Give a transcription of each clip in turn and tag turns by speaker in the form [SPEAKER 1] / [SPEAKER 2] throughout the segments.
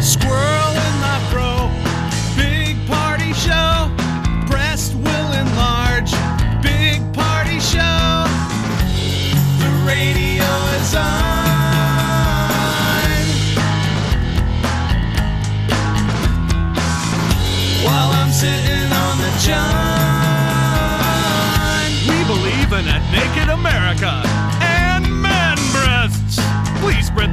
[SPEAKER 1] Squirrel in my bro, big party show. Breast will enlarge, big party show. The radio is on. While I'm sitting on the john.
[SPEAKER 2] We believe in a naked America and man breasts. Please spread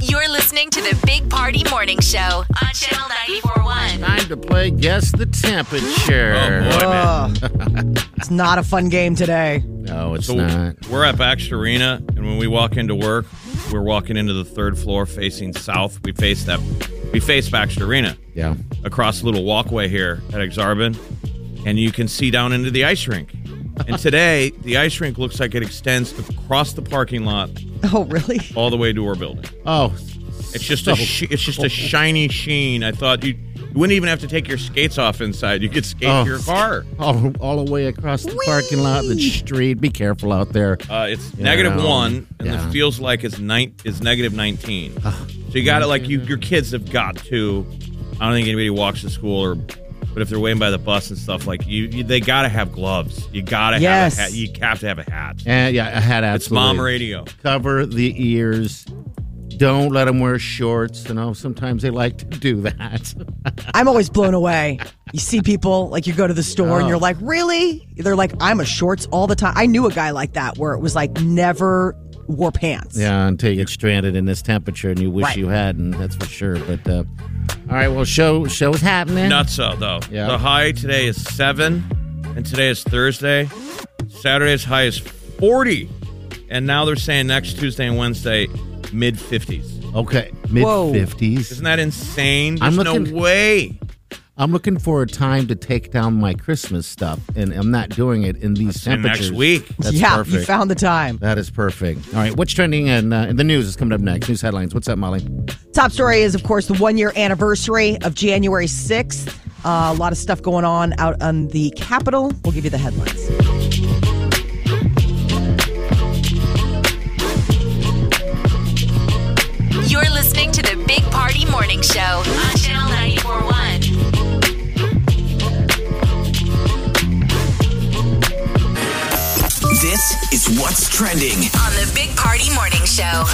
[SPEAKER 3] You're listening to the Big Party Morning Show on Channel 941.
[SPEAKER 4] Time to play Guess the Temperature.
[SPEAKER 5] Oh,
[SPEAKER 6] It's not a fun game today.
[SPEAKER 4] No, it's
[SPEAKER 5] So
[SPEAKER 4] not.
[SPEAKER 5] we're at Baxter Arena, and when we walk into work, we're walking into the third floor facing south. We face that. We face Baxter Arena
[SPEAKER 4] Yeah.
[SPEAKER 5] across a little walkway here at Exarban, and you can see down into the ice rink. And today, the ice rink looks like it extends across the parking lot
[SPEAKER 6] Oh, really?
[SPEAKER 5] all the way to our building.
[SPEAKER 4] Oh,
[SPEAKER 5] It's just
[SPEAKER 4] so
[SPEAKER 5] a sh- it's just a shiny sheen. I thought you, you wouldn't even have to take your skates off inside. You could skate
[SPEAKER 4] Oh.
[SPEAKER 5] to your car.
[SPEAKER 4] all, all the way across the parking lot, the street. Be careful out there.
[SPEAKER 5] Uh, it's negative
[SPEAKER 4] Yeah.
[SPEAKER 5] one, and
[SPEAKER 4] Yeah.
[SPEAKER 5] it feels like it's nine is negative nineteen. so you got to like you your kids have got to. I don't think anybody walks to school or, but if they're waiting by the bus and stuff like you, you they got to have gloves. You got to
[SPEAKER 6] Yes.
[SPEAKER 5] have a hat. You have to have a hat.
[SPEAKER 4] And yeah, I had absolutely.
[SPEAKER 5] It's mom radio.
[SPEAKER 4] Cover the ears. Don't let them wear shorts. You know, sometimes they like to do that.
[SPEAKER 6] I'm always blown away. You see people, like you go to the store
[SPEAKER 4] Oh.
[SPEAKER 6] and you're like, really? They're like, I'm a shorts all the time. I knew a guy like that where it was like never wore pants.
[SPEAKER 4] yeah, until you get stranded in this temperature and you wish
[SPEAKER 6] Right.
[SPEAKER 4] you hadn't. That's for sure. But uh, all right, well, show show's happening.
[SPEAKER 5] Not so though.
[SPEAKER 4] Yeah.
[SPEAKER 5] The high today is seven, and today is Thursday. Saturday's high is forty, and now they're saying next Tuesday and Wednesday mid fifties.
[SPEAKER 4] Okay, mid
[SPEAKER 6] Whoa.
[SPEAKER 4] fifties.
[SPEAKER 5] Isn't that insane?
[SPEAKER 4] I'm
[SPEAKER 5] There's
[SPEAKER 4] looking-
[SPEAKER 5] no way.
[SPEAKER 4] I'm looking for a time to take down my Christmas stuff, and I'm not doing it in these
[SPEAKER 5] in next
[SPEAKER 4] temperatures.
[SPEAKER 5] week.
[SPEAKER 4] That's
[SPEAKER 6] yeah,
[SPEAKER 4] perfect.
[SPEAKER 6] you found the time.
[SPEAKER 4] that is perfect. All right, what's trending in, uh, in the news is coming up next. News headlines. What's up, Molly?
[SPEAKER 6] Top story is, of course, the one year anniversary of January 6th. Uh, a lot of stuff going on out on the Capitol. We'll give you the headlines.
[SPEAKER 3] You're listening to the Big Party Morning Show on Channel 941.
[SPEAKER 7] This is what's trending.
[SPEAKER 3] On the Big Party Morning Show.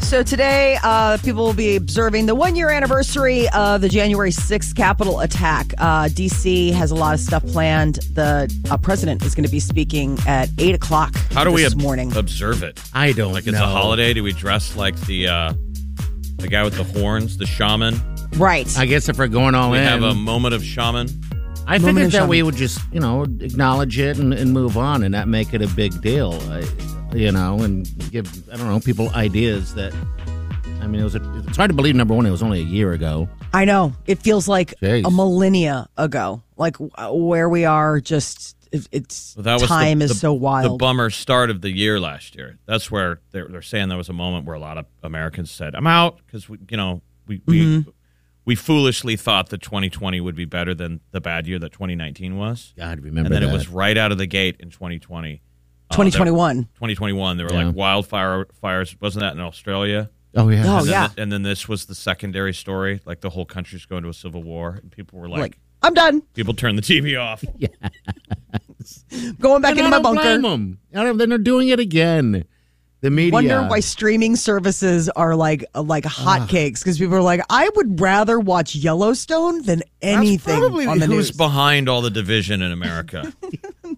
[SPEAKER 6] So today, uh, people will be observing the one-year anniversary of the January 6th Capitol attack. Uh, D.C. has a lot of stuff planned. The uh, president is going to be speaking at eight o'clock.
[SPEAKER 5] How do
[SPEAKER 6] this
[SPEAKER 5] we ob- uh,
[SPEAKER 6] morning?
[SPEAKER 5] observe it?
[SPEAKER 4] I don't
[SPEAKER 5] like it's
[SPEAKER 4] know.
[SPEAKER 5] a holiday. Do we dress like the uh, the guy with the horns, the shaman?
[SPEAKER 6] right.
[SPEAKER 4] I guess if we're going all
[SPEAKER 5] We
[SPEAKER 4] in,
[SPEAKER 5] have um, a moment of shaman.
[SPEAKER 4] I
[SPEAKER 6] Moment
[SPEAKER 4] figured
[SPEAKER 6] of
[SPEAKER 4] that we
[SPEAKER 6] shame.
[SPEAKER 4] would just, you know, acknowledge it and, and move on and not make it a big deal, I, you know, and give, I don't know, people ideas that, I mean, it was a, it's hard to believe, number one, it was only a year ago.
[SPEAKER 6] I know it feels like
[SPEAKER 4] Jeez.
[SPEAKER 6] a millennia ago, like uh, where we are. Just it, it's
[SPEAKER 5] Well, that was
[SPEAKER 6] time
[SPEAKER 5] the,
[SPEAKER 6] is
[SPEAKER 5] the-
[SPEAKER 6] so
[SPEAKER 5] The
[SPEAKER 6] wild.
[SPEAKER 5] bummer start of the year last year. That's where they're, they're saying there was a moment where a lot of Americans said, "I'm out," because we, you know, we we,
[SPEAKER 6] Mm-hmm.
[SPEAKER 5] we foolishly thought that 2020 would be better than the bad year that 2019 was,
[SPEAKER 4] God, remember
[SPEAKER 5] and then
[SPEAKER 4] that.
[SPEAKER 5] it was right out of the gate in 2020. Uh,
[SPEAKER 6] Twenty
[SPEAKER 5] there-
[SPEAKER 6] twenty one.
[SPEAKER 5] 2021. There were
[SPEAKER 4] Yeah.
[SPEAKER 5] like wildfire fires. Wasn't that in Australia?
[SPEAKER 4] oh, yeah.
[SPEAKER 6] Oh
[SPEAKER 5] And then
[SPEAKER 6] yeah.
[SPEAKER 5] th- and then this was the secondary story. Like the whole country's going to a civil war, and people were like,
[SPEAKER 6] Like, I'm done.
[SPEAKER 5] People turn the TV off.
[SPEAKER 6] Going back
[SPEAKER 4] And
[SPEAKER 6] into
[SPEAKER 4] I
[SPEAKER 6] my
[SPEAKER 4] don't blame
[SPEAKER 6] bunker.
[SPEAKER 4] 'em. I don't- Then they're doing it again. The media.
[SPEAKER 6] Wonder why streaming services are like like hotcakes because people are like, I would rather watch Yellowstone than anything
[SPEAKER 5] probably
[SPEAKER 6] on the
[SPEAKER 5] who's
[SPEAKER 6] news.
[SPEAKER 5] behind all the division in America.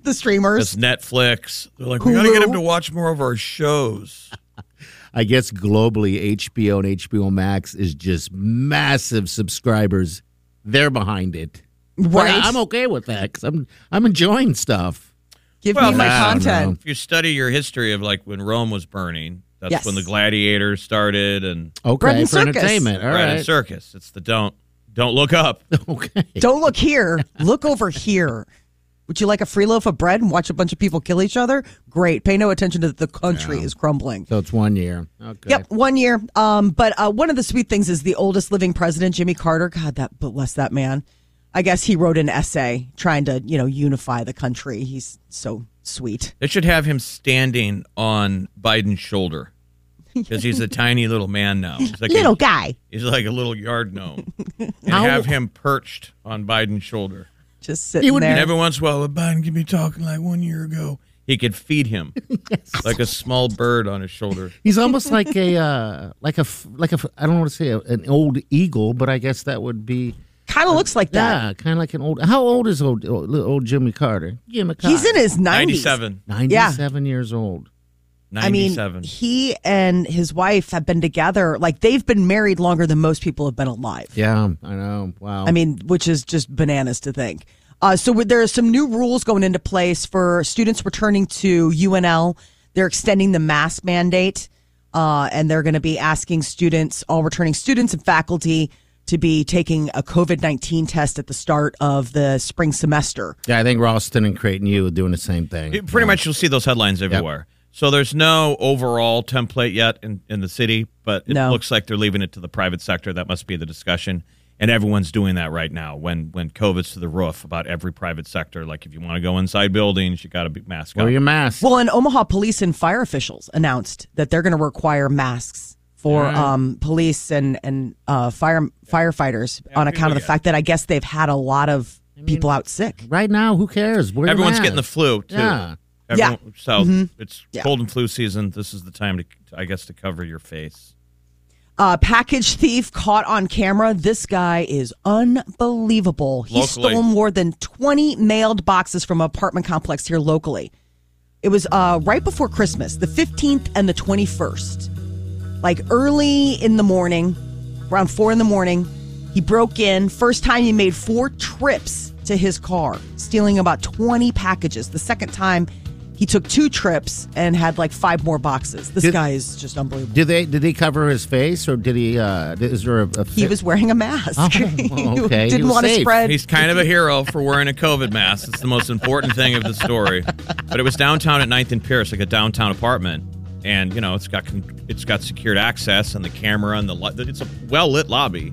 [SPEAKER 6] the streamers.
[SPEAKER 5] It's Netflix. They're like, we got to get
[SPEAKER 6] Hulu.
[SPEAKER 5] them to watch more of our shows.
[SPEAKER 4] I guess globally, HBO and HBO Max is just massive subscribers. They're behind it. But
[SPEAKER 6] right.
[SPEAKER 4] I, am okay with that because I'm I'm enjoying stuff.
[SPEAKER 6] Give
[SPEAKER 5] Well,
[SPEAKER 6] me my
[SPEAKER 5] I
[SPEAKER 4] don't
[SPEAKER 6] content.
[SPEAKER 5] If you study your history of like when Rome was burning, that's
[SPEAKER 6] Yes.
[SPEAKER 5] when the gladiators started and
[SPEAKER 4] Okay,
[SPEAKER 6] Bread and
[SPEAKER 4] for
[SPEAKER 6] circus.
[SPEAKER 4] entertainment. All
[SPEAKER 5] Ran a
[SPEAKER 4] right.
[SPEAKER 5] circus. It's the don't don't look up.
[SPEAKER 4] Okay.
[SPEAKER 6] Don't look here. Look over here. Would you like a free loaf of bread and watch a bunch of people kill each other? Great. Pay no attention to the country is crumbling.
[SPEAKER 4] So it's one year. Okay.
[SPEAKER 6] Yep, one year. Um, but uh, one of the sweet things is the oldest living president, Jimmy Carter. God, that bless that man. I guess he wrote an essay trying to, you know, unify the country. He's so sweet.
[SPEAKER 5] They should have him standing on Biden's shoulder because he's a tiny little man now. He's like
[SPEAKER 6] Little
[SPEAKER 5] a,
[SPEAKER 6] guy,
[SPEAKER 5] He's like a little yard gnome, and
[SPEAKER 4] How-
[SPEAKER 5] have him perched on Biden's shoulder.
[SPEAKER 6] just sitting
[SPEAKER 4] would be
[SPEAKER 5] And
[SPEAKER 6] there.
[SPEAKER 5] every once in a while, "Well, Biden could be talking like one year ago. He could feed him like a small bird on his shoulder.
[SPEAKER 4] He's almost like a uh, like a f- like a f- I don't want to say a, an old eagle, but I guess that would be
[SPEAKER 6] kind of looks like that.
[SPEAKER 4] yeah, kind of like an old. How old is old old, old Jimmy Carter? Jimmy Carter.
[SPEAKER 6] He's in his 90s.
[SPEAKER 5] 97.
[SPEAKER 6] yeah.
[SPEAKER 4] ninety-seven years old.
[SPEAKER 6] I mean,
[SPEAKER 5] 97.
[SPEAKER 6] he and his wife have been together. Like they've been married longer than most people have been alive.
[SPEAKER 4] Yeah, I know. Wow.
[SPEAKER 6] I mean, which is just bananas to think. Uh, so with- there are some new rules going into place for students returning to UNL. They're extending the mask mandate, uh, and they're going to be asking students, all returning students and faculty, to be taking a COVID nineteen test at the start of the spring semester.
[SPEAKER 4] yeah, I think Ralston and Creighton U are doing the same thing.
[SPEAKER 5] It- pretty much you'll see those headlines everywhere. So there's no overall template yet in, in the city, but it
[SPEAKER 6] No.
[SPEAKER 5] looks like they're leaving it to the private sector. That must be the discussion. And everyone's doing that right now when when COVID's to the roof about every private sector. Like if you want to go inside buildings, you got to be mask up.
[SPEAKER 4] Wear your mask.
[SPEAKER 6] Well, and Omaha police and fire officials announced that they're going to require masks for um, police and and uh, fire firefighters on account of the fact that I guess they've had a lot of people out sick.
[SPEAKER 4] right now, who cares? Wear your
[SPEAKER 5] Everyone's
[SPEAKER 4] mask.
[SPEAKER 5] getting the flu too.
[SPEAKER 4] Yeah.
[SPEAKER 5] Everyone-
[SPEAKER 6] Yeah.
[SPEAKER 5] So it's cold and flu season. This is the time to, I guess, to cover your face.
[SPEAKER 6] Uh, package thief caught on camera. This guy is unbelievable. He
[SPEAKER 5] Locally.
[SPEAKER 6] stole more than 20 mailed boxes from an apartment complex here locally. It was uh, right before Christmas, the 15th and the 21st. Like early in the morning, around four in the morning, he broke in. First time he made four trips to his car, stealing about 20 packages. The second time, he took two trips and had like five more boxes. This
[SPEAKER 4] Did-
[SPEAKER 6] guy is just unbelievable.
[SPEAKER 4] Did they did he cover his face or did he? Uh, did- is there a, a
[SPEAKER 6] He was wearing a mask.
[SPEAKER 4] Oh, well, okay.
[SPEAKER 6] He
[SPEAKER 4] He
[SPEAKER 6] didn't
[SPEAKER 4] was
[SPEAKER 6] want to
[SPEAKER 4] safe.
[SPEAKER 6] spread.
[SPEAKER 5] He's kind of a hero for wearing a COVID mask. It's the most important thing of the story. But it was downtown at 9th and Pierce, like a downtown apartment, and you know it's got con- it's got secured access and the camera and the li- it's a well lit lobby.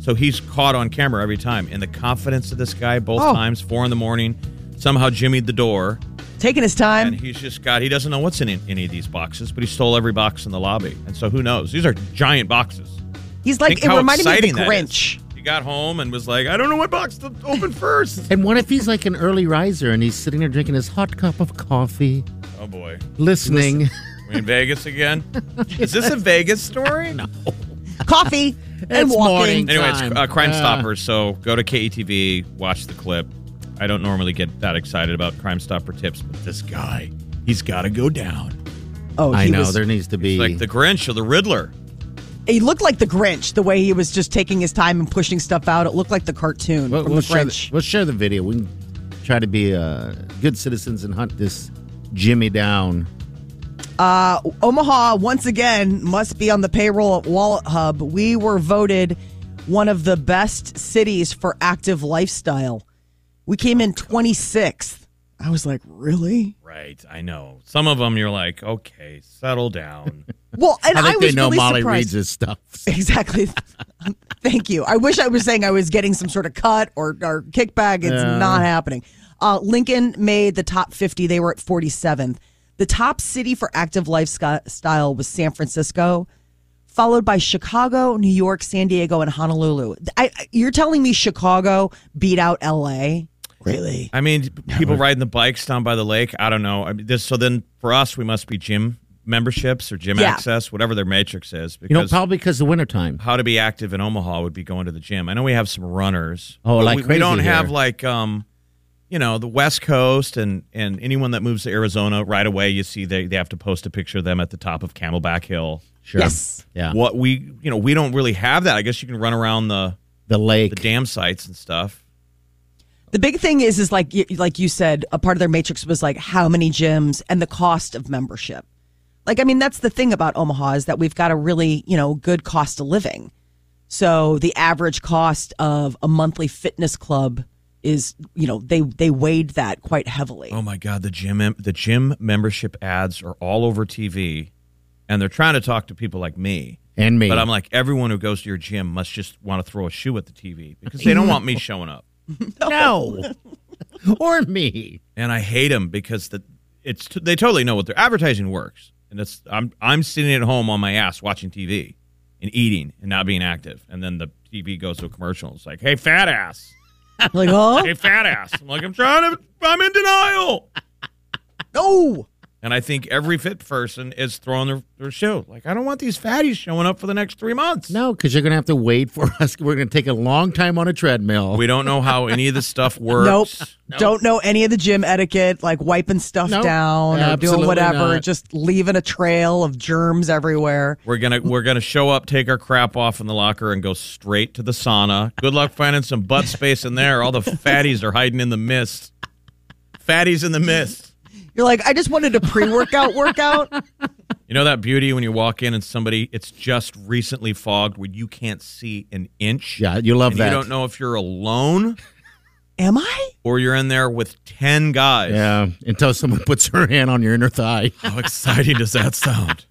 [SPEAKER 5] So he's caught on camera every time, and the confidence of this guy both
[SPEAKER 6] Oh.
[SPEAKER 5] times, four in the morning, somehow jimmied the door,
[SPEAKER 6] taking his time.
[SPEAKER 5] and he's just got he doesn't know what's in an- any of these boxes, but he stole every box in the lobby, and so who knows? These are giant boxes.
[SPEAKER 6] He's like,
[SPEAKER 5] Think
[SPEAKER 6] it
[SPEAKER 5] how
[SPEAKER 6] reminded me of the
[SPEAKER 5] exciting that is.
[SPEAKER 6] Grinch.
[SPEAKER 5] He got home and was like, I don't know what box to open first.
[SPEAKER 4] And what if he's like an early riser and he's sitting there drinking his hot cup of coffee,
[SPEAKER 5] oh boy.
[SPEAKER 4] listening?
[SPEAKER 5] We in Vegas again? Is this a Vegas story? no.
[SPEAKER 6] Coffee and
[SPEAKER 4] It's
[SPEAKER 6] walking.
[SPEAKER 4] morning.
[SPEAKER 5] Anyway, it's
[SPEAKER 4] Time.
[SPEAKER 5] uh, Crime
[SPEAKER 4] Ah.
[SPEAKER 5] Stoppers, so go to KETV, watch the clip. I don't normally get that excited about Crime Stopper tips, but this guy, he's got to go down.
[SPEAKER 6] Oh,
[SPEAKER 4] I
[SPEAKER 6] he
[SPEAKER 4] know
[SPEAKER 6] was.
[SPEAKER 4] there needs to be.
[SPEAKER 5] He's like the Grinch or the Riddler.
[SPEAKER 6] He looked like the Grinch the way he was just taking his time and pushing stuff out. It looked like the cartoon
[SPEAKER 4] we'll,
[SPEAKER 6] from
[SPEAKER 4] we'll
[SPEAKER 6] the
[SPEAKER 4] share
[SPEAKER 6] Grinch.
[SPEAKER 4] the, we'll share the video. We can try to be uh, good citizens and hunt this Jimmy down.
[SPEAKER 6] Omaha once again must be on the payroll at Wallet Hub. We were voted one of the best cities for active lifestyle. We came in 26th. I was like, really?
[SPEAKER 5] Right, I know. Some of them you're like, okay, settle down.
[SPEAKER 6] Well, and
[SPEAKER 4] I
[SPEAKER 6] I,
[SPEAKER 4] think
[SPEAKER 6] was
[SPEAKER 4] they know
[SPEAKER 6] really
[SPEAKER 4] Molly
[SPEAKER 6] surprised.
[SPEAKER 4] reads his stuff.
[SPEAKER 6] Exactly. Thank you. I wish I was saying I was getting some sort of cut or, or kickback. It's not happening. Uh, Lincoln made the top 50. They were at 47th. The top city for active lifestyle was San Francisco, followed by Chicago, New York, San Diego, and Honolulu. I, I- you're telling me Chicago beat out LA?
[SPEAKER 7] Really?
[SPEAKER 5] I mean, people riding the bikes down by the lake. I don't know. I mean, this, so then for us, we must be gym memberships or gym
[SPEAKER 6] Yeah.
[SPEAKER 5] access, whatever their matrix is. Because
[SPEAKER 4] You know, probably because the wintertime.
[SPEAKER 5] how to be active in Omaha would be going to the gym. I know we have some runners.
[SPEAKER 4] Oh,
[SPEAKER 5] but
[SPEAKER 4] like
[SPEAKER 5] we, we
[SPEAKER 4] crazy
[SPEAKER 5] don't have
[SPEAKER 4] here.
[SPEAKER 5] like um, you know, the West Coast and and anyone that moves to Arizona right away, you see they they have to post a picture of them at the top of Camelback Hill.
[SPEAKER 4] Sure.
[SPEAKER 6] Yes.
[SPEAKER 4] Yeah.
[SPEAKER 5] What we you know we don't really have that. I guess you can run around the
[SPEAKER 4] The lake.
[SPEAKER 5] the dam sites and stuff.
[SPEAKER 6] The big thing is, is like, y- like you said, a part of their matrix was like how many gyms and the cost of membership. Like, I mean, that's the thing about Omaha is that we've got a really, you know, good cost of living. So the average cost of a monthly fitness club is, you know, they they weighed that quite heavily.
[SPEAKER 5] Oh my God, the gym mem- the gym membership ads are all over TV, and they're trying to talk to people like me.
[SPEAKER 4] and me.
[SPEAKER 5] But I'm like, everyone who goes to your gym must just want to throw a shoe at the TV because they don't want me showing up.
[SPEAKER 4] no. or me.
[SPEAKER 5] and I hate them because the it's they totally know what their advertising works, and it's I'm I'm sitting at home on my ass watching TV and eating and not being active, and then the TV goes to a commercial. It's like, hey, fat ass,
[SPEAKER 6] Like, oh
[SPEAKER 5] hey, fat ass. I'm like, I'm trying to, I'm in denial,
[SPEAKER 6] no,
[SPEAKER 5] and I think every fit person is throwing their their shoe. Like, I don't want these fatties showing up for the next three months.
[SPEAKER 4] No, because you're going to have to wait for us. We're going to take a long time on a treadmill.
[SPEAKER 5] We don't know how any of this stuff works.
[SPEAKER 6] nope. Don't know any of the gym etiquette, like wiping stuff
[SPEAKER 4] Nope.
[SPEAKER 6] down or doing
[SPEAKER 4] Absolutely
[SPEAKER 6] whatever,
[SPEAKER 4] not.
[SPEAKER 6] just leaving a trail of germs everywhere.
[SPEAKER 5] We're gonna we're gonna show up, take our crap off in the locker, and go straight to the sauna. Good luck finding some butt space in there. All the fatties are hiding in the mist. Fatties in the mist.
[SPEAKER 6] You're like, I just wanted a pre-workout workout.
[SPEAKER 5] You know that beauty when you walk in and somebody it's just recently fogged where you can't see an inch.
[SPEAKER 4] yeah, you love
[SPEAKER 5] and
[SPEAKER 4] that.
[SPEAKER 5] You don't know if you're alone
[SPEAKER 6] Am I?
[SPEAKER 5] or you're in there with ten guys.
[SPEAKER 4] Yeah, until someone puts her hand on your inner thigh.
[SPEAKER 5] How exciting does that sound?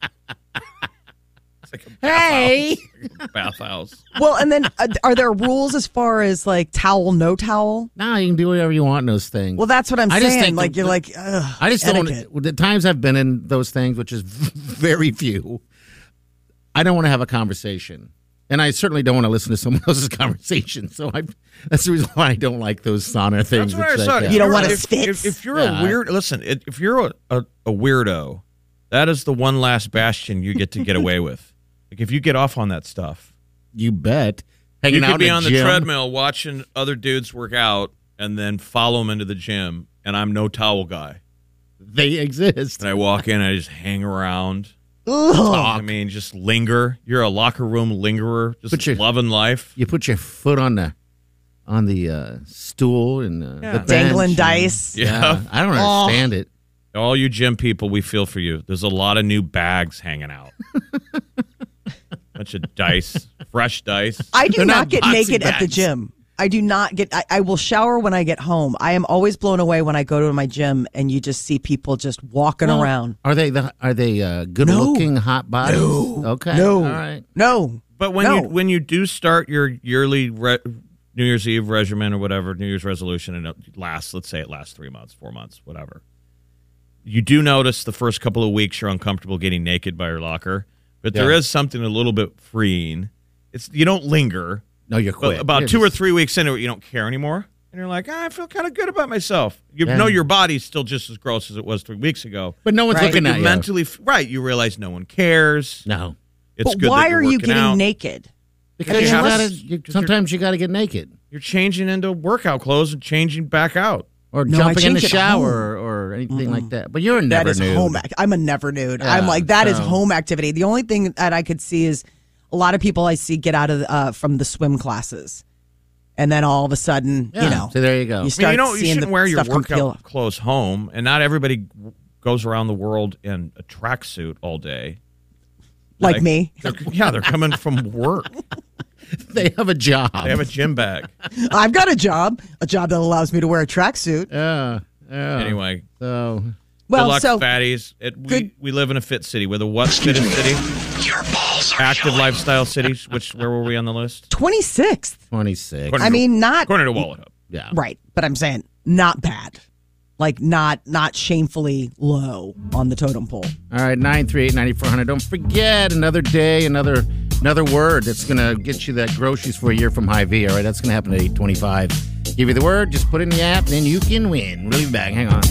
[SPEAKER 5] It's like a
[SPEAKER 4] Hey.
[SPEAKER 5] bathhouse. bathhouse.
[SPEAKER 6] Well, and then uh, are there rules as far as like towel, no towel?
[SPEAKER 4] No, you can do whatever you want in those things.
[SPEAKER 6] Well, that's what I'm
[SPEAKER 4] I
[SPEAKER 6] saying.
[SPEAKER 4] just think
[SPEAKER 6] like
[SPEAKER 4] the-
[SPEAKER 6] you're like, ugh,
[SPEAKER 4] I just
[SPEAKER 6] etiquette.
[SPEAKER 4] don't. The times I've been in those things, which is very few, I don't want to have a conversation, and I certainly don't want to listen to someone else's conversation. So I, that's the reason why I don't like those sauna things.
[SPEAKER 5] That's what I
[SPEAKER 4] which,
[SPEAKER 5] saw.
[SPEAKER 4] like,
[SPEAKER 5] If
[SPEAKER 4] yeah.
[SPEAKER 6] You don't
[SPEAKER 5] you're-
[SPEAKER 6] wanna
[SPEAKER 5] if-
[SPEAKER 6] spit.
[SPEAKER 5] If, if you're
[SPEAKER 4] Yeah.
[SPEAKER 5] a weird, listen. If if you're a, a, a weirdo, that is the one last bastion you get to get away with. Like if you get off on that stuff,
[SPEAKER 4] you bet. Hanging
[SPEAKER 5] you
[SPEAKER 4] out
[SPEAKER 5] could be
[SPEAKER 4] in a
[SPEAKER 5] on the
[SPEAKER 4] gym.
[SPEAKER 5] treadmill watching other dudes work out and then follow them into the gym. And I'm no towel guy.
[SPEAKER 4] They exist.
[SPEAKER 5] And I walk in, I just hang around.
[SPEAKER 6] Ugh.
[SPEAKER 5] I mean, just linger. You're a locker room lingerer,
[SPEAKER 4] But
[SPEAKER 5] just
[SPEAKER 4] you-
[SPEAKER 5] loving life.
[SPEAKER 4] You put your foot on the on the uh, stool and uh,
[SPEAKER 5] Yeah.
[SPEAKER 4] the bench
[SPEAKER 6] dangling
[SPEAKER 4] and-
[SPEAKER 6] dice. Oh.
[SPEAKER 5] Yeah.
[SPEAKER 4] Yeah, I don't understand it.
[SPEAKER 5] All you gym people, we feel for you. There's a lot of new bags hanging out. Bunch of dice, fresh dice.
[SPEAKER 6] I do
[SPEAKER 4] They're
[SPEAKER 6] not,
[SPEAKER 4] not
[SPEAKER 6] get
[SPEAKER 4] boxing
[SPEAKER 6] naked at the
[SPEAKER 4] bags.
[SPEAKER 6] gym. I do not get. I, I will shower when I get home. I am always blown away when I go to my gym and you just see people just walking
[SPEAKER 4] Well,
[SPEAKER 6] around.
[SPEAKER 4] Are they the, are they uh, good looking hot bodies? Okay.
[SPEAKER 6] No.
[SPEAKER 4] All right.
[SPEAKER 6] No.
[SPEAKER 5] But when
[SPEAKER 6] No.
[SPEAKER 5] you when you do start your yearly re- New Year's Eve regimen or whatever New Year's resolution, and it lasts, let's say it lasts three months, four months, whatever. You do notice the first couple of weeks you're uncomfortable getting naked by your locker, but there
[SPEAKER 4] Yeah.
[SPEAKER 5] is something a little bit freeing. It's you don't linger.
[SPEAKER 4] No, you're
[SPEAKER 5] But
[SPEAKER 4] quick.
[SPEAKER 5] about
[SPEAKER 4] You're
[SPEAKER 5] two or
[SPEAKER 4] just-
[SPEAKER 5] three weeks into it, you don't care anymore, and you're like, "Ah, I feel kind of good about myself. You
[SPEAKER 4] Yeah.
[SPEAKER 5] know your body's still just as gross as it was three weeks ago.
[SPEAKER 4] But no one's
[SPEAKER 6] Right.
[SPEAKER 4] looking
[SPEAKER 5] You're
[SPEAKER 4] at you.
[SPEAKER 5] mentally f- right. You realize no one cares.
[SPEAKER 4] no.
[SPEAKER 5] It's
[SPEAKER 6] but
[SPEAKER 5] good
[SPEAKER 6] why
[SPEAKER 5] that you're
[SPEAKER 6] are you
[SPEAKER 5] working
[SPEAKER 6] getting
[SPEAKER 5] out.
[SPEAKER 6] naked?
[SPEAKER 4] Because you
[SPEAKER 5] have-
[SPEAKER 4] gotta, you, sometimes you got to get naked
[SPEAKER 5] You're changing into workout clothes and changing back out.
[SPEAKER 4] or
[SPEAKER 6] No, I
[SPEAKER 4] jumping in the
[SPEAKER 6] change at
[SPEAKER 4] shower or, or anything like that. But you're never
[SPEAKER 6] that is
[SPEAKER 4] nude.
[SPEAKER 6] home. Ac- I'm a never nude. I'm
[SPEAKER 4] Yeah,
[SPEAKER 6] like that is
[SPEAKER 4] so-
[SPEAKER 6] home activity. The only thing that I could see is a lot of people I see get out of uh, from the swim classes, and then all of a sudden,
[SPEAKER 4] Yeah.
[SPEAKER 6] you know,
[SPEAKER 4] So there you go.
[SPEAKER 6] you
[SPEAKER 5] I mean,
[SPEAKER 6] start
[SPEAKER 5] you know, you
[SPEAKER 6] seeing
[SPEAKER 5] shouldn't
[SPEAKER 6] the
[SPEAKER 5] wear your
[SPEAKER 6] stuff come peel
[SPEAKER 5] workout
[SPEAKER 6] off.
[SPEAKER 5] clothes home, and not everybody w- goes around the world in a tracksuit all day.
[SPEAKER 6] like,
[SPEAKER 5] Like-
[SPEAKER 6] me.
[SPEAKER 5] They're- yeah, they're coming from work.
[SPEAKER 4] They have a job.
[SPEAKER 5] They have a gym bag.
[SPEAKER 6] I've got a job, a job that allows me to wear a tracksuit.
[SPEAKER 4] yeah. Yeah.
[SPEAKER 6] Oh.
[SPEAKER 5] Anyway,
[SPEAKER 4] So
[SPEAKER 5] good
[SPEAKER 6] Well,
[SPEAKER 5] luck,
[SPEAKER 6] so
[SPEAKER 5] fatties. It, we,
[SPEAKER 6] good-
[SPEAKER 5] we live in a fit city. We're the what fittest city? Active lifestyle cities. Which where were we on the list?
[SPEAKER 6] 26th.
[SPEAKER 4] 26.
[SPEAKER 6] I mean, not
[SPEAKER 5] According to Wallet Hub.
[SPEAKER 4] yeah.
[SPEAKER 6] right, but I'm saying not bad. like not not shamefully low on the totem pole.
[SPEAKER 4] All right, 938 9400. Don't forget another day, another another word that's going to get you that groceries for a year from Hy-Vee. All right, that's going to happen at 825. Give you the word, just put it in the app, then you can win. We'll be back. Hang on.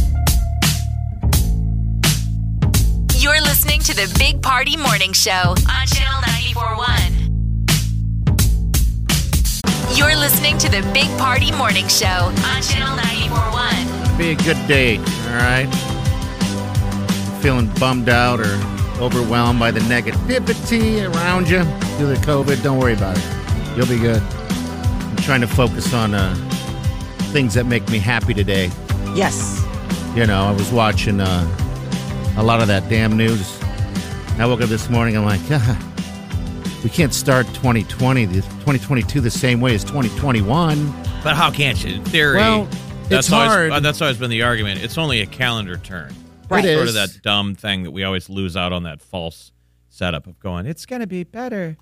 [SPEAKER 3] You're listening to the Big Party Morning Show on Channel 941. You're listening to the Big Party Morning Show on Channel 941.
[SPEAKER 4] Be a good day. All right. Feeling bummed out or overwhelmed by the negativity around you due to COVID. Don't worry about it. You'll be good. I'm trying to focus on uh, things that make me happy today.
[SPEAKER 6] Yes.
[SPEAKER 4] you know, I was watching uh, a lot of that damn news. I woke up this morning, I'm like, "Ah, we can't start 2020, the 2022 the same way as 2021.
[SPEAKER 5] But how can't you? In theory,
[SPEAKER 4] Well,
[SPEAKER 5] that's
[SPEAKER 4] it's
[SPEAKER 5] always,
[SPEAKER 4] hard.
[SPEAKER 5] uh, That's always been the argument. It's only a calendar turn.
[SPEAKER 4] Right. It
[SPEAKER 5] Sort
[SPEAKER 4] is.
[SPEAKER 5] of that dumb thing that we always lose out on that false setup of going, it's going to be better.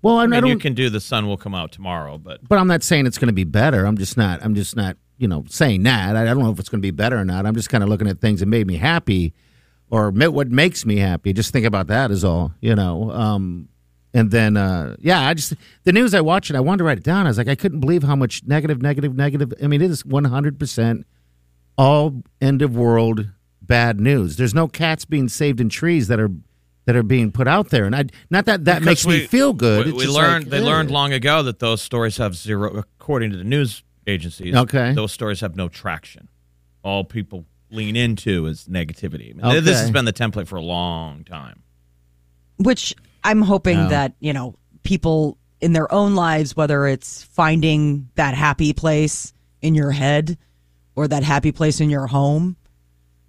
[SPEAKER 4] Well,
[SPEAKER 5] I
[SPEAKER 4] I'm, I
[SPEAKER 5] mean,
[SPEAKER 4] don't,
[SPEAKER 5] you can do the sun will come out tomorrow, but
[SPEAKER 4] but I'm not saying it's going to be better. I'm just not, I'm just not, you know, saying that. I, I don't know if it's going to be better or not. I'm just kind of looking at things that made me happy or ma- what makes me happy. Just think about that is all, you know. Um, and then, uh, yeah, I just, the news I watched it, I wanted to write it down. I was like, I couldn't believe how much negative, negative, negative. I mean, it is 100% all end of world bad news. There's no cats being saved in trees that are. That are being put out there, and I not that that makes
[SPEAKER 5] Because
[SPEAKER 4] me feel good.
[SPEAKER 5] We,
[SPEAKER 4] It's
[SPEAKER 5] we
[SPEAKER 4] just
[SPEAKER 5] learned
[SPEAKER 4] like, eh.
[SPEAKER 5] they learned
[SPEAKER 4] ugh.
[SPEAKER 5] long ago that those stories have zero, according to the news agencies.
[SPEAKER 4] Okay.
[SPEAKER 5] those stories have no traction. All people lean into is negativity. I mean, th- This
[SPEAKER 4] Okay.
[SPEAKER 5] has been the template for a long time.
[SPEAKER 6] Which I'm hoping that, you know, people in their own lives, whether it's finding that happy place in your head or that happy place in your home,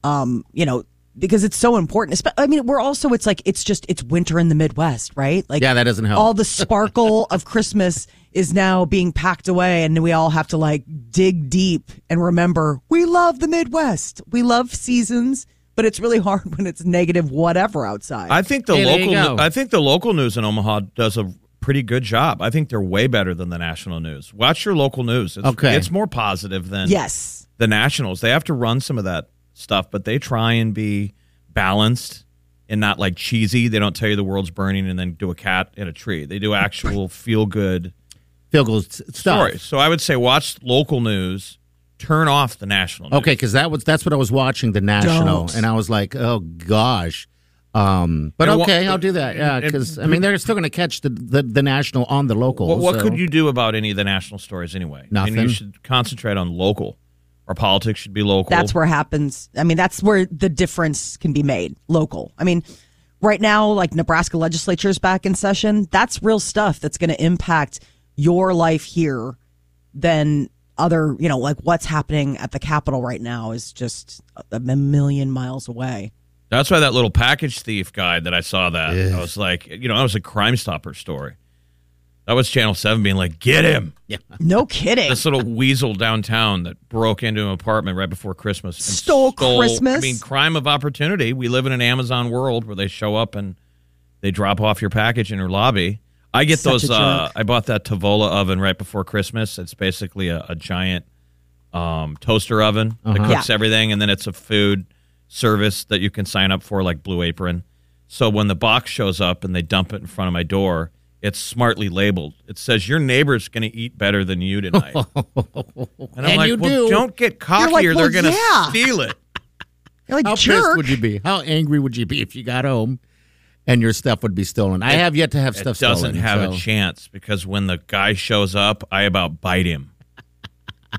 [SPEAKER 6] um, you know, because it's so important. Espe- I mean, we're also, it's like, it's just, it's winter in the Midwest, right? Like,
[SPEAKER 4] Yeah, that doesn't help.
[SPEAKER 6] All the sparkle of Christmas is now being packed away, and we all have to like dig deep and remember we love the Midwest. We love seasons, but it's really hard when it's negative whatever outside.
[SPEAKER 5] I think the
[SPEAKER 4] Hey, there you
[SPEAKER 5] local.
[SPEAKER 4] go.
[SPEAKER 5] I think the local news in Omaha does a pretty good job. I think they're way better than the national news. Watch your local news. It's,
[SPEAKER 4] Okay.
[SPEAKER 5] it's more positive than
[SPEAKER 6] yes.
[SPEAKER 5] the nationals. They have to run some of that stuff, but they try and be balanced and not like cheesy. They don't tell you the world's burning and then do a cat in a tree. They do actual feel good
[SPEAKER 4] field goals t- stuff.
[SPEAKER 5] stories. So I would say watch local news, turn off the national. News.
[SPEAKER 4] Okay, because that was that's what I was watching the national,
[SPEAKER 6] Don't.
[SPEAKER 4] and I was like, oh gosh. Um, but
[SPEAKER 5] And wha-
[SPEAKER 4] okay, I'll do that. Yeah,
[SPEAKER 5] and-
[SPEAKER 4] because I mean they're still going to catch the, the the national on the local.
[SPEAKER 5] What, what
[SPEAKER 4] so-
[SPEAKER 5] could you do about any of the national stories anyway? I mean,
[SPEAKER 4] Nothing.
[SPEAKER 5] you should concentrate on local. Our politics should be local.
[SPEAKER 6] That's where it happens. I mean, that's where the difference can be made local. I mean, right now, like Nebraska legislature's back in session. That's real stuff that's going to impact your life here than other, you know, like what's happening at the Capitol right now is just a, a million miles away.
[SPEAKER 5] That's why that little package thief guy that I saw that I was like, you know, that was a Crime Stopper story. That was Channel Seven being like, get him.
[SPEAKER 6] No kidding.
[SPEAKER 5] this little weasel downtown that broke into an apartment right before Christmas. and
[SPEAKER 6] Stole Christmas?
[SPEAKER 5] I mean, crime of opportunity. We live in an Amazon world where they show up and they drop off your package in your lobby. I get
[SPEAKER 6] Such
[SPEAKER 5] those.
[SPEAKER 6] a
[SPEAKER 5] Uh,
[SPEAKER 6] jerk.
[SPEAKER 5] I bought that Tavola oven right before Christmas. It's basically a, a giant um, toaster oven that
[SPEAKER 6] Uh-huh.
[SPEAKER 5] cooks everything, and then it's a food service that you can sign up for, like Blue Apron. So when the box shows up and they dump it in front of my door, it's smartly labeled. It says your neighbor's going to eat better than you tonight. and I'm
[SPEAKER 4] And
[SPEAKER 5] like,
[SPEAKER 4] you
[SPEAKER 5] well,
[SPEAKER 4] do.
[SPEAKER 5] not get cocky
[SPEAKER 6] like,
[SPEAKER 5] or
[SPEAKER 6] well,
[SPEAKER 5] they're going to
[SPEAKER 6] yeah."
[SPEAKER 5] steal it.
[SPEAKER 6] You're like
[SPEAKER 4] How pissed
[SPEAKER 6] jerk.
[SPEAKER 4] would you be? How angry would you be if you got home and your stuff would be stolen? I have yet to have stuff
[SPEAKER 5] it doesn't
[SPEAKER 4] stolen.
[SPEAKER 5] have
[SPEAKER 4] so-
[SPEAKER 5] a chance because when the guy shows up, I about bite him.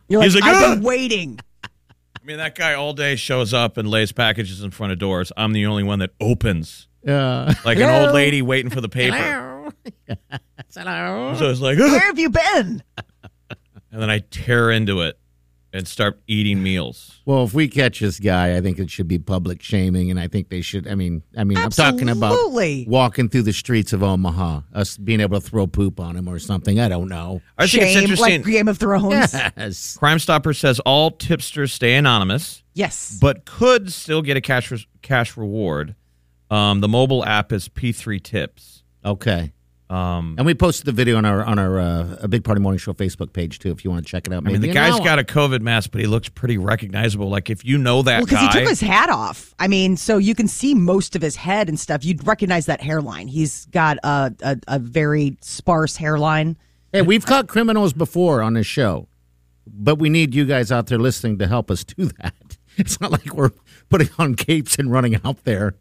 [SPEAKER 6] You're like,
[SPEAKER 5] He's like,
[SPEAKER 6] I've been
[SPEAKER 5] "Ugh."
[SPEAKER 6] waiting.
[SPEAKER 5] I mean, that guy all day shows up and lays packages in front of doors. I'm the only one that opens.
[SPEAKER 4] Yeah.
[SPEAKER 5] Like an
[SPEAKER 6] Hello?
[SPEAKER 5] old lady waiting for the paper.
[SPEAKER 4] Hello.
[SPEAKER 5] So it's like, "Ugh."
[SPEAKER 6] Where have you been?
[SPEAKER 5] and then I tear into it and start eating meals.
[SPEAKER 4] Well, if we catch this guy, I think it should be public shaming, and I think they should. I mean, I mean, I'm talking
[SPEAKER 6] Absolutely.
[SPEAKER 4] about walking through the streets of Omaha, us being able to throw poop on him or something. I don't know.
[SPEAKER 5] I think it's
[SPEAKER 6] Shame,
[SPEAKER 5] interesting.
[SPEAKER 6] like Game of Thrones.
[SPEAKER 4] Yes.
[SPEAKER 5] Crime Stopper says all tipsters stay anonymous,
[SPEAKER 6] Yes.
[SPEAKER 5] but could still get a cash cash reward. Um, the mobile app is P3 Tips.
[SPEAKER 4] Okay.
[SPEAKER 5] Um,
[SPEAKER 4] and we posted the video on our on our uh, a big party morning show Facebook page too. If you want to check it out,
[SPEAKER 5] I
[SPEAKER 4] maybe
[SPEAKER 5] mean, the
[SPEAKER 4] an
[SPEAKER 5] guy's
[SPEAKER 4] hour.
[SPEAKER 5] got a COVID mask, but he looks pretty recognizable. Like if you know that
[SPEAKER 6] Well, because
[SPEAKER 5] guy,
[SPEAKER 6] he took his hat off. I mean, so you can see most of his head and stuff. You'd recognize that hairline. He's got a, a, a very sparse hairline.
[SPEAKER 4] Hey, we've caught criminals before on this show, but we need you guys out there listening to help us do that. It's not like we're putting on capes and running out there.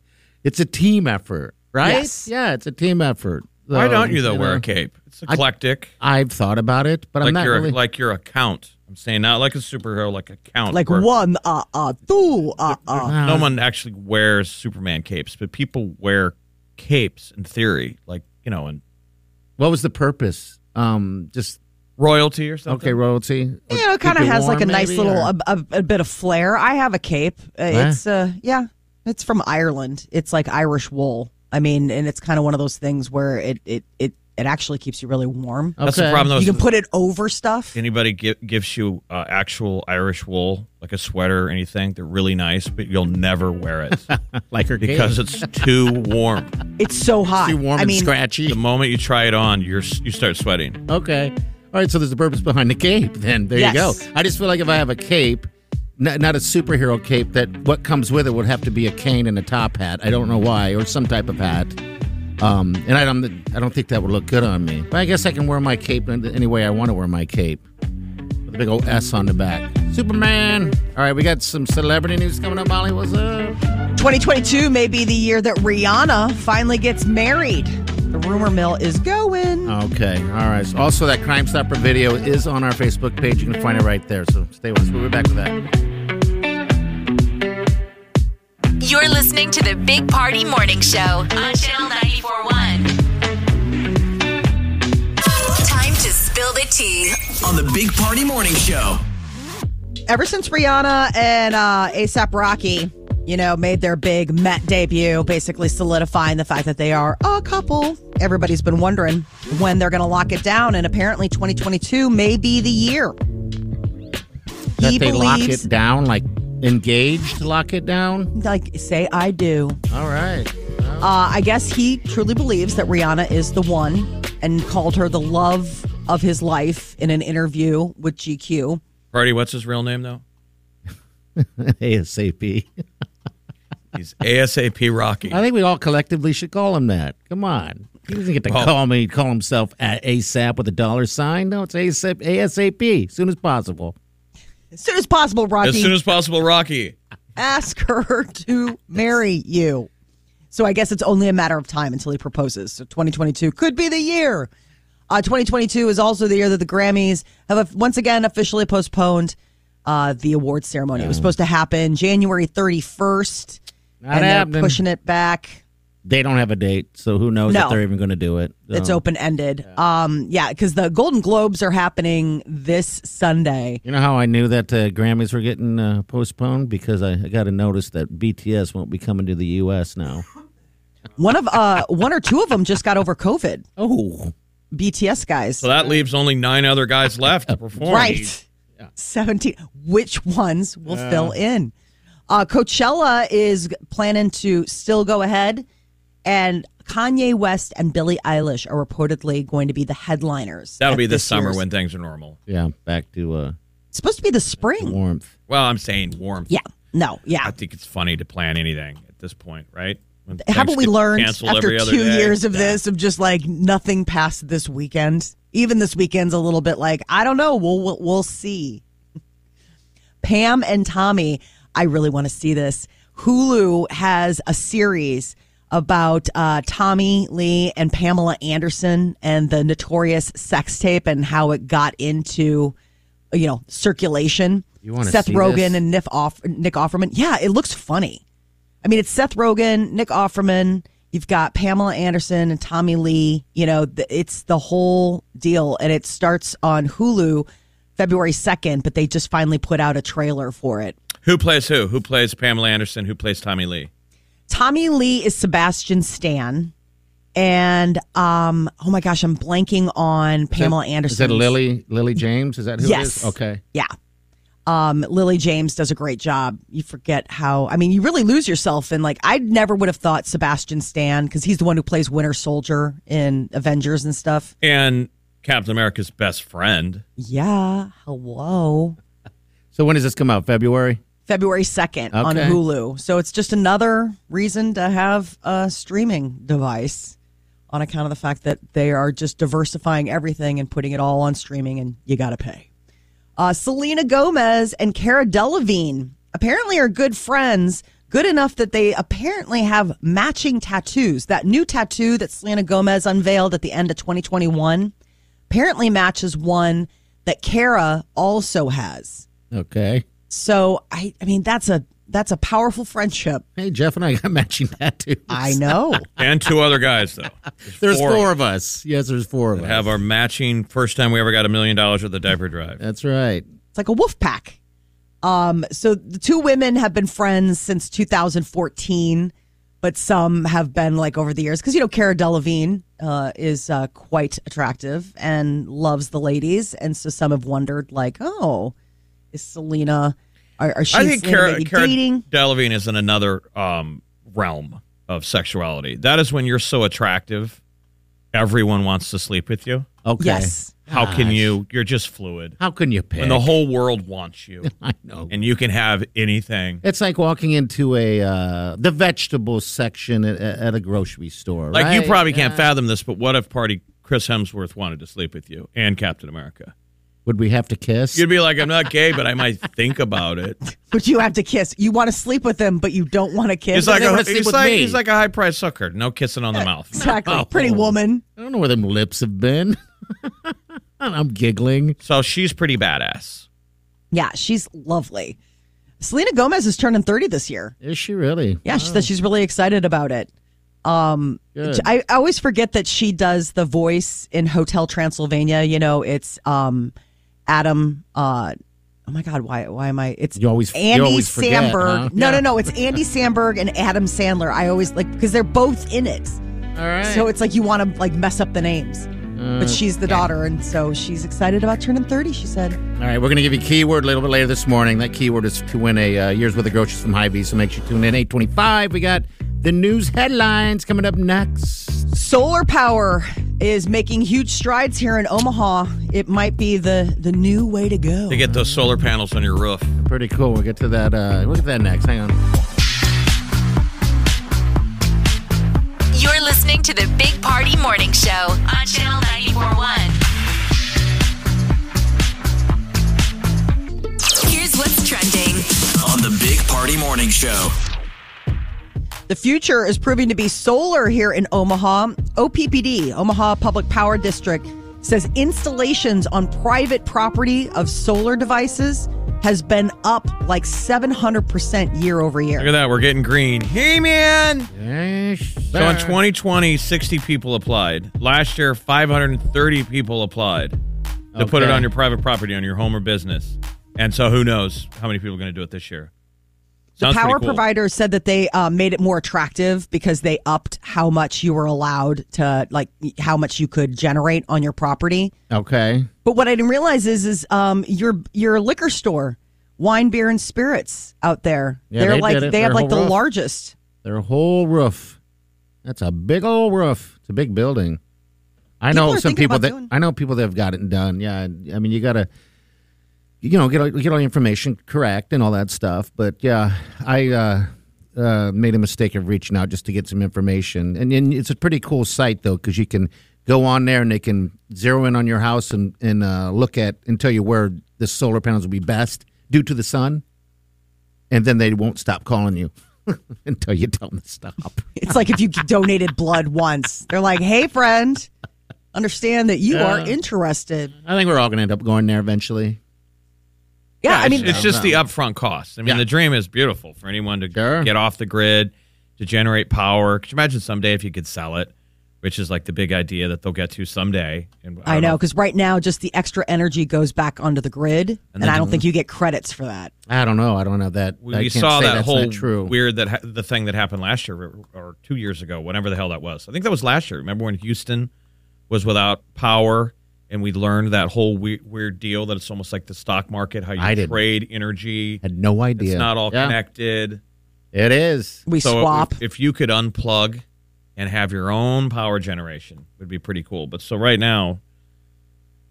[SPEAKER 4] It's a team effort, right?
[SPEAKER 6] Yes.
[SPEAKER 4] Yeah, it's a team effort.
[SPEAKER 5] why
[SPEAKER 4] So,
[SPEAKER 5] don't you though wear
[SPEAKER 4] know,
[SPEAKER 5] a cape? It's eclectic.
[SPEAKER 4] I've thought about it, but I'm
[SPEAKER 5] like
[SPEAKER 4] not
[SPEAKER 5] you're
[SPEAKER 4] really.
[SPEAKER 5] a, like you're a count. I'm saying not like a superhero, like a count.
[SPEAKER 6] Like
[SPEAKER 5] where
[SPEAKER 6] one, uh, uh, two, uh, uh.
[SPEAKER 5] No one actually wears Superman capes, but people wear capes in theory, like you know, in
[SPEAKER 4] what was the purpose? Um, just
[SPEAKER 5] royalty or something.
[SPEAKER 4] okay, royalty.
[SPEAKER 6] You know, kind of has like a nice little a, a, a bit of flair. I have a cape. Uh, It's uh, yeah, it's from Ireland. It's like Irish wool. I mean, and it's kind of one of those things where it it it, it actually keeps you really warm.
[SPEAKER 5] That's the problem. Though,
[SPEAKER 6] You
[SPEAKER 5] is
[SPEAKER 6] can put it over stuff.
[SPEAKER 5] anybody gi- gives you uh, actual Irish wool, like a sweater or anything, they're really nice, but you'll never wear it
[SPEAKER 4] like her
[SPEAKER 5] because it's too warm.
[SPEAKER 6] It's so hot.
[SPEAKER 4] too warm
[SPEAKER 6] I mean,
[SPEAKER 4] and scratchy.
[SPEAKER 5] The moment you try it on, you're s- you start sweating.
[SPEAKER 4] Okay. All right. So there's a purpose behind the cape. Then there
[SPEAKER 6] Yes.
[SPEAKER 4] you go. I just feel like if I have a cape, n- not a superhero cape, that what comes with it would have to be a cane and a top hat. I don't know why, or some type of hat. Um, and I don't, I don't think that would look good on me. But I guess I can wear my cape in any way I want to wear my cape. With a big old S on the back. Superman. All right, we got some celebrity news coming up, Molly. What's up?
[SPEAKER 6] 2022 may be the year that Rihanna finally gets married. The rumor mill is going.
[SPEAKER 4] Okay. All right. So also, that Crime Stopper video is on our Facebook page. You can find it right there. So stay with us. We'll be back with that.
[SPEAKER 3] You're listening to the Big Party Morning Show on Channel 941. Time to spill the tea.
[SPEAKER 1] on the Big Party Morning Show.
[SPEAKER 6] Ever since Rihanna and uh, ASAP Rocky, you know, made their big Met debut, basically solidifying the fact that they are a couple, everybody's been wondering when they're going to lock it down. And apparently, 2022 may be the year.
[SPEAKER 4] that
[SPEAKER 6] he
[SPEAKER 4] they lock
[SPEAKER 6] believes,
[SPEAKER 4] it down, like engaged lock it down.
[SPEAKER 6] like, say I do.
[SPEAKER 4] All right.
[SPEAKER 6] Uh, I guess he truly believes that Rihanna is the one and called her the love of his life in an interview with GQ.
[SPEAKER 5] Party, what's his real name though?
[SPEAKER 4] ASAP.
[SPEAKER 5] He's ASAP Rocky.
[SPEAKER 4] I think we all collectively should call him that. Come on. He doesn't get to
[SPEAKER 5] Well-
[SPEAKER 4] call me, call himself at ASAP with a dollar sign. No, it's ASAP, ASAP, soon as possible.
[SPEAKER 6] As soon as possible, Rocky.
[SPEAKER 5] As soon as possible, Rocky.
[SPEAKER 6] ask her to marry you. So I guess it's only a matter of time until he proposes. So 2022 could be the year. Uh, 2022 is also the year that the Grammys have uh, once again officially postponed uh, the awards ceremony.
[SPEAKER 5] Mm.
[SPEAKER 6] It was supposed to happen January 31st,
[SPEAKER 4] Not
[SPEAKER 6] and they're
[SPEAKER 4] happening.
[SPEAKER 6] pushing it back.
[SPEAKER 4] They don't have a date, so who knows
[SPEAKER 6] No.
[SPEAKER 4] if they're even going to do it.
[SPEAKER 6] It's
[SPEAKER 4] So,
[SPEAKER 6] open ended. Um, yeah, because the Golden Globes are happening this Sunday.
[SPEAKER 4] You know how I knew that uh, Grammys were getting uh, postponed because I, I got a notice that BTS won't be coming to the U.S. now.
[SPEAKER 6] One of uh, one or two of them just got over COVID.
[SPEAKER 4] Oh,
[SPEAKER 6] BTS guys.
[SPEAKER 5] So that leaves only nine other guys left to perform.
[SPEAKER 6] Right. 17. Which ones will fill in? Uh, Coachella is planning to still go ahead, and Kanye West and Billie Eilish are reportedly going to be the headliners.
[SPEAKER 5] That'll
[SPEAKER 6] at
[SPEAKER 5] be this, summer
[SPEAKER 6] year's-
[SPEAKER 5] when things are normal.
[SPEAKER 4] yeah, back to uh,
[SPEAKER 6] It's supposed to be the spring.
[SPEAKER 4] warmth.
[SPEAKER 5] Well, I'm saying warm.
[SPEAKER 6] Yeah. No.
[SPEAKER 5] I
[SPEAKER 6] Yeah.
[SPEAKER 5] think it's funny to plan anything at this point, right? When
[SPEAKER 6] Haven't
[SPEAKER 5] things
[SPEAKER 6] we
[SPEAKER 5] get
[SPEAKER 6] learned
[SPEAKER 5] canceled
[SPEAKER 6] after
[SPEAKER 5] every other
[SPEAKER 6] two
[SPEAKER 5] day.
[SPEAKER 6] years of this of just like nothing past this weekend? Even this weekend's a little bit like I don't know. We'll we'll, we'll see. Pam and Tommy, I really want to see this. Hulu has a series about uh, Tommy Lee and Pamela Anderson and the notorious sex tape and how it got into, you know, circulation.
[SPEAKER 4] You wanna
[SPEAKER 6] Seth
[SPEAKER 4] see
[SPEAKER 6] Rogen
[SPEAKER 4] this?
[SPEAKER 6] and Nick, Off- Nick Offerman. Yeah, it looks funny. I mean, it's Seth Rogen, Nick Offerman. You've got Pamela Anderson and Tommy Lee. You know, th- it's the whole deal, and it starts on Hulu February second. But they just finally put out a trailer for it.
[SPEAKER 5] Who plays who? Who plays Pamela Anderson? Who plays Tommy Lee?
[SPEAKER 6] Tommy Lee is Sebastian Stan, and um, oh my gosh, I'm blanking on Pamela Anderson.
[SPEAKER 4] Is that Lily Lily James? Is that who it
[SPEAKER 6] Yes.
[SPEAKER 4] is? Okay.
[SPEAKER 6] Yeah. Um, Lily James does a great job. You forget how, I mean, you really lose yourself in like, I never would have thought Sebastian Stan, because he's the one who plays Winter Soldier in Avengers and stuff.
[SPEAKER 5] and Captain America's best friend.
[SPEAKER 6] Yeah. Hello.
[SPEAKER 4] So when does this come out? February?
[SPEAKER 6] February 2nd on
[SPEAKER 4] Okay.
[SPEAKER 6] Hulu. So it's just another reason to have a streaming device on account of the fact that they are just diversifying everything and putting it all on streaming and you got to pay. Uh, Selena Gomez and Cara Delevingne apparently are good friends, good enough that they apparently have matching tattoos. That new tattoo that Selena Gomez unveiled at the end of 2021 apparently matches one that Cara also has.
[SPEAKER 4] Okay.
[SPEAKER 6] So I, I mean, that's a that's a powerful friendship.
[SPEAKER 4] Hey, Jeff and I got matching tattoos.
[SPEAKER 6] I know.
[SPEAKER 5] And two other guys, though.
[SPEAKER 4] There's
[SPEAKER 5] four
[SPEAKER 4] four,
[SPEAKER 5] of
[SPEAKER 4] of us. Yes, there's four of us.
[SPEAKER 5] Have our matching first time we ever got a million dollars at the diaper drive.
[SPEAKER 4] That's right.
[SPEAKER 6] it's like a wolf pack. Um, so the two women have been friends since 2014, but some have been like over the years because you know Cara Delevingne uh, is uh, quite attractive and loves the ladies, and so some have wondered like, oh, is Selena? Are, are she
[SPEAKER 5] I
[SPEAKER 6] and
[SPEAKER 5] think
[SPEAKER 6] Selena
[SPEAKER 5] Cara,
[SPEAKER 6] maybe
[SPEAKER 5] Cara
[SPEAKER 6] dating?
[SPEAKER 5] Delevingne is in another um, realm of sexuality. That is when you're so attractive, everyone wants to sleep with you.
[SPEAKER 4] Okay.
[SPEAKER 6] Yes.
[SPEAKER 5] How can
[SPEAKER 4] Gosh.
[SPEAKER 5] you? You're just fluid,
[SPEAKER 4] How can you pick?
[SPEAKER 5] and the whole world wants you,
[SPEAKER 4] I know.
[SPEAKER 5] and you can have anything.
[SPEAKER 4] It's like walking into a uh, the vegetable section at, at a grocery store.
[SPEAKER 5] Like you
[SPEAKER 4] right?
[SPEAKER 5] probably can't fathom this, but what if party Chris Hemsworth wanted to sleep with you and Captain America?
[SPEAKER 4] Would we have to kiss?
[SPEAKER 5] You'd be like, I'm not gay, but I might think about it.
[SPEAKER 6] But you have to kiss. You want to sleep with them, but you don't want to kiss.
[SPEAKER 5] He's like,
[SPEAKER 4] they
[SPEAKER 5] a,
[SPEAKER 4] wanna sleep
[SPEAKER 5] he's,
[SPEAKER 4] with
[SPEAKER 5] like
[SPEAKER 4] me.
[SPEAKER 5] he's like a high price sucker. No kissing on the mouth.
[SPEAKER 6] exactly. Pretty woman.
[SPEAKER 4] I don't know where them lips have been. I'm giggling.
[SPEAKER 5] So she's pretty badass.
[SPEAKER 6] Yeah, she's lovely. Selena Gomez is turning 30 this year.
[SPEAKER 4] Is she really?
[SPEAKER 6] Yeah, she said she's really excited about it. Um,
[SPEAKER 4] Good.
[SPEAKER 6] I, I always forget that she does the voice in Hotel Transylvania. You know, it's um, Adam. Uh, oh my God, why why am I? It's
[SPEAKER 4] You always- you
[SPEAKER 6] Andy
[SPEAKER 4] always forget,
[SPEAKER 6] Samberg.
[SPEAKER 4] huh?
[SPEAKER 6] No,
[SPEAKER 4] Yeah.
[SPEAKER 6] no, no. It's Andy Samberg and Adam Sandler. I always like because they're both in it.
[SPEAKER 4] All right. Uh,
[SPEAKER 6] So it's like you want to like mess up the names. but she's the daughter, and so she's excited about turning 30. She said.
[SPEAKER 4] All right, we're going to give you a keyword a little bit later this morning. That keyword is to win a uh, year's worth of groceries from Hy-Vee, so make sure you tune in. 825, we got the news headlines coming up next.
[SPEAKER 6] Solar power is making huge strides here in Omaha. It might be the the new way to go.
[SPEAKER 5] They get those solar panels on your roof.
[SPEAKER 4] Pretty cool. We'll get to that. Uh, we'll get to that next. Hang on.
[SPEAKER 3] You're listening to the Big Party Morning Show on Channel 941. Here's what's trending.
[SPEAKER 7] on the Big Party Morning Show.
[SPEAKER 6] The future is proving to be solar here in Omaha. OPPD, Omaha Public Power District, says installations on private property of solar devices has been up like 700% year over
[SPEAKER 5] Look at
[SPEAKER 6] year.
[SPEAKER 5] that. We're getting green. Hey, man.
[SPEAKER 4] Yes,
[SPEAKER 5] So in
[SPEAKER 4] sir.
[SPEAKER 5] 2020, 60 people applied. Last year, 530 people applied to put it
[SPEAKER 4] Okay.
[SPEAKER 5] on your private property, on your home or business. And so who knows how many people are going to do it this year?
[SPEAKER 6] The
[SPEAKER 5] Sounds pretty
[SPEAKER 6] power
[SPEAKER 5] cool.
[SPEAKER 6] provider said that they uh, made it more attractive because they upped how much you were allowed to, like, how much you could generate on your property.
[SPEAKER 4] Okay.
[SPEAKER 6] But what I didn't realize is, is um, your your liquor store, wine, beer, and spirits out there.
[SPEAKER 4] Yeah,
[SPEAKER 6] they're
[SPEAKER 4] they
[SPEAKER 6] like
[SPEAKER 4] did
[SPEAKER 6] they
[SPEAKER 4] it. Their
[SPEAKER 6] have like
[SPEAKER 4] whole
[SPEAKER 6] the
[SPEAKER 4] roof.
[SPEAKER 6] largest.
[SPEAKER 4] Their whole roof. That's a big old roof. It's a big building. I
[SPEAKER 6] People
[SPEAKER 4] know
[SPEAKER 6] are
[SPEAKER 4] some
[SPEAKER 6] thinking
[SPEAKER 4] people
[SPEAKER 6] about
[SPEAKER 4] that
[SPEAKER 6] doing-
[SPEAKER 4] I know people that have got it done. Yeah, I mean you gotta, you know, get all, get all your information correct and all that stuff. But yeah, I uh, uh, made a mistake of reaching out just to get some information, and, and it's a pretty cool site though because you can go on there and they can zero in on your house and and uh, look at and tell you where the solar panels will be best due to the sun, and then they won't stop calling you until you tell them to stop.
[SPEAKER 6] It's like if you donated blood once, they're like, "Hey, friend, understand that you are interested."
[SPEAKER 4] I think we're all going to end up going there eventually.
[SPEAKER 6] Yeah, I mean,
[SPEAKER 5] it's, it's just the upfront cost. I mean,
[SPEAKER 4] Yeah.
[SPEAKER 5] the dream is beautiful for anyone to
[SPEAKER 4] Sure.
[SPEAKER 5] get off the grid, to generate power. Could you imagine someday if you could sell it, which is like the big idea that they'll get to someday? And
[SPEAKER 6] I
[SPEAKER 5] don't
[SPEAKER 6] know because right now, just the extra energy goes back onto the grid, and, I don't think you get credits for that.
[SPEAKER 4] I don't know. I don't know that.
[SPEAKER 5] We,
[SPEAKER 4] I
[SPEAKER 5] we
[SPEAKER 4] can't
[SPEAKER 5] saw
[SPEAKER 4] say
[SPEAKER 5] that
[SPEAKER 4] that's
[SPEAKER 5] whole
[SPEAKER 4] not true.
[SPEAKER 5] weird that ha- the thing that happened last year or- or two years ago, whenever the hell that was. I think that was last year. Remember when Houston was without power and we learned that whole we- weird deal that it's almost like the stock market, how you
[SPEAKER 4] I didn't.
[SPEAKER 5] trade energy.
[SPEAKER 4] Had no idea.
[SPEAKER 5] It's not all
[SPEAKER 4] Yeah.
[SPEAKER 5] connected.
[SPEAKER 4] It is.
[SPEAKER 6] We
[SPEAKER 5] So
[SPEAKER 6] swap.
[SPEAKER 5] If, if you could unplug and have your own power generation, would be pretty cool. But so right now,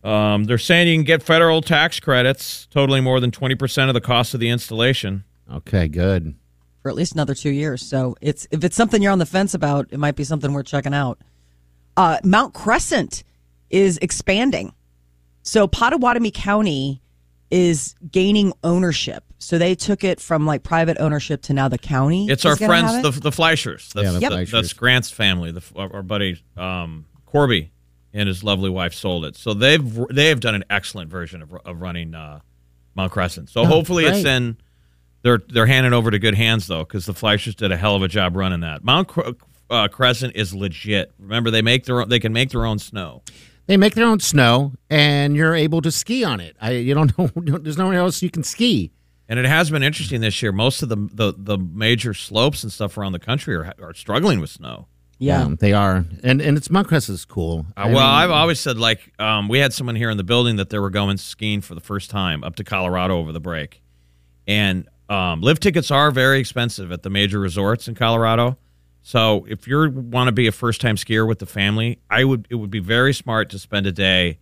[SPEAKER 5] um, they're saying you can get federal tax credits totaling more than twenty percent of the cost of the installation.
[SPEAKER 4] Okay, good.
[SPEAKER 6] for at least another two years. So it's if it's something you're on the fence about, it might be something we're checking out. Uh, Mount Crescent is expanding, so Pottawatomie County is gaining ownership. So they took it from like private ownership to now the county.
[SPEAKER 5] It's
[SPEAKER 6] is
[SPEAKER 5] our
[SPEAKER 6] gonna
[SPEAKER 5] friends,
[SPEAKER 6] have
[SPEAKER 5] the
[SPEAKER 6] it.
[SPEAKER 5] the Fleischers. That's,
[SPEAKER 4] Yeah, the
[SPEAKER 5] that-
[SPEAKER 4] Fleischers.
[SPEAKER 5] that's Grant's family. The, our buddy um, Corby and his lovely wife sold it. So they've they've done an excellent version of, of running uh, Mount Crescent.
[SPEAKER 6] Oh,
[SPEAKER 5] So hopefully it's
[SPEAKER 4] great.
[SPEAKER 5] in. They're they're handing over to good hands though, because the Fleischers did a hell of a job running that. Mount Cre- uh, Crescent is legit. Remember, they make their own, they can make their own snow.
[SPEAKER 4] They make their own snow, and you're able to ski on it. I, you don't know. There's nowhere else you can ski.
[SPEAKER 5] And it has been interesting this year. Most of the the, the major slopes and stuff around the country are, are struggling with snow.
[SPEAKER 6] yeah.
[SPEAKER 5] Mm.
[SPEAKER 4] Um, they are, and and it's Montcrest is cool.
[SPEAKER 5] Uh, well, I've always said like um, we had someone here in the building that they were going skiing for the first time up to Colorado over the break, and um, live tickets are very expensive at the major resorts in Colorado. So if you want to be a first time skier with the family, I would it would be very smart to spend a day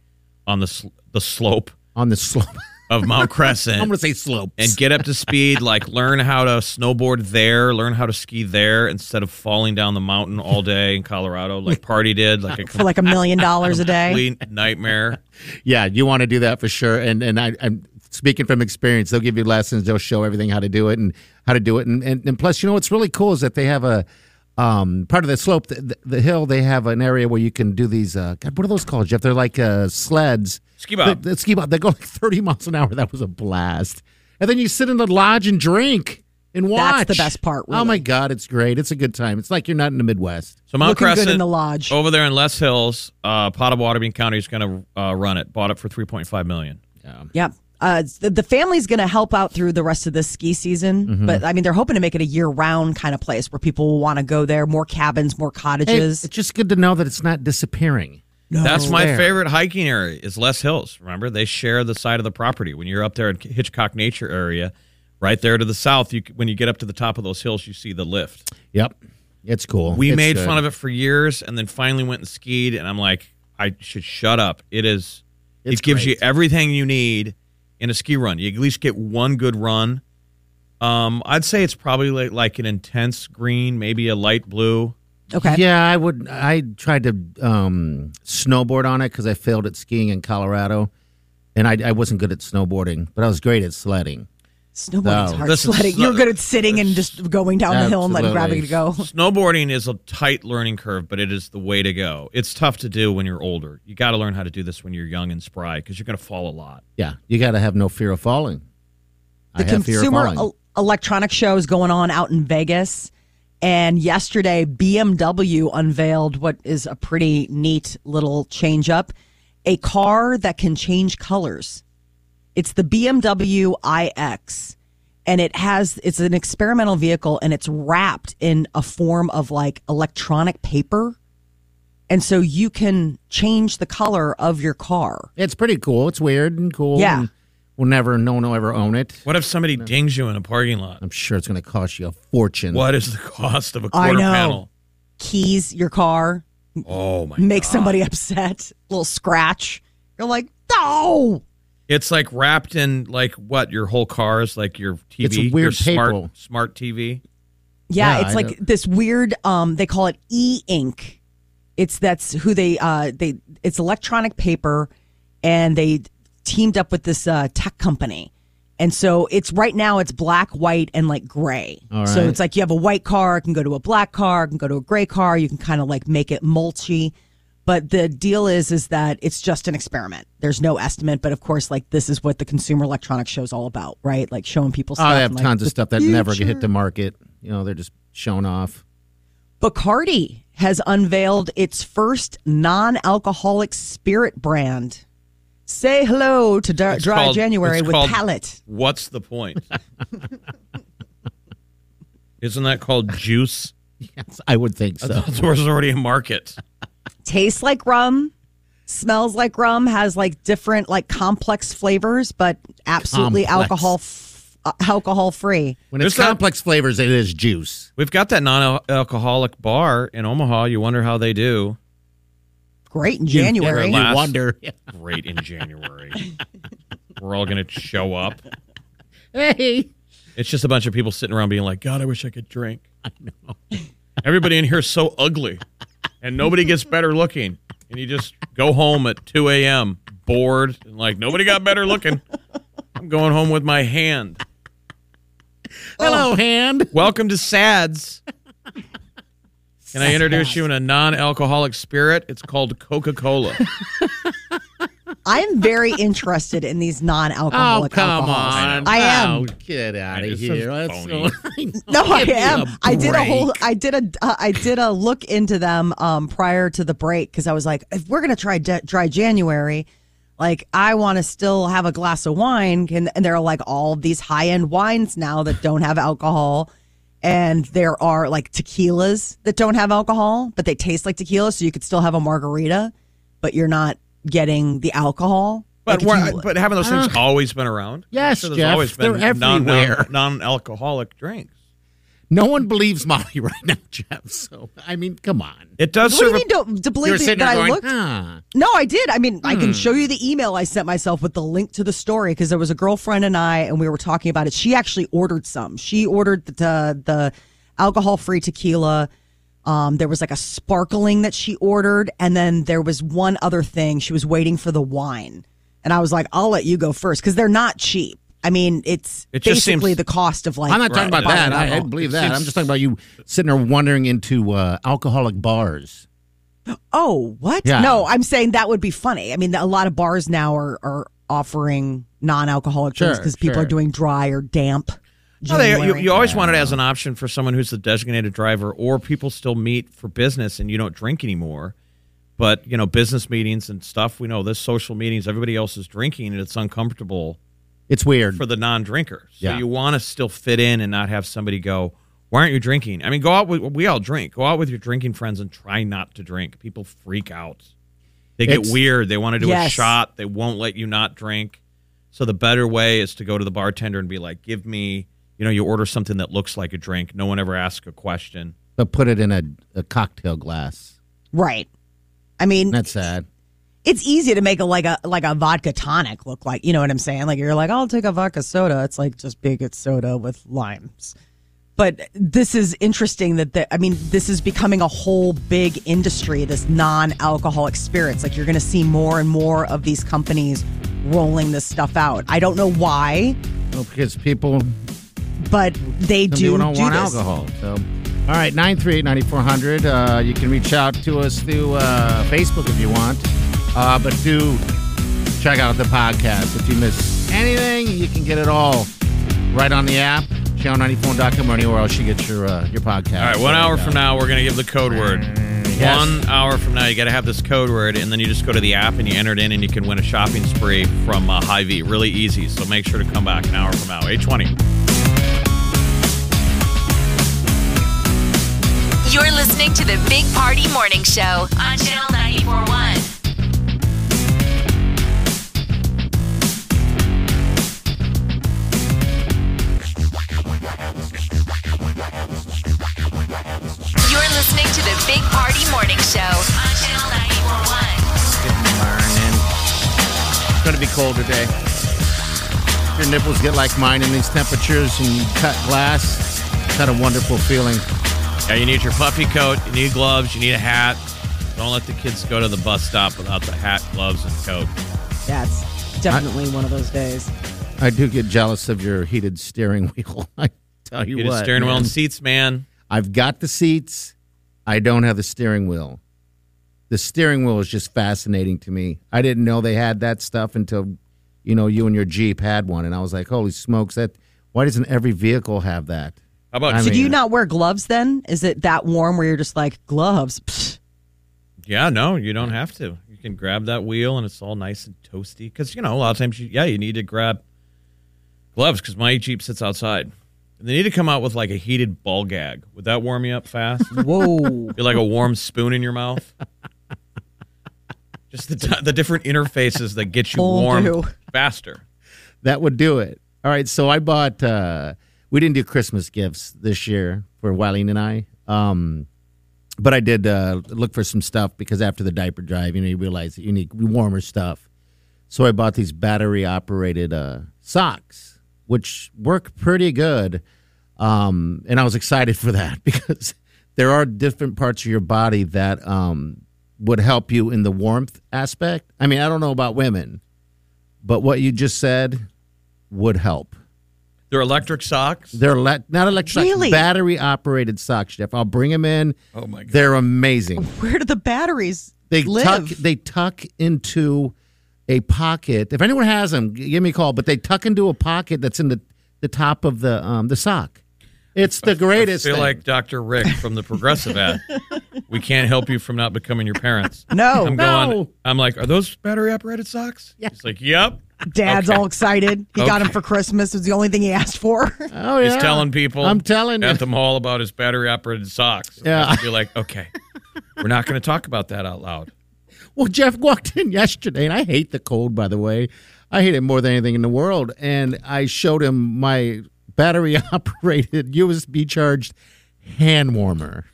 [SPEAKER 5] on the sl- the slope
[SPEAKER 4] on the slope.
[SPEAKER 5] of Mount Crescent
[SPEAKER 4] I'm going to say slopes.
[SPEAKER 5] and get up to speed like learn how to snowboard there learn how to ski there instead of falling down the mountain all day in colorado like party did like a
[SPEAKER 6] for like a million dollars a day.
[SPEAKER 5] complete nightmare
[SPEAKER 4] yeah, you want to do that for sure. And and I, I'm speaking from experience. They'll give you lessons. They'll show everything how to do it and how to do it. And and, and plus, you know what's really cool is that they have a um, part of the slope, the, the, the hill. They have an area where you can do these. Uh, God, what are those called, Jeff? They're like uh, sleds.
[SPEAKER 5] Ski bob.
[SPEAKER 4] The, the ski bob. They go like 30 miles an hour. That was a blast. And then you sit in the lodge and drink and watch.
[SPEAKER 6] That's the best part,
[SPEAKER 4] Oh
[SPEAKER 6] really.
[SPEAKER 4] my God, it's great. It's a good time. It's like you're not in the Midwest.
[SPEAKER 5] So Mount
[SPEAKER 6] Looking good
[SPEAKER 5] Crescent Oh.
[SPEAKER 6] in the lodge.
[SPEAKER 5] over there in Les Hills, uh, Pottawatomie County is going to uh, run it. Bought it for three point five million.
[SPEAKER 6] Yeah. Uh, the, the family's going to help out through the rest of this ski season,
[SPEAKER 5] Mm-hmm.
[SPEAKER 6] but I mean, they're hoping to make it a year round kind of place where people will want to go there. More cabins, more
[SPEAKER 4] Hey,
[SPEAKER 6] cottages.
[SPEAKER 4] it's just good to know that it's not disappearing.
[SPEAKER 6] Oh,
[SPEAKER 5] That's my
[SPEAKER 4] There.
[SPEAKER 5] favorite hiking area is Les Hills. Remember, they share the side of the property. When you're up there in Hitchcock Nature Area, right there to the south, you c- when you get up to the top of those hills, you see the lift.
[SPEAKER 4] Yep. It's cool.
[SPEAKER 5] We
[SPEAKER 4] It's
[SPEAKER 5] made
[SPEAKER 4] good.
[SPEAKER 5] fun of it for years, and then finally went and skied. And I'm like, I should shut up. It is.
[SPEAKER 4] It's
[SPEAKER 5] it gives you
[SPEAKER 4] great.
[SPEAKER 5] everything you need in a ski run. You at least get one good run. Um, I'd say it's probably like, like an intense green, maybe a light blue.
[SPEAKER 6] okay.
[SPEAKER 4] Yeah, I would. I tried to um, snowboard on it because I failed at skiing in Colorado, and I, I wasn't good at snowboarding, but I was great at sledding.
[SPEAKER 6] Snowboarding's
[SPEAKER 4] No.
[SPEAKER 6] hard.
[SPEAKER 5] Listen,
[SPEAKER 6] sledding.
[SPEAKER 5] sl-
[SPEAKER 6] You're good at sitting and just going down the hill and letting
[SPEAKER 4] Absolutely.
[SPEAKER 6] gravity go.
[SPEAKER 5] Snowboarding is a tight learning curve, but it is the way to go. It's tough to do when you're older. You got to learn how to do this when you're young and spry because you're going to fall a lot.
[SPEAKER 4] Yeah, you got to have no fear of falling.
[SPEAKER 6] The
[SPEAKER 4] I have fear of
[SPEAKER 6] consumer
[SPEAKER 4] falling.
[SPEAKER 6] el- electronics show is going on out in Vegas. And yesterday, BMW unveiled what is a pretty neat little change up a car that can change colors. It's the BMW iX. And it has, it's an experimental vehicle and it's wrapped in a form of like electronic paper. And so you can change the color of your car.
[SPEAKER 4] it's pretty cool. It's weird and cool.
[SPEAKER 6] Yeah.
[SPEAKER 4] and we'll never. No one will ever own it.
[SPEAKER 5] What if somebody dings you in a parking lot?
[SPEAKER 4] I'm sure it's going to cost you a fortune.
[SPEAKER 5] What is the cost of a
[SPEAKER 6] I
[SPEAKER 5] quarter
[SPEAKER 6] know.
[SPEAKER 5] panel?
[SPEAKER 6] Keys your car,
[SPEAKER 5] Oh my!
[SPEAKER 6] make somebody upset, little scratch. You're like, no.
[SPEAKER 5] It's like wrapped in like what your whole car is like your TV.
[SPEAKER 4] It's a
[SPEAKER 5] your
[SPEAKER 4] weird paper.
[SPEAKER 5] smart smart TV.
[SPEAKER 6] Yeah,
[SPEAKER 4] Yeah,
[SPEAKER 6] it's
[SPEAKER 4] I
[SPEAKER 6] like
[SPEAKER 4] know.
[SPEAKER 6] this weird. Um, they call it e ink. It's that's who they uh they it's electronic paper, and they teamed up with this uh, tech company, and so it's right now it's black, white, and like gray.
[SPEAKER 4] All
[SPEAKER 6] So
[SPEAKER 4] right.
[SPEAKER 6] it's like you have a white car, it can go to a black car, it can go to a gray car. You can kind of like make it mulchy. But the deal is, is that it's just an experiment. There's no estimate, but of course, like this is what the Consumer Electronics Show is all about, right? Like showing people. Stuff
[SPEAKER 4] Oh, they have
[SPEAKER 6] and, like,
[SPEAKER 4] tons
[SPEAKER 6] the
[SPEAKER 4] of stuff that never
[SPEAKER 6] future.
[SPEAKER 4] hit the market. You know, they're just shown off.
[SPEAKER 6] Bacardi has unveiled its first non alcoholic spirit brand. Say hello to Dry,
[SPEAKER 5] It's
[SPEAKER 6] dry
[SPEAKER 5] called-
[SPEAKER 6] January
[SPEAKER 5] it's
[SPEAKER 6] with
[SPEAKER 5] called-
[SPEAKER 6] Palette.
[SPEAKER 5] What's the point? Isn't that called juice?
[SPEAKER 4] Yes, I would think so.
[SPEAKER 5] There's already a market.
[SPEAKER 6] Tastes like rum, smells like rum, has like different like complex flavors, but absolutely
[SPEAKER 4] Complex.
[SPEAKER 6] alcohol f- uh, alcohol free.
[SPEAKER 4] When it's
[SPEAKER 5] There's that-
[SPEAKER 4] complex flavors, it is juice.
[SPEAKER 5] We've got that non-alcoholic bar in Omaha. You wonder how they do.
[SPEAKER 6] Great in
[SPEAKER 5] Or
[SPEAKER 6] January.
[SPEAKER 5] last-
[SPEAKER 4] You wonder.
[SPEAKER 5] Great in January. We're all gonna show up.
[SPEAKER 4] Hey.
[SPEAKER 5] It's just a bunch of people sitting around being like, God, I wish I could drink. I know. Everybody in here is so ugly, and nobody gets better looking. And you just go home at 2 a.m. bored and like nobody got better looking. I'm going home with my hand. Oh.
[SPEAKER 4] Hello, hand.
[SPEAKER 5] Welcome to Sads. Can I introduce you in a non-alcoholic spirit? It's called Coca-Cola.
[SPEAKER 6] I'm very interested in these
[SPEAKER 4] Oh,
[SPEAKER 6] non-alcoholic.
[SPEAKER 4] come
[SPEAKER 6] alcohols.
[SPEAKER 4] on.
[SPEAKER 6] I am.
[SPEAKER 4] Oh, get out
[SPEAKER 5] This
[SPEAKER 4] of
[SPEAKER 5] is
[SPEAKER 4] here. That's
[SPEAKER 5] phony.
[SPEAKER 4] so- I know.
[SPEAKER 6] No, I
[SPEAKER 4] Give me
[SPEAKER 6] am.
[SPEAKER 4] a
[SPEAKER 6] I did a whole.
[SPEAKER 4] break.
[SPEAKER 6] I did a. Uh, I did a look into them um, prior to the break because I was like, if we're gonna try Ja- dry January, like I want to still have a glass of wine, and, and there are like all these high end wines now that don't have alcohol, and there are like tequilas that don't have alcohol, but they taste like tequila, so you could still have a margarita, but you're not getting the alcohol.
[SPEAKER 5] But
[SPEAKER 6] Like, if
[SPEAKER 5] we're-
[SPEAKER 6] you-
[SPEAKER 5] but haven't those things always been around?
[SPEAKER 4] Yes,
[SPEAKER 5] there's
[SPEAKER 4] Jeff.
[SPEAKER 5] always been
[SPEAKER 4] They're
[SPEAKER 5] non- non-
[SPEAKER 4] everywhere.
[SPEAKER 5] non-alcoholic drinks.
[SPEAKER 4] No one believes Molly right now, Jeff. So, I mean, come on.
[SPEAKER 5] It does
[SPEAKER 6] what do you
[SPEAKER 5] serve a
[SPEAKER 6] mean? Don't, to believe
[SPEAKER 4] You're
[SPEAKER 6] that
[SPEAKER 4] sitting there
[SPEAKER 6] I
[SPEAKER 4] going, "Hmm,
[SPEAKER 6] looked.
[SPEAKER 4] huh.
[SPEAKER 6] No, I did. I mean, I
[SPEAKER 5] Hmm.
[SPEAKER 6] can show you the email I sent myself with the link to the story because there was a girlfriend and I, and we were talking about it. She actually ordered some. She ordered the the, the alcohol free tequila. Um, there was like a sparkling that she ordered, and then there was one other thing. She was waiting for the wine, and I was like, "I'll let you go first because they're not cheap. I mean, it's
[SPEAKER 5] It just
[SPEAKER 6] basically
[SPEAKER 5] seems-
[SPEAKER 6] the cost of like
[SPEAKER 4] I'm not talking
[SPEAKER 5] Right.
[SPEAKER 4] about that.
[SPEAKER 5] Right.
[SPEAKER 4] I, I believe
[SPEAKER 5] It
[SPEAKER 4] that.
[SPEAKER 5] seems-
[SPEAKER 4] I'm just talking about you sitting there wandering into uh, alcoholic bars.
[SPEAKER 6] Oh, what?
[SPEAKER 4] Yeah.
[SPEAKER 6] No, I'm saying that would be funny. I mean, a lot of bars now are, are offering non alcoholic drinks
[SPEAKER 4] Sure,
[SPEAKER 6] because people
[SPEAKER 4] sure.
[SPEAKER 6] are doing dry or damp.
[SPEAKER 5] No, they, you,
[SPEAKER 6] January.
[SPEAKER 5] you always want it as an option for someone who's the designated driver, or people still meet for business and you don't drink anymore. But you know, business meetings and stuff. We know this social meetings. Everybody else is drinking, and it's uncomfortable
[SPEAKER 4] It's weird.
[SPEAKER 5] for the non-drinker. So
[SPEAKER 4] Yeah.
[SPEAKER 5] you want to still fit in and not have somebody go, "Why aren't you drinking?" I mean, go out with we all drink. Go out with your drinking friends and try not to drink. People freak out. They get
[SPEAKER 4] It's-
[SPEAKER 5] weird. They want to do a
[SPEAKER 6] Yes.
[SPEAKER 5] shot. They won't let you not drink. So the better way is to go to the bartender and be like, "Give me, you know, you order something that looks like a drink. No one ever asks a question."
[SPEAKER 4] but put it in a, a cocktail glass.
[SPEAKER 6] Right. I mean,
[SPEAKER 4] That's sad.
[SPEAKER 6] it's easy to make a like a like a vodka tonic look like. You know what I'm saying? Like you're like, I'll take a vodka soda. It's like just big it's soda with limes. But this is interesting that the, I mean, this is becoming a whole big industry. This non-alcoholic spirits, like you're going to see more and more of these companies rolling this stuff out. I don't know why,
[SPEAKER 4] Well, because people,
[SPEAKER 6] but they
[SPEAKER 4] some
[SPEAKER 6] do
[SPEAKER 4] people don't
[SPEAKER 6] do
[SPEAKER 4] want
[SPEAKER 6] this.
[SPEAKER 4] alcohol. So, all right, 938-9400. Uh, you can reach out to us through uh, Facebook if you want. Uh, but do check out the podcast. If you miss anything, you can get it all right on the app, channel94.com or anywhere else you get your uh, your podcast.
[SPEAKER 5] All right, one hour from now, we're gonna give the code word.
[SPEAKER 4] Yes.
[SPEAKER 5] One hour from now, you got to have this code word, and then you just go to the app and you enter it in, and you can win a shopping spree from uh, Hy-Vee. Really easy. So make sure to come back an hour from now, eight twenty.
[SPEAKER 3] You're listening to the Big Party Morning Show on Channel 941. You're listening to the Big Party Morning Show on Channel 941.
[SPEAKER 4] It's going to be cold today. If Your nipples get like mine in these temperatures and you cut glass. It's not a wonderful feeling.
[SPEAKER 5] Yeah, you need your puffy coat, you need gloves, you need a hat. Don't let the kids go to the bus stop without the hat, gloves, and coat.
[SPEAKER 6] That's definitely one of those days.
[SPEAKER 4] I do get jealous of your heated steering wheel. I tell you
[SPEAKER 5] Get a
[SPEAKER 4] what.
[SPEAKER 5] steering wheel
[SPEAKER 4] man.
[SPEAKER 5] and seats, man.
[SPEAKER 4] I've got the seats. I don't have the steering wheel. The steering wheel is just fascinating to me. I didn't know they had that stuff until, you know, you and your Jeep had one, and I was like, "Holy smokes! That why doesn't every vehicle have that?"
[SPEAKER 5] How about
[SPEAKER 4] I
[SPEAKER 6] So do
[SPEAKER 4] mean-
[SPEAKER 6] you not wear gloves then? Is it that warm where you're just like gloves? Pfft.
[SPEAKER 5] Yeah, no, you don't have to. You can grab that wheel and it's all nice and toasty. Because, you know, a lot of times, you, yeah, you need to grab gloves because my Jeep sits outside. And they need to come out with like a heated ball gag. Would that warm you up fast?
[SPEAKER 6] Whoa.
[SPEAKER 5] You're like a warm spoon in your mouth. Just the, t- the different interfaces that get you
[SPEAKER 6] Will
[SPEAKER 5] warm
[SPEAKER 6] do.
[SPEAKER 5] faster.
[SPEAKER 4] that would do it. All right, so I bought. Uh, we didn't do Christmas gifts this year for Wileen and I, um, but I did uh, look for some stuff because after the diaper drive, you know, you realize that you need warmer stuff. So I bought these battery operated uh, socks, which work pretty good, um, and I was excited for that because there are different parts of your body that um, would help you in the warmth aspect. I mean, I don't know about women, but what you just said would help.
[SPEAKER 5] They're electric socks.
[SPEAKER 4] They're le- not electric,
[SPEAKER 6] Really?
[SPEAKER 4] battery operated socks, Jeff. I'll bring them in.
[SPEAKER 5] Oh my god.
[SPEAKER 4] They're amazing.
[SPEAKER 6] Where do the batteries
[SPEAKER 4] They
[SPEAKER 6] live?
[SPEAKER 4] tuck they tuck into a pocket. If anyone has them, give me a call. But they tuck into a pocket that's in the the top of the um the sock. It's the greatest.
[SPEAKER 5] I feel
[SPEAKER 4] thing.
[SPEAKER 5] like Dr. Rick from the Progressive ad. We can't help you from not becoming your parents.
[SPEAKER 6] No.
[SPEAKER 5] I'm
[SPEAKER 4] No.
[SPEAKER 5] going. I'm like, are those battery operated socks? Yeah. He's like, yep.
[SPEAKER 6] Dad's all excited. He got him for Christmas. It's the only thing he asked for.
[SPEAKER 4] oh
[SPEAKER 5] He's telling people.
[SPEAKER 4] I'm telling you.
[SPEAKER 5] at the mall about his battery operated socks.
[SPEAKER 4] Yeah.
[SPEAKER 5] You're like, okay, we're not going to talk about that out loud.
[SPEAKER 4] Well, Jeff walked in yesterday, and I hate the cold, by the way. I hate it more than anything in the world. And I showed him my battery operated USB charged hand warmer.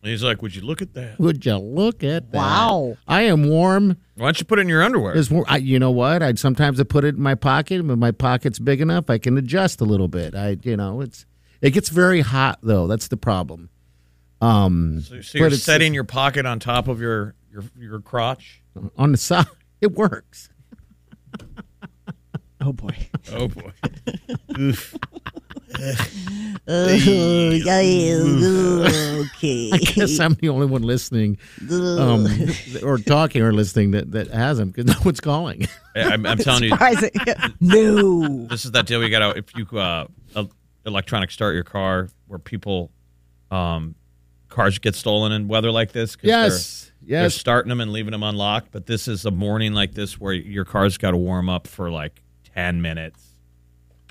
[SPEAKER 5] And he's like, would you look at that? Why
[SPEAKER 4] Would you look at that?
[SPEAKER 6] Wow.
[SPEAKER 4] I am warm.
[SPEAKER 5] don't you put it in your underwear?
[SPEAKER 4] It's warm. I, you know what? I'd sometimes I put it in my pocket, but my pocket's big enough I can adjust a little bit. I, you know, it's it gets very hot though. That's the problem. Um,
[SPEAKER 5] So, so you're
[SPEAKER 4] but it's-
[SPEAKER 5] setting your pocket on top of your your, your crotch.
[SPEAKER 4] on the side, it works.
[SPEAKER 6] Oh boy.
[SPEAKER 5] Oh boy.
[SPEAKER 4] Uh,
[SPEAKER 6] okay.
[SPEAKER 4] I guess I'm the only one listening, um, or talking or listening that, that has them because no one's calling.
[SPEAKER 5] I- I'm, I'm telling you,
[SPEAKER 6] Surprising. no.
[SPEAKER 5] this is that deal you got out. If you uh, el- electronic start your car, where people, um, cars get stolen in weather like this. 'cause they're-
[SPEAKER 4] yes,
[SPEAKER 5] They're
[SPEAKER 4] yes.
[SPEAKER 5] starting them and leaving them unlocked, but this is a morning like this where your car's got to warm up for like 10 minutes.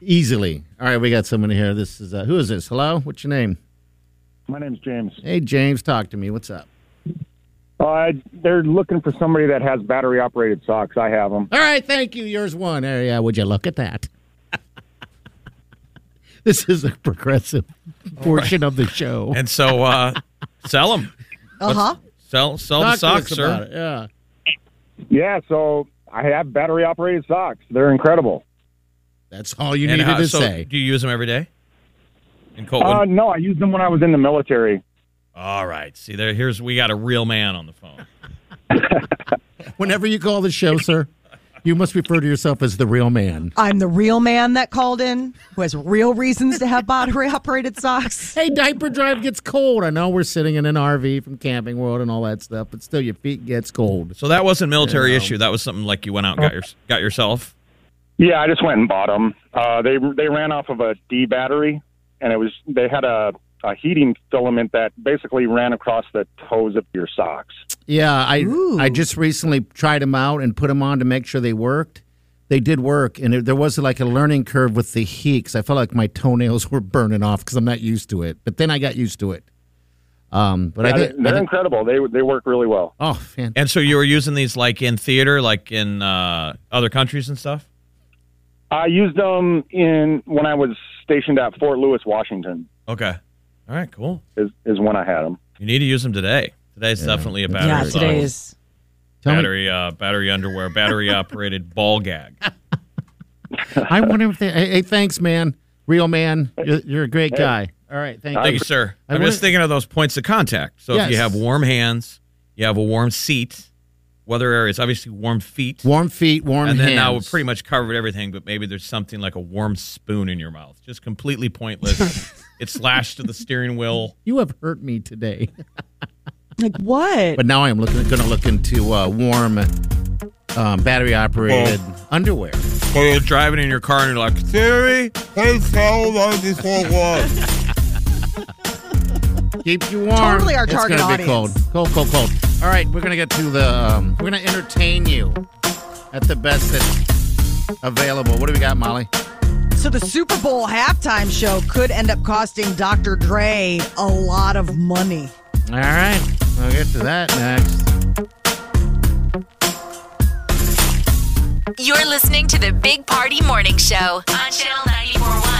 [SPEAKER 4] easily. All right, we got someone here. This is uh, who is this? Hello, what's your name?
[SPEAKER 8] My name's James.
[SPEAKER 4] Hey, James, talk to me. What's up?
[SPEAKER 8] Uh, they're looking for somebody that has battery operated socks. I have them.
[SPEAKER 4] All right, thank you. Yours one. Hey, yeah, would you look at that? this is a progressive portion of the show.
[SPEAKER 5] And so uh, sell them.
[SPEAKER 6] Uh huh.
[SPEAKER 5] Sell, sell the
[SPEAKER 4] Talk to us
[SPEAKER 5] socks,
[SPEAKER 4] about
[SPEAKER 5] sir.
[SPEAKER 4] it, Yeah.
[SPEAKER 8] Yeah, so I have battery operated socks. They're incredible.
[SPEAKER 4] That's all you
[SPEAKER 5] And
[SPEAKER 4] needed
[SPEAKER 5] how-
[SPEAKER 4] to
[SPEAKER 5] so
[SPEAKER 4] say.
[SPEAKER 5] do you use them every day? In cold
[SPEAKER 8] Uh,
[SPEAKER 5] win-
[SPEAKER 8] no, I used them when I was in the military.
[SPEAKER 5] All right. See, there. here's, we got a real man on the phone.
[SPEAKER 4] Whenever you call the show, sir, you must refer to yourself as the real man.
[SPEAKER 6] I'm the real man that called in who has real reasons to have battery operated socks.
[SPEAKER 4] Hey, diaper drive gets cold. I know we're sitting in an RV from Camping World and all that stuff, but still, your feet gets cold.
[SPEAKER 5] So that wasn't military issue. That was something like you went out and got,
[SPEAKER 4] Oh.
[SPEAKER 5] your, got yourself.
[SPEAKER 8] Yeah, I just went and bought them. Uh, they they ran off of a D battery, and it was they had a, a heating filament that basically ran across the toes of your socks.
[SPEAKER 4] Yeah, I
[SPEAKER 6] Ooh.
[SPEAKER 4] I just recently tried them out and put them on to make sure they worked. They did work, and it, there was like a learning curve with the heat 'cause I felt like my toenails were burning off because I'm not used to it. But then I got used to it. Um, but
[SPEAKER 8] Yeah,
[SPEAKER 4] I think, I
[SPEAKER 8] they're
[SPEAKER 4] think-
[SPEAKER 8] incredible. They they work really well.
[SPEAKER 4] oh, fan.
[SPEAKER 5] And so you were using these like in theater, like in uh, other countries and stuff?
[SPEAKER 8] I used them in when I was stationed at Fort Lewis, Washington.
[SPEAKER 5] Okay. All right, cool.
[SPEAKER 8] Is is when I had them.
[SPEAKER 5] You need to use them today. Today's definitely a battery.
[SPEAKER 6] Yeah,
[SPEAKER 5] sock.
[SPEAKER 6] today is.
[SPEAKER 4] Tell me,
[SPEAKER 5] battery uh, battery underwear, battery operated ball gag.
[SPEAKER 4] I wonder if they. Hey, hey, thanks, man. Real man, you're, you're a great guy. All right, thank
[SPEAKER 5] Thank
[SPEAKER 4] you.
[SPEAKER 5] you, sir.
[SPEAKER 4] I
[SPEAKER 5] I'm
[SPEAKER 4] wanna-
[SPEAKER 5] just thinking of those points of contact. So if you
[SPEAKER 4] Yes.
[SPEAKER 5] have warm hands, you have a warm seat, weather areas, obviously warm feet.
[SPEAKER 4] Warm feet, warm
[SPEAKER 5] and then
[SPEAKER 4] hands.
[SPEAKER 5] now we've pretty much covered everything, but maybe there's something like a warm spoon in your mouth. Just completely pointless. it's lashed to the steering wheel.
[SPEAKER 4] you have hurt me today.
[SPEAKER 6] Like what?
[SPEAKER 4] But now I'm looking going to look into uh, warm, um, battery operated underwear.
[SPEAKER 5] Or you're driving in your car and you're like, Siri, please tell what this whole was.
[SPEAKER 4] Keep you warm.
[SPEAKER 6] Totally our
[SPEAKER 4] it's
[SPEAKER 6] target
[SPEAKER 4] gonna be cold,
[SPEAKER 6] audience.
[SPEAKER 4] cold, cold, cold. All right, we're gonna get to the. Um, we're gonna entertain you at the best that's available. What do we got, Molly?
[SPEAKER 6] So the Super Bowl halftime show could end up costing Dr. Dre a lot of money.
[SPEAKER 4] All right, we'll get to that next.
[SPEAKER 3] You're listening to the Big Party Morning Show on Channel 941.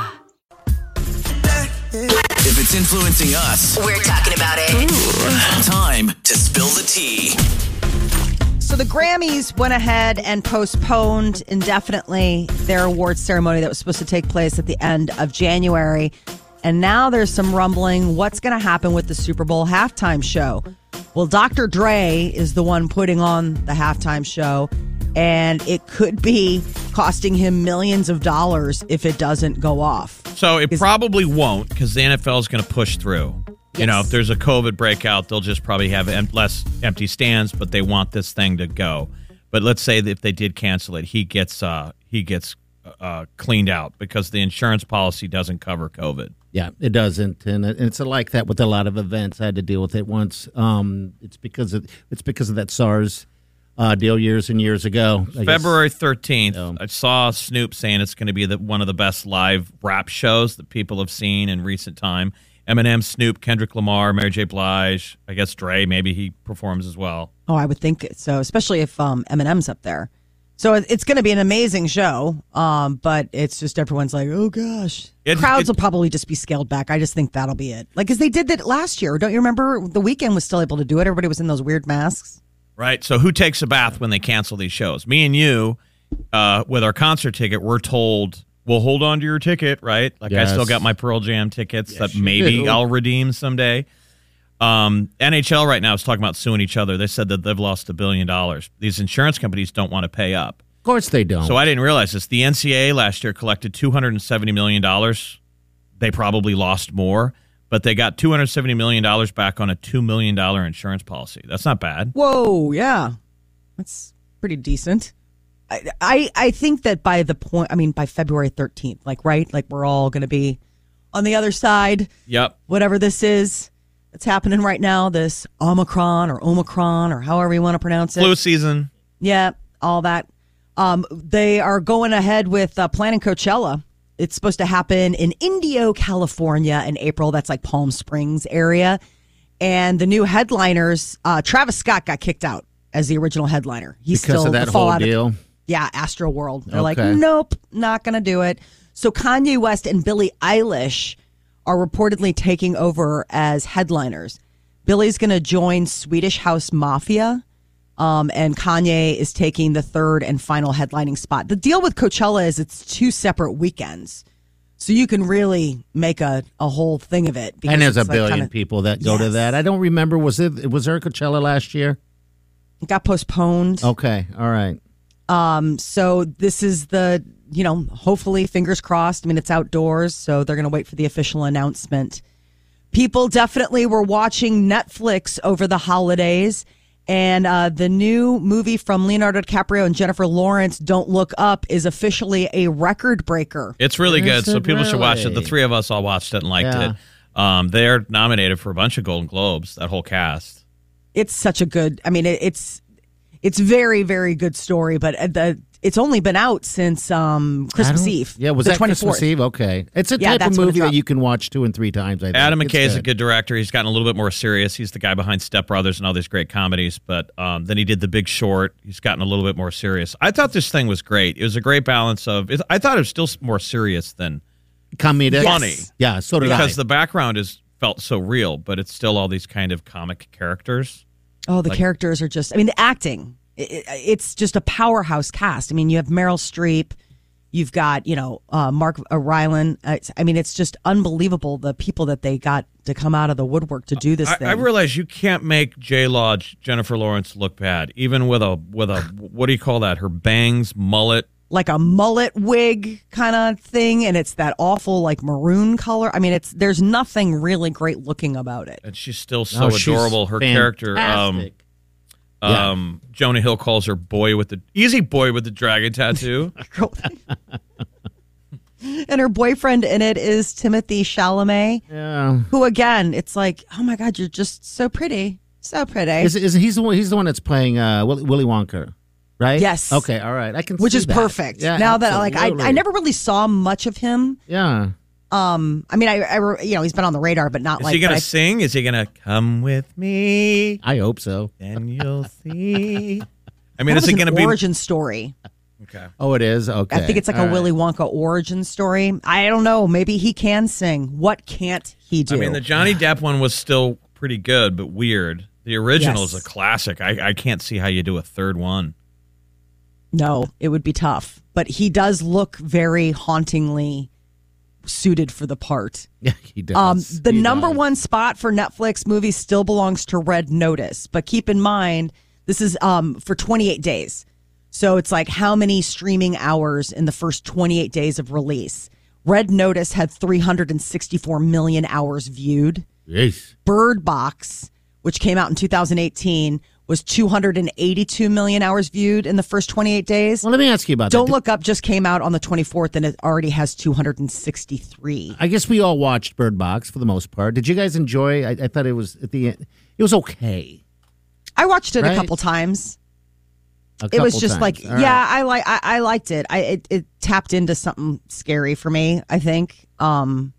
[SPEAKER 7] If it's influencing us,
[SPEAKER 3] We're talking about it.
[SPEAKER 7] time to spill the tea.
[SPEAKER 6] So the Grammys went ahead and postponed indefinitely their awards ceremony that was supposed to take place at the end of January. And now there's some rumbling what's going to happen with the Super Bowl halftime show. Well, Dr. Dre is the one putting on the halftime show, and it could be costing him millions of dollars if it doesn't go off.
[SPEAKER 5] So it probably won't because the NFL is going to push through. You know, if there's a COVID breakout, they'll just probably have em- less empty stands, but they want this thing to go. But let's say that if they did cancel it, he gets uh, he gets uh, cleaned out because the insurance policy doesn't cover COVID.
[SPEAKER 4] Yeah, it doesn't, and it- and it's like that with a lot of events. I had to deal with it once. Um, it's because of it's because of that SARS uh, deal years and years ago. I guess-
[SPEAKER 5] February 13th, I saw Snoop saying it's going to be the, one of the best live rap shows that people have seen in recent time. Eminem, Snoop, Kendrick Lamar, Mary J. Blige, I guess Dre, maybe he performs as well.
[SPEAKER 6] Oh, I would think so, especially if um, Eminem's up there. So it- it's going to be an amazing show, um, but it's just everyone's like, oh gosh.
[SPEAKER 5] It-
[SPEAKER 6] Crowds
[SPEAKER 5] it-
[SPEAKER 6] will probably just be scaled back. I just think that'll be it. Like, because they did that last year. Don't you remember? The weekend was still able to do it. Everybody was in those weird masks.
[SPEAKER 5] Right. So who takes a bath when they cancel these shows? Me and you, uh, with our concert ticket, we're told, well, hold on to your ticket, right? Like I still
[SPEAKER 4] Yes.
[SPEAKER 5] got my Pearl Jam tickets that maybe I'll redeem someday. Um, NHL right now is talking about suing each other. They said that they've lost a billion dollars. These insurance companies don't want to pay up.
[SPEAKER 4] of course they don't.
[SPEAKER 5] So I didn't realize this. The NCAA last year collected two hundred and seventy million dollars. They probably lost more, but they got two hundred seventy million dollars back on a two million dollar insurance policy. That's not bad.
[SPEAKER 6] Whoa, yeah. That's pretty decent. I, I, I think that by the point, I mean, by February 13th, like, right? Like, we're all going to be on the other side.
[SPEAKER 5] Yep.
[SPEAKER 6] whatever this is that's happening right now, this Omicron or Omicron or however you want to pronounce it.
[SPEAKER 5] Flu season.
[SPEAKER 6] Yeah, all that. Um, they are going ahead with uh, planning Coachella. It's supposed to happen in Indio, California in April. That's like Palm Springs area. And the new headliners, uh, Travis Scott got kicked out as the original headliner. He's
[SPEAKER 4] because
[SPEAKER 6] still
[SPEAKER 4] of that
[SPEAKER 6] the
[SPEAKER 4] whole
[SPEAKER 6] fallout of-
[SPEAKER 4] deal.
[SPEAKER 6] yeah, Astro World. They're like,
[SPEAKER 4] Okay.
[SPEAKER 6] nope, not going to do it. So Kanye West and Billie Eilish are reportedly taking over as headliners. Billie's going to join Swedish House Mafia, um, and Kanye is taking the third and final headlining spot. The deal with Coachella is it's two separate weekends. So you can really make a, a whole thing of it. because
[SPEAKER 4] and there's a
[SPEAKER 6] it's like
[SPEAKER 4] billion
[SPEAKER 6] kinda-
[SPEAKER 4] people that go to
[SPEAKER 6] Yes.
[SPEAKER 4] that. I don't remember. Was it was there a Coachella last year?
[SPEAKER 6] It got postponed.
[SPEAKER 4] Okay, all right.
[SPEAKER 6] so this is the you know hopefully fingers crossed i mean it's outdoors so they're going to wait for the official announcement people definitely were watching netflix over the holidays and uh, the new movie from leonardo dicaprio and jennifer lawrence don't look up is officially a record breaker
[SPEAKER 5] It's really good,
[SPEAKER 4] Is
[SPEAKER 5] so
[SPEAKER 4] it
[SPEAKER 5] people should watch it. The
[SPEAKER 4] really?
[SPEAKER 5] three of us all watched it and liked
[SPEAKER 4] Yeah.
[SPEAKER 5] it. Um, they're nominated for a bunch of Golden Globes. That whole cast.
[SPEAKER 6] it's such a good i mean it, it's it's very very good story but uh, the it's only been out since um, Christmas
[SPEAKER 4] I don't-
[SPEAKER 6] Eve.
[SPEAKER 4] Yeah, was
[SPEAKER 6] the
[SPEAKER 4] that Christmas Eve? Okay, it's a
[SPEAKER 6] Yeah,
[SPEAKER 4] type
[SPEAKER 6] that's
[SPEAKER 4] of
[SPEAKER 6] when it
[SPEAKER 4] movie that
[SPEAKER 6] dropped.
[SPEAKER 4] you can watch two and three times. I think.
[SPEAKER 5] Adam
[SPEAKER 4] It's
[SPEAKER 5] McKay is a good director. He's gotten a little bit more serious. He's the guy behind Step Brothers and all these great comedies. But um, then he did The Big Short. He's gotten a little bit more serious. I thought this thing was great. It was a great balance of. It, I thought it was still more serious than
[SPEAKER 4] comedic,
[SPEAKER 5] Funny.
[SPEAKER 4] Yeah, so did
[SPEAKER 5] because
[SPEAKER 4] I.
[SPEAKER 5] the background is felt so real, but it's still all these kind of comic characters.
[SPEAKER 6] Oh, the
[SPEAKER 5] Like-
[SPEAKER 6] characters are just, I mean, the acting, i i it's just a powerhouse cast. I mean, you have Meryl Streep, you've got, you know, uh, Mark uh, Rylan. Uh, it's- I mean, it's just unbelievable the people that they got to come out of the woodwork to do this
[SPEAKER 5] I,
[SPEAKER 6] thing.
[SPEAKER 5] I realize you can't make J. Law Jennifer Lawrence look bad, even with a with a what do you call that? Her bangs, mullet.
[SPEAKER 6] like a mullet wig kind of thing. And it's that awful, like, maroon color. I mean, it's, there's nothing really great looking about it.
[SPEAKER 5] And she's still
[SPEAKER 4] Oh,
[SPEAKER 5] so
[SPEAKER 6] No, Oh, she's
[SPEAKER 5] adorable. Her character, um,
[SPEAKER 6] fantastic.
[SPEAKER 4] Yeah.
[SPEAKER 5] um, Jonah Hill calls her boy with the easy boy with the dragon tattoo.
[SPEAKER 6] And her boyfriend in it is Timothy Chalamet.
[SPEAKER 4] Yeah.
[SPEAKER 6] Who, again, it's like, oh my God, you're just so pretty. So pretty.
[SPEAKER 4] Is, is he's the one? He's the one that's playing uh, Willy, Willy Wonka, right?
[SPEAKER 6] Yes.
[SPEAKER 4] Okay. All right. I can.
[SPEAKER 6] which
[SPEAKER 4] see
[SPEAKER 6] is
[SPEAKER 4] that.
[SPEAKER 6] perfect.
[SPEAKER 4] Yeah,
[SPEAKER 6] now that like I, I
[SPEAKER 4] absolutely.
[SPEAKER 6] never really saw much of him.
[SPEAKER 4] Yeah.
[SPEAKER 6] Um, I mean, I, I re- you know he's been on the radar, but not
[SPEAKER 5] Is
[SPEAKER 6] like.
[SPEAKER 5] he gonna
[SPEAKER 6] but I-
[SPEAKER 5] sing? Is he gonna come with me?
[SPEAKER 4] I hope so.
[SPEAKER 5] Then you'll see. I mean,
[SPEAKER 6] that
[SPEAKER 5] is it
[SPEAKER 6] was an
[SPEAKER 5] gonna be
[SPEAKER 6] origin story?
[SPEAKER 5] Okay.
[SPEAKER 4] Oh, it is. Okay.
[SPEAKER 6] I think it's like
[SPEAKER 4] All
[SPEAKER 6] a
[SPEAKER 4] right.
[SPEAKER 6] Willy Wonka origin story. I don't know. Maybe he can sing. What can't he do?
[SPEAKER 5] I mean, the Johnny Depp one was still pretty good, but weird. The original is
[SPEAKER 6] Yes.
[SPEAKER 5] a classic. I, I can't see how you do a third one.
[SPEAKER 6] no, it would be tough. But he does look very hauntingly suited for the part.
[SPEAKER 4] Yeah, he does.
[SPEAKER 6] Um, the
[SPEAKER 4] He
[SPEAKER 6] number
[SPEAKER 4] does.
[SPEAKER 6] one spot for Netflix movies still belongs to Red Notice, but keep in mind this is um, for 28 days. So it's like how many streaming hours in the first 28 days of release? Red Notice had 364 million hours viewed.
[SPEAKER 4] Yes.
[SPEAKER 6] Bird Box, which came out in 2018, was 282 million hours viewed in the first 28 days.
[SPEAKER 4] Well, let me ask you about that.
[SPEAKER 6] Don't Look Up just came out on the 24th and it already has 263.
[SPEAKER 4] I guess we all watched Bird Box for the most part. Did you guys enjoy? I, I thought it was at the end. It was okay.
[SPEAKER 6] I watched it
[SPEAKER 4] Right?
[SPEAKER 6] a couple times.
[SPEAKER 4] A
[SPEAKER 6] it was
[SPEAKER 4] couple
[SPEAKER 6] just
[SPEAKER 4] times.
[SPEAKER 6] like,
[SPEAKER 4] All
[SPEAKER 6] yeah,
[SPEAKER 4] right.
[SPEAKER 6] I like, I, I liked it. I it, it tapped into something scary for me. I think. Um,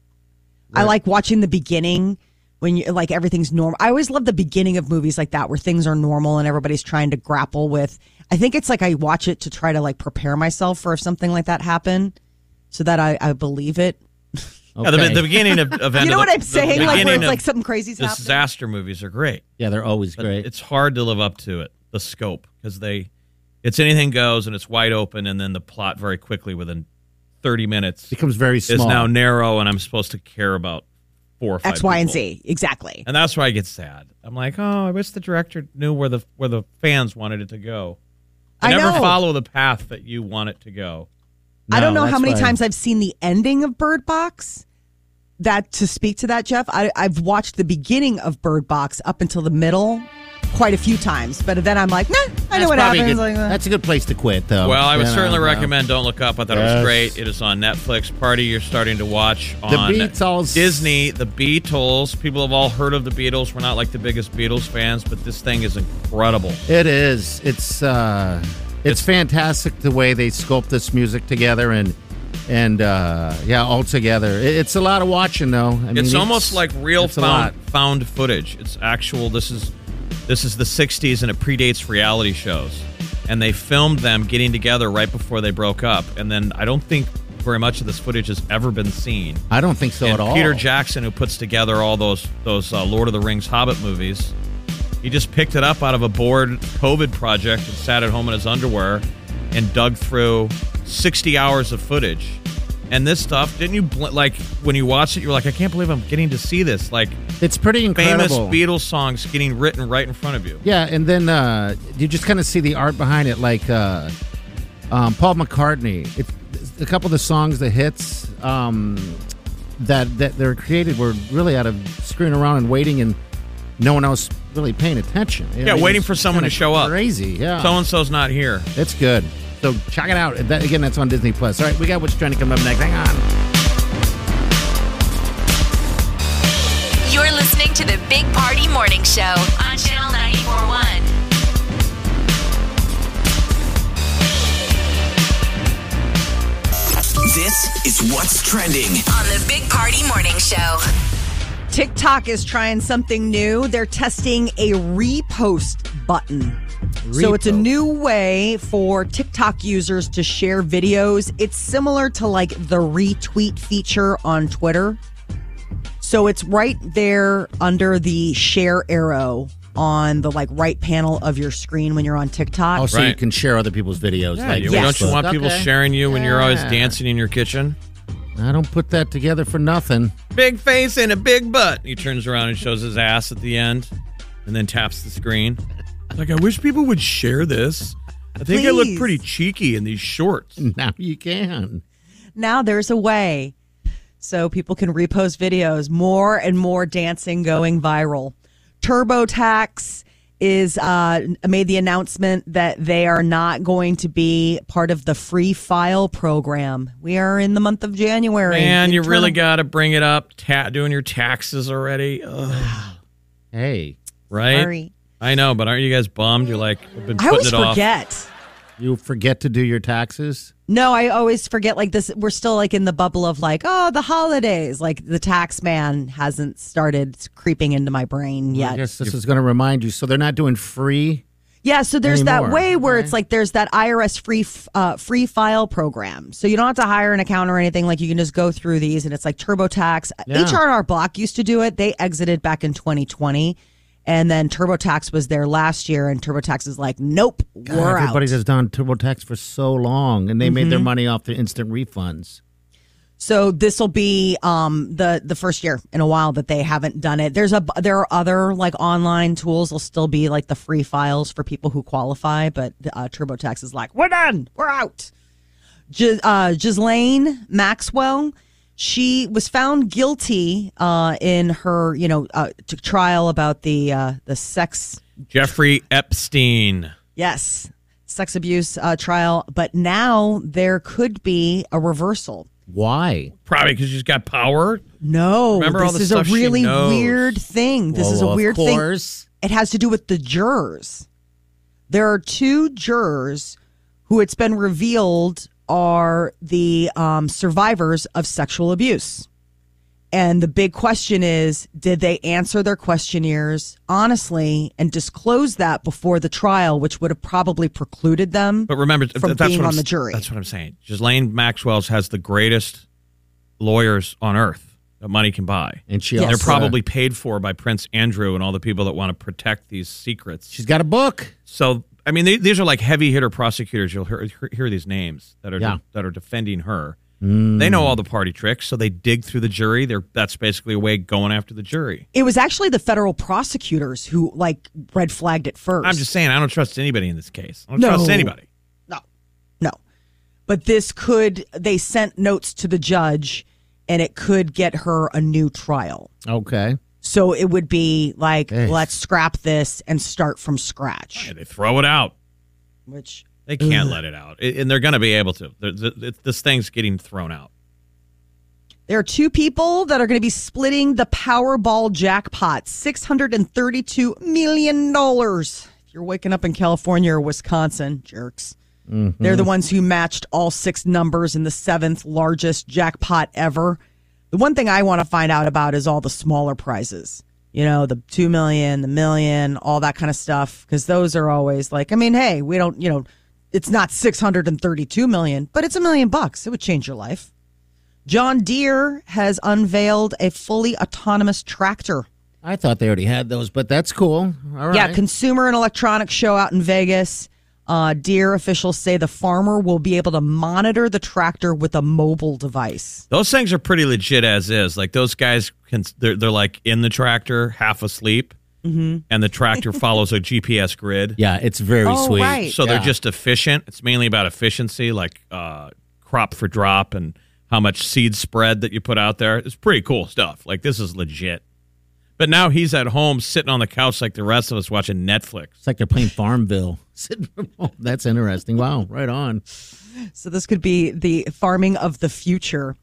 [SPEAKER 6] I like watching the beginning when you like everything's normal. I always love the beginning of movies like that where things are normal and everybody's trying to grapple with. I think it's like I watch it to try to like prepare myself for if something like that happened, so that I, I believe it.
[SPEAKER 5] Yeah, the, the beginning of, of
[SPEAKER 6] You
[SPEAKER 5] End
[SPEAKER 6] know
[SPEAKER 5] of
[SPEAKER 6] what
[SPEAKER 5] the-
[SPEAKER 6] I'm
[SPEAKER 5] the
[SPEAKER 6] saying? Like, where
[SPEAKER 5] beginning
[SPEAKER 6] it's
[SPEAKER 5] of
[SPEAKER 6] like something crazy's happening.
[SPEAKER 5] Disaster movies are great.
[SPEAKER 4] Yeah, they're always
[SPEAKER 5] But
[SPEAKER 4] great.
[SPEAKER 5] It's hard to live up to it, the scope, because they, it's anything goes and it's wide open, and then the plot very quickly within thirty minutes
[SPEAKER 4] Becomes very
[SPEAKER 5] is
[SPEAKER 4] small.
[SPEAKER 5] now narrow, and I'm supposed to care about four or five
[SPEAKER 6] X, Y, and
[SPEAKER 5] people.
[SPEAKER 6] Z. Exactly.
[SPEAKER 5] and that's why I get sad. I'm like, oh, I wish the director knew where the where the fans wanted it to go. They
[SPEAKER 6] I
[SPEAKER 5] never
[SPEAKER 6] know.
[SPEAKER 5] follow the path that you want it to go.
[SPEAKER 6] I don't
[SPEAKER 5] No,
[SPEAKER 6] know how
[SPEAKER 5] that's
[SPEAKER 6] many
[SPEAKER 5] why-
[SPEAKER 6] times I've seen the ending of Bird Box. That to speak to that, Jeff, I, I've watched the beginning of Bird Box up until the middle quite a few times, but then I'm like, nah, I know
[SPEAKER 4] That's
[SPEAKER 6] what
[SPEAKER 4] probably a
[SPEAKER 6] happens. Like,
[SPEAKER 4] good-
[SPEAKER 6] uh,
[SPEAKER 4] that's a good place to quit, though.
[SPEAKER 5] Well, I would
[SPEAKER 4] You know,
[SPEAKER 5] certainly
[SPEAKER 4] uh,
[SPEAKER 5] recommend Don't Look Up. I thought it
[SPEAKER 4] Yes.
[SPEAKER 5] was great. It is on Netflix. Party you're starting to watch
[SPEAKER 4] The
[SPEAKER 5] on
[SPEAKER 4] Beatles.
[SPEAKER 5] Disney, The Beatles. People have all heard of The Beatles. We're not like the biggest Beatles fans, but this thing is incredible.
[SPEAKER 4] It is. It's uh, it's fantastic the way they sculpt this music together and and uh, yeah, all together. It, it's a lot of watching though. I mean,
[SPEAKER 5] it's almost like real
[SPEAKER 4] it's a lot.
[SPEAKER 5] found, found footage. It's actual. This is this is the '60s, and it predates reality shows. And they filmed them getting together right before they broke up. And then I don't think very much of this footage has ever been seen.
[SPEAKER 4] I don't think so
[SPEAKER 5] and
[SPEAKER 4] at all.
[SPEAKER 5] Peter Jackson, who puts together all those those uh, Lord of the Rings Hobbit movies, he just picked it up out of a bored COVID project and sat at home in his underwear and dug through 60 hours of footage. And this stuff, didn't you bl- like when you watch it? You're like, I can't believe I'm getting to see this. Like
[SPEAKER 4] it's pretty
[SPEAKER 5] famous
[SPEAKER 4] incredible.
[SPEAKER 5] Beatles songs getting written right in front of you.
[SPEAKER 4] Yeah, and then uh, you just kind of see the art behind it, like uh, um, Paul McCartney. It, a couple of the songs, the hits um, that that they're created were really out of screwing around and waiting, and no one else really paying attention. You
[SPEAKER 5] Yeah,
[SPEAKER 4] know, it
[SPEAKER 5] waiting
[SPEAKER 4] was
[SPEAKER 5] for someone to
[SPEAKER 4] kinda
[SPEAKER 5] show up.
[SPEAKER 4] Crazy, yeah.
[SPEAKER 5] So and so's not here.
[SPEAKER 4] It's good. So check it out. That, again, that's on Disney Plus. All right, we got what's trying to come up next. Hang on.
[SPEAKER 3] You're listening to the Big Party Morning Show on Channel 941.
[SPEAKER 7] This is what's trending.
[SPEAKER 3] On the Big Party Morning Show.
[SPEAKER 6] TikTok is trying something new. They're testing a repost button. So it's a new way for TikTok users to share videos. It's similar to like the retweet feature on Twitter. So it's right there under the share arrow on the like right panel of your screen when you're on TikTok.
[SPEAKER 4] Oh, so you can share other people's videos.
[SPEAKER 5] Yeah,
[SPEAKER 4] like
[SPEAKER 5] you-
[SPEAKER 4] Facebook.
[SPEAKER 5] Don't you want people
[SPEAKER 4] Okay.
[SPEAKER 5] sharing you when you're always
[SPEAKER 4] Yeah.
[SPEAKER 5] dancing in your kitchen?
[SPEAKER 4] I don't put that together for nothing.
[SPEAKER 5] Big face and a big butt. He turns around and shows his ass at the end and then taps the screen. Like, I wish people would share this. I think I look
[SPEAKER 6] Please.
[SPEAKER 5] pretty cheeky in these shorts.
[SPEAKER 4] Now you can.
[SPEAKER 6] Now there's a way so people can repost videos. More and more dancing going viral. TurboTax is uh, made the announcement that they are not going to be part of the free file program. We are in the month of January.
[SPEAKER 5] Man, you
[SPEAKER 6] Internal-
[SPEAKER 5] really got to bring it up. Ta- doing your taxes already. Ugh.
[SPEAKER 4] Hey.
[SPEAKER 5] Right?
[SPEAKER 6] Sorry.
[SPEAKER 5] I know, but aren't you guys bummed? You're like, I've been putting
[SPEAKER 6] I always
[SPEAKER 5] it off.
[SPEAKER 6] forget.
[SPEAKER 4] You forget to do your taxes.
[SPEAKER 6] No, I always forget like this. We're still like in the bubble of like, oh, the holidays. Like the tax man hasn't started creeping into my brain
[SPEAKER 4] I
[SPEAKER 6] yet.
[SPEAKER 4] guess this is going to remind you. So they're not doing free.
[SPEAKER 6] Yeah, so there's that
[SPEAKER 4] Anymore,
[SPEAKER 6] way where it's like there's that IRS free f- uh, free file program, so you don't have to hire an accountant or anything. Like you can just go through these, and it's like TurboTax.
[SPEAKER 4] Yeah.
[SPEAKER 6] HRR Block used to do it. They exited back in 2020, and then TurboTax was there last year, and TurboTax is like, nope,
[SPEAKER 4] God,
[SPEAKER 6] we're out.
[SPEAKER 4] Uh,
[SPEAKER 6] Mm-hmm.
[SPEAKER 4] everybody has done TurboTax for so long, and they made their money off the instant refunds.
[SPEAKER 6] So this will be um, the the first year in a while that they haven't done it. There's a there are other like online tools. Will still be like the free files for people who qualify, but uh, TurboTax is like we're done, we're out. Gis- uh, Ghislaine Maxwell, she was found guilty uh, in her you know uh, t- trial about the uh, the sex
[SPEAKER 5] Jeffrey Epstein.
[SPEAKER 6] Yes, sex abuse uh, trial, but now there could be a reversal.
[SPEAKER 4] Why?
[SPEAKER 5] Probably because she's got power.
[SPEAKER 6] No,
[SPEAKER 5] Remember all
[SPEAKER 6] this
[SPEAKER 5] the
[SPEAKER 6] is
[SPEAKER 5] stuff
[SPEAKER 6] a
[SPEAKER 5] she
[SPEAKER 6] really
[SPEAKER 5] knows.
[SPEAKER 6] weird thing. This
[SPEAKER 4] Well,
[SPEAKER 6] is a
[SPEAKER 4] of
[SPEAKER 6] weird
[SPEAKER 4] course.
[SPEAKER 6] thing. It has to do with the jurors. There are two jurors who it's been revealed are the um, survivors of sexual abuse. And the big question is did they answer their questionnaires honestly and disclose that before the trial, which would have probably precluded them?
[SPEAKER 5] But remember, th-
[SPEAKER 6] from
[SPEAKER 5] that's
[SPEAKER 6] being
[SPEAKER 5] what I'm
[SPEAKER 6] on the
[SPEAKER 5] s-
[SPEAKER 6] jury.
[SPEAKER 5] That's what I'm saying. Ghislaine Maxwell's has the greatest lawyers on earth that money can buy.
[SPEAKER 4] And she
[SPEAKER 6] Yes.
[SPEAKER 5] They're
[SPEAKER 4] also,
[SPEAKER 5] probably paid for by Prince Andrew and all the people that want to protect these secrets.
[SPEAKER 4] she's got a book.
[SPEAKER 5] so, I mean, they, these are like heavy hitter prosecutors. You'll hear, hear- hear these names that are
[SPEAKER 4] Yeah.
[SPEAKER 5] that are defending her. They know all the party tricks, so they dig through the jury. They're that's basically a way of going after the jury.
[SPEAKER 6] It was actually the federal prosecutors who like red flagged it first.
[SPEAKER 5] I'm just saying, I don't trust anybody in this case. I don't
[SPEAKER 6] No.
[SPEAKER 5] trust anybody.
[SPEAKER 6] No, no. But this could, they sent notes to the judge and it could get her a new trial.
[SPEAKER 4] Okay.
[SPEAKER 6] So it would be like,
[SPEAKER 4] Hey.
[SPEAKER 6] let's scrap this and start from scratch.
[SPEAKER 5] Yeah, they throw it out.
[SPEAKER 6] Which,
[SPEAKER 5] They can't let it out, I- and they're going to be able to. They're- th- th- This thing's getting thrown out.
[SPEAKER 6] there are two people that are going to be splitting the Powerball jackpot $632 million. If you're waking up in California or Wisconsin, jerks. They're the ones who matched all six numbers in the seventh largest jackpot ever. The one thing I want to find out about is all the smaller prizes. You know, the 2 million, the million, all that kind of stuff because those are always like, I mean, hey, we don't, you know, it's not 632 million, but it's a million bucks. It would change your life. John Deere has unveiled a fully autonomous tractor.
[SPEAKER 4] I thought they already had those, but that's cool. All right.
[SPEAKER 6] Yeah, consumer and electronics show out in Vegas. Uh, Deer officials say the farmer will be able to monitor the tractor with a mobile device.
[SPEAKER 5] Those things are pretty legit as is. Like those guys can, they're, they're like in the tractor, half asleep, and the tractor follows a GPS grid.
[SPEAKER 4] yeah, it's very
[SPEAKER 6] Oh,
[SPEAKER 4] sweet.
[SPEAKER 6] right.
[SPEAKER 5] So they're
[SPEAKER 4] Yeah.
[SPEAKER 5] just efficient. It's mainly about efficiency, like uh, crop for drop and how much seed spread that you put out there. It's pretty cool stuff. Like this is legit. But now he's at home sitting on the couch like the rest of us watching Netflix.
[SPEAKER 4] It's like they're playing Farmville. Sitting- oh, that's interesting. Wow, right on.
[SPEAKER 6] So this could be the farming of the future.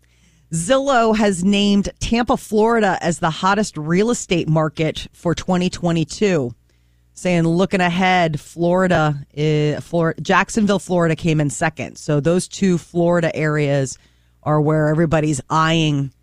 [SPEAKER 6] Zillow has named Tampa, Florida as the hottest real estate market for 2022. Saying looking ahead, Florida, eh, Flor- Jacksonville, Florida came in second. So those two Florida areas are where everybody's eyeing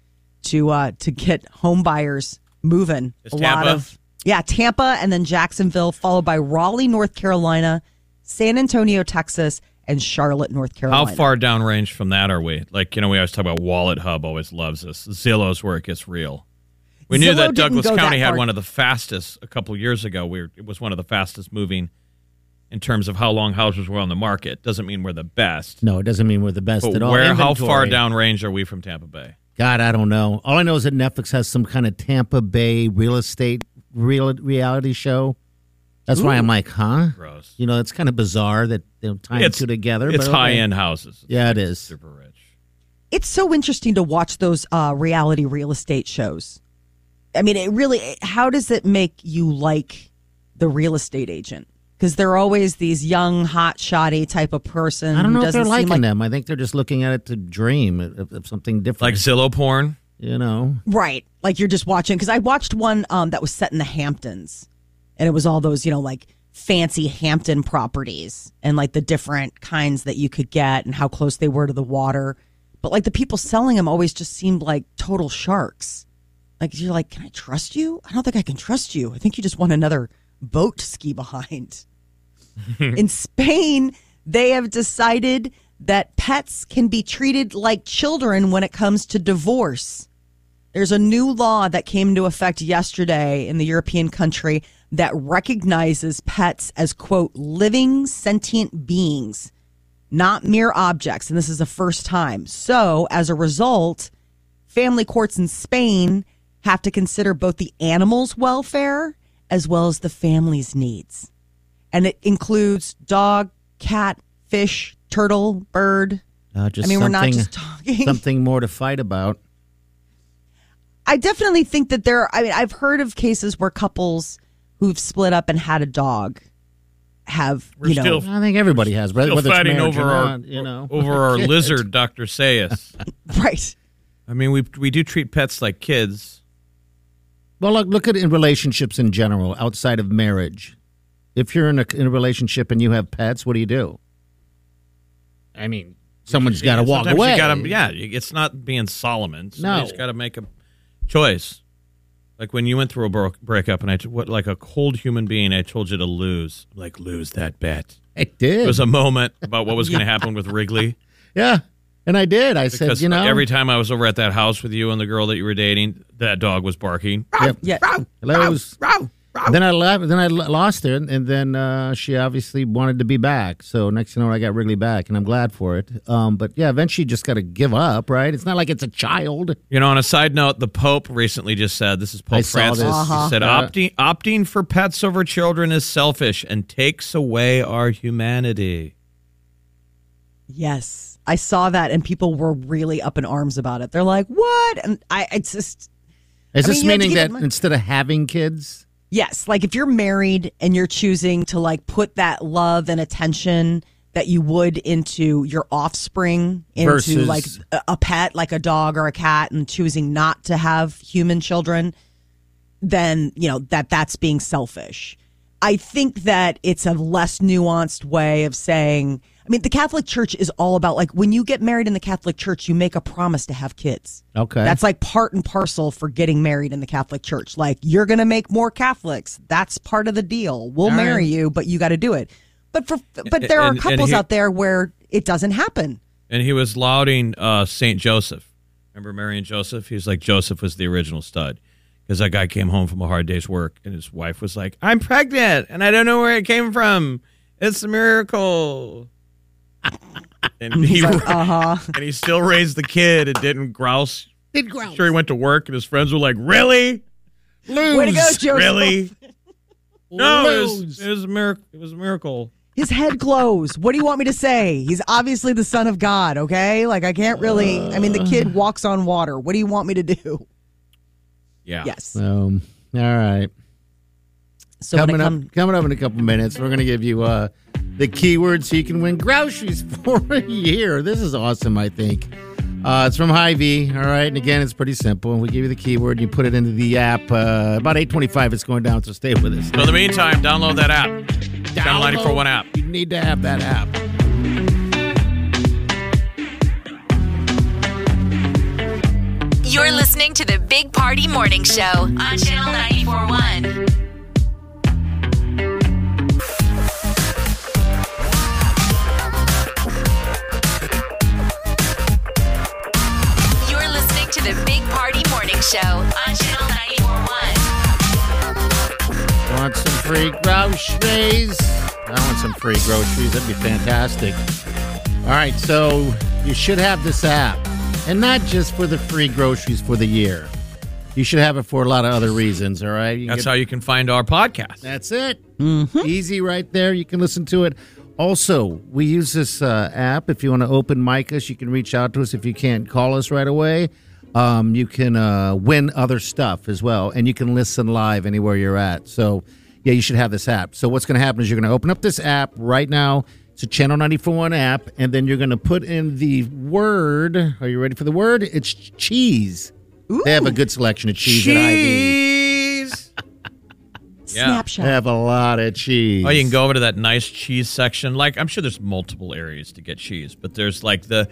[SPEAKER 6] to uh, to get home buyers moving.
[SPEAKER 5] Is Tampa?
[SPEAKER 6] yeah, Tampa and then Jacksonville, followed by Raleigh, North Carolina, San Antonio, Texas, and Charlotte, North
[SPEAKER 5] How
[SPEAKER 6] Carolina.
[SPEAKER 5] far downrange from that are we? Like, you know, we always talk about Wallet Hub always loves us. Zillow's where it gets real. We knew
[SPEAKER 6] Zillow
[SPEAKER 5] that
[SPEAKER 6] didn't
[SPEAKER 5] Douglas
[SPEAKER 6] go that
[SPEAKER 5] County had
[SPEAKER 6] far.
[SPEAKER 5] one of the fastest a couple years ago. We were, it was one of the fastest moving in terms of how long houses were on the market. Doesn't mean we're the best.
[SPEAKER 4] No, it doesn't mean we're the best
[SPEAKER 5] But
[SPEAKER 4] at all.
[SPEAKER 5] where, how far
[SPEAKER 4] Inventory.
[SPEAKER 5] downrange are we from Tampa Bay?
[SPEAKER 4] God, I don't know. All I know is that Netflix has some kind of Tampa Bay real estate real reality show. That's why
[SPEAKER 5] Ooh.
[SPEAKER 4] I'm like, huh?
[SPEAKER 5] Gross.
[SPEAKER 4] You know, it's kind of bizarre that they're tying
[SPEAKER 5] It's-
[SPEAKER 4] two together.
[SPEAKER 5] it's
[SPEAKER 4] but okay.
[SPEAKER 5] high-end houses. It's
[SPEAKER 4] yeah, it is.
[SPEAKER 5] Super rich.
[SPEAKER 6] It's so interesting to watch those uh, reality real estate shows. I mean, it really, how does it make you like the real estate agent? Because they're always these young, hot, shoddy type of person.
[SPEAKER 4] I don't
[SPEAKER 6] who
[SPEAKER 4] know if they're
[SPEAKER 6] doesn't seem
[SPEAKER 4] liking
[SPEAKER 6] like-
[SPEAKER 4] them. I think they're just looking at it to dream of, of something different.
[SPEAKER 5] Like Zillow porn?
[SPEAKER 4] You know?
[SPEAKER 6] Right. Like you're just watching. Because I watched one um, that was set in the Hamptons and it was all those, you know, like fancy Hampton properties and like the different kinds that you could get and how close they were to the water. But like the people selling them always just seemed like total sharks. Like you're like, can I trust you? I don't think I can trust you. I think you just want another boat to ski behind. in Spain, they have decided that pets can be treated like children when it comes to divorce. There's a new law that came into effect yesterday in the European country that recognizes pets as, quote, living sentient beings, not mere objects. And this is the first time. So, as a result, family courts in Spain have to consider both the animal's welfare as well as the family's needs. And it includes dog, cat, fish, turtle, bird.
[SPEAKER 4] Uh,
[SPEAKER 6] I
[SPEAKER 4] just
[SPEAKER 6] mean, we're not
[SPEAKER 4] something-
[SPEAKER 6] just talking.
[SPEAKER 4] Something more to fight about.
[SPEAKER 6] I definitely think that there. I mean, I've heard of cases where couples who've split up and had a dog have.
[SPEAKER 5] We're
[SPEAKER 6] you know,
[SPEAKER 5] still-
[SPEAKER 4] I think everybody has, whether
[SPEAKER 5] Still
[SPEAKER 4] whether it's
[SPEAKER 5] fighting
[SPEAKER 4] marriage
[SPEAKER 5] over
[SPEAKER 4] or
[SPEAKER 5] our,
[SPEAKER 4] not, you know.
[SPEAKER 5] over our
[SPEAKER 4] Shit.
[SPEAKER 5] lizard, Dr. Sayas.
[SPEAKER 6] right.
[SPEAKER 5] I mean, we, we do treat pets like kids.
[SPEAKER 4] Well, look, look at in relationships in general, outside of marriage. If you're in a, in a relationship and you have pets, what do you do? I mean, someone's got to
[SPEAKER 5] Yeah,
[SPEAKER 4] walk
[SPEAKER 5] sometimes
[SPEAKER 4] away.
[SPEAKER 5] You gotta, yeah, it's not being Solomon. Somebody's got to make a choice. Like when you went through a bro- breakup, and I, t- what, like a cold human being, I told you to lose, like lose that bet.
[SPEAKER 4] It did.
[SPEAKER 5] It was a moment about what was going to happen with Wrigley.
[SPEAKER 4] Yeah, and I did. I said,
[SPEAKER 5] Because
[SPEAKER 4] you know,
[SPEAKER 5] every time I was over at that house with you and the girl that you were dating, that dog was barking.
[SPEAKER 4] Yep.
[SPEAKER 6] Yeah.
[SPEAKER 4] Hello's. Then I left. Then I l- lost her, and, and then uh, she obviously wanted to be back. So next thing you know, I got Wrigley back, and I'm glad for it. Um, but yeah, eventually, you just got to give up, right? It's not like it's a child.
[SPEAKER 5] You know, on a side note, the Pope recently just said this is Pope
[SPEAKER 4] I saw
[SPEAKER 5] Francis.
[SPEAKER 4] this.
[SPEAKER 5] He
[SPEAKER 4] Uh-huh.
[SPEAKER 5] said
[SPEAKER 4] Yeah.
[SPEAKER 5] opting opting for pets over children is selfish and takes away our humanity.
[SPEAKER 6] Yes, I saw that, and people were really up in arms about it. They're like, "What?" And I, I just
[SPEAKER 4] Is
[SPEAKER 6] I mean, you have
[SPEAKER 4] this
[SPEAKER 6] to
[SPEAKER 4] meaning
[SPEAKER 6] give
[SPEAKER 4] that
[SPEAKER 6] it mon-
[SPEAKER 4] instead of having kids,
[SPEAKER 6] yes, like if you're married and you're choosing to like put that love and attention that you would into your offspring, into
[SPEAKER 4] Versus-
[SPEAKER 6] like a, a pet, like a dog or a cat, and choosing not to have human children, then you know that that's being selfish. I think that it's a less nuanced way of saying. I mean, the Catholic Church is all about like when you get married in the Catholic Church, you make a promise to have kids.
[SPEAKER 4] Okay.
[SPEAKER 6] That's like part and parcel for getting married in the Catholic Church. Like you're going to make more Catholics. That's part of the deal. We'll
[SPEAKER 4] right.
[SPEAKER 6] marry you, but you got to do it. But for but there
[SPEAKER 5] And- and
[SPEAKER 6] are couples
[SPEAKER 5] here-
[SPEAKER 6] out there where it doesn't happen.
[SPEAKER 5] And he was lauding uh, Saint Joseph. Remember Mary and Joseph? He was like Joseph was the original stud because that guy came home from a hard day's work, and his wife was like, "I'm pregnant, and I don't know where it came from. It's a miracle." and he
[SPEAKER 6] Uh huh.
[SPEAKER 5] and he still raised the kid and didn't grouse.
[SPEAKER 4] did grow.
[SPEAKER 5] Sure, he went to work, and his friends were like, "Really?
[SPEAKER 4] Lose.
[SPEAKER 6] Way to go, Joseph.
[SPEAKER 5] Really? No, it was,
[SPEAKER 4] Lose.
[SPEAKER 5] it was a miracle. It was a miracle."
[SPEAKER 6] His head glows. What do you want me to say? He's obviously the son of God, okay? Like I can't really I mean the kid walks on water. What do you want me to do?
[SPEAKER 5] Yeah.
[SPEAKER 6] Yes.
[SPEAKER 4] Um, all right.
[SPEAKER 6] So
[SPEAKER 4] coming
[SPEAKER 6] when it
[SPEAKER 4] up,
[SPEAKER 6] come-
[SPEAKER 4] coming up in a couple minutes, we're going to give you uh, the keyword so you can win groceries for a year. This is awesome, I think. Uh, it's from Hy-Vee, all right? And again, it's pretty simple. We give you the keyword, you put it into the app. Uh, about 825 it's going down, so stay with us.
[SPEAKER 5] So in the meantime, download that app. Channel 941 app.
[SPEAKER 4] You need to have that app.
[SPEAKER 3] You're listening to the Big Party Morning Show on Channel 941. You're listening to the Big Party Morning Show on Channel
[SPEAKER 4] groceries. I want some free groceries. That'd be fantastic. All right, so you should have this app, and not just for the free groceries for the year. You should have it for a lot of other reasons. All right, You can
[SPEAKER 5] That's
[SPEAKER 4] get-
[SPEAKER 5] how you can find our podcast.
[SPEAKER 4] That's it. Easy right there. You can listen to it. Also, we use this uh, app. If you want to open mic us, you can reach out to us. If you can't call us right away, um, you can uh, win other stuff as well, and you can listen live anywhere you're at. So, yeah, you should have this app. So, what's going to happen is you're going to open up this app right now. It's a Channel 941 app, and then you're going to put in the word. Are you ready for the word? It's cheese. They have a good selection of cheese, at Ivy.
[SPEAKER 5] Cheese. yeah.
[SPEAKER 4] They have a lot of cheese.
[SPEAKER 5] Oh, you can go over to that nice cheese section. Like I'm sure there's multiple areas to get cheese, but there's like the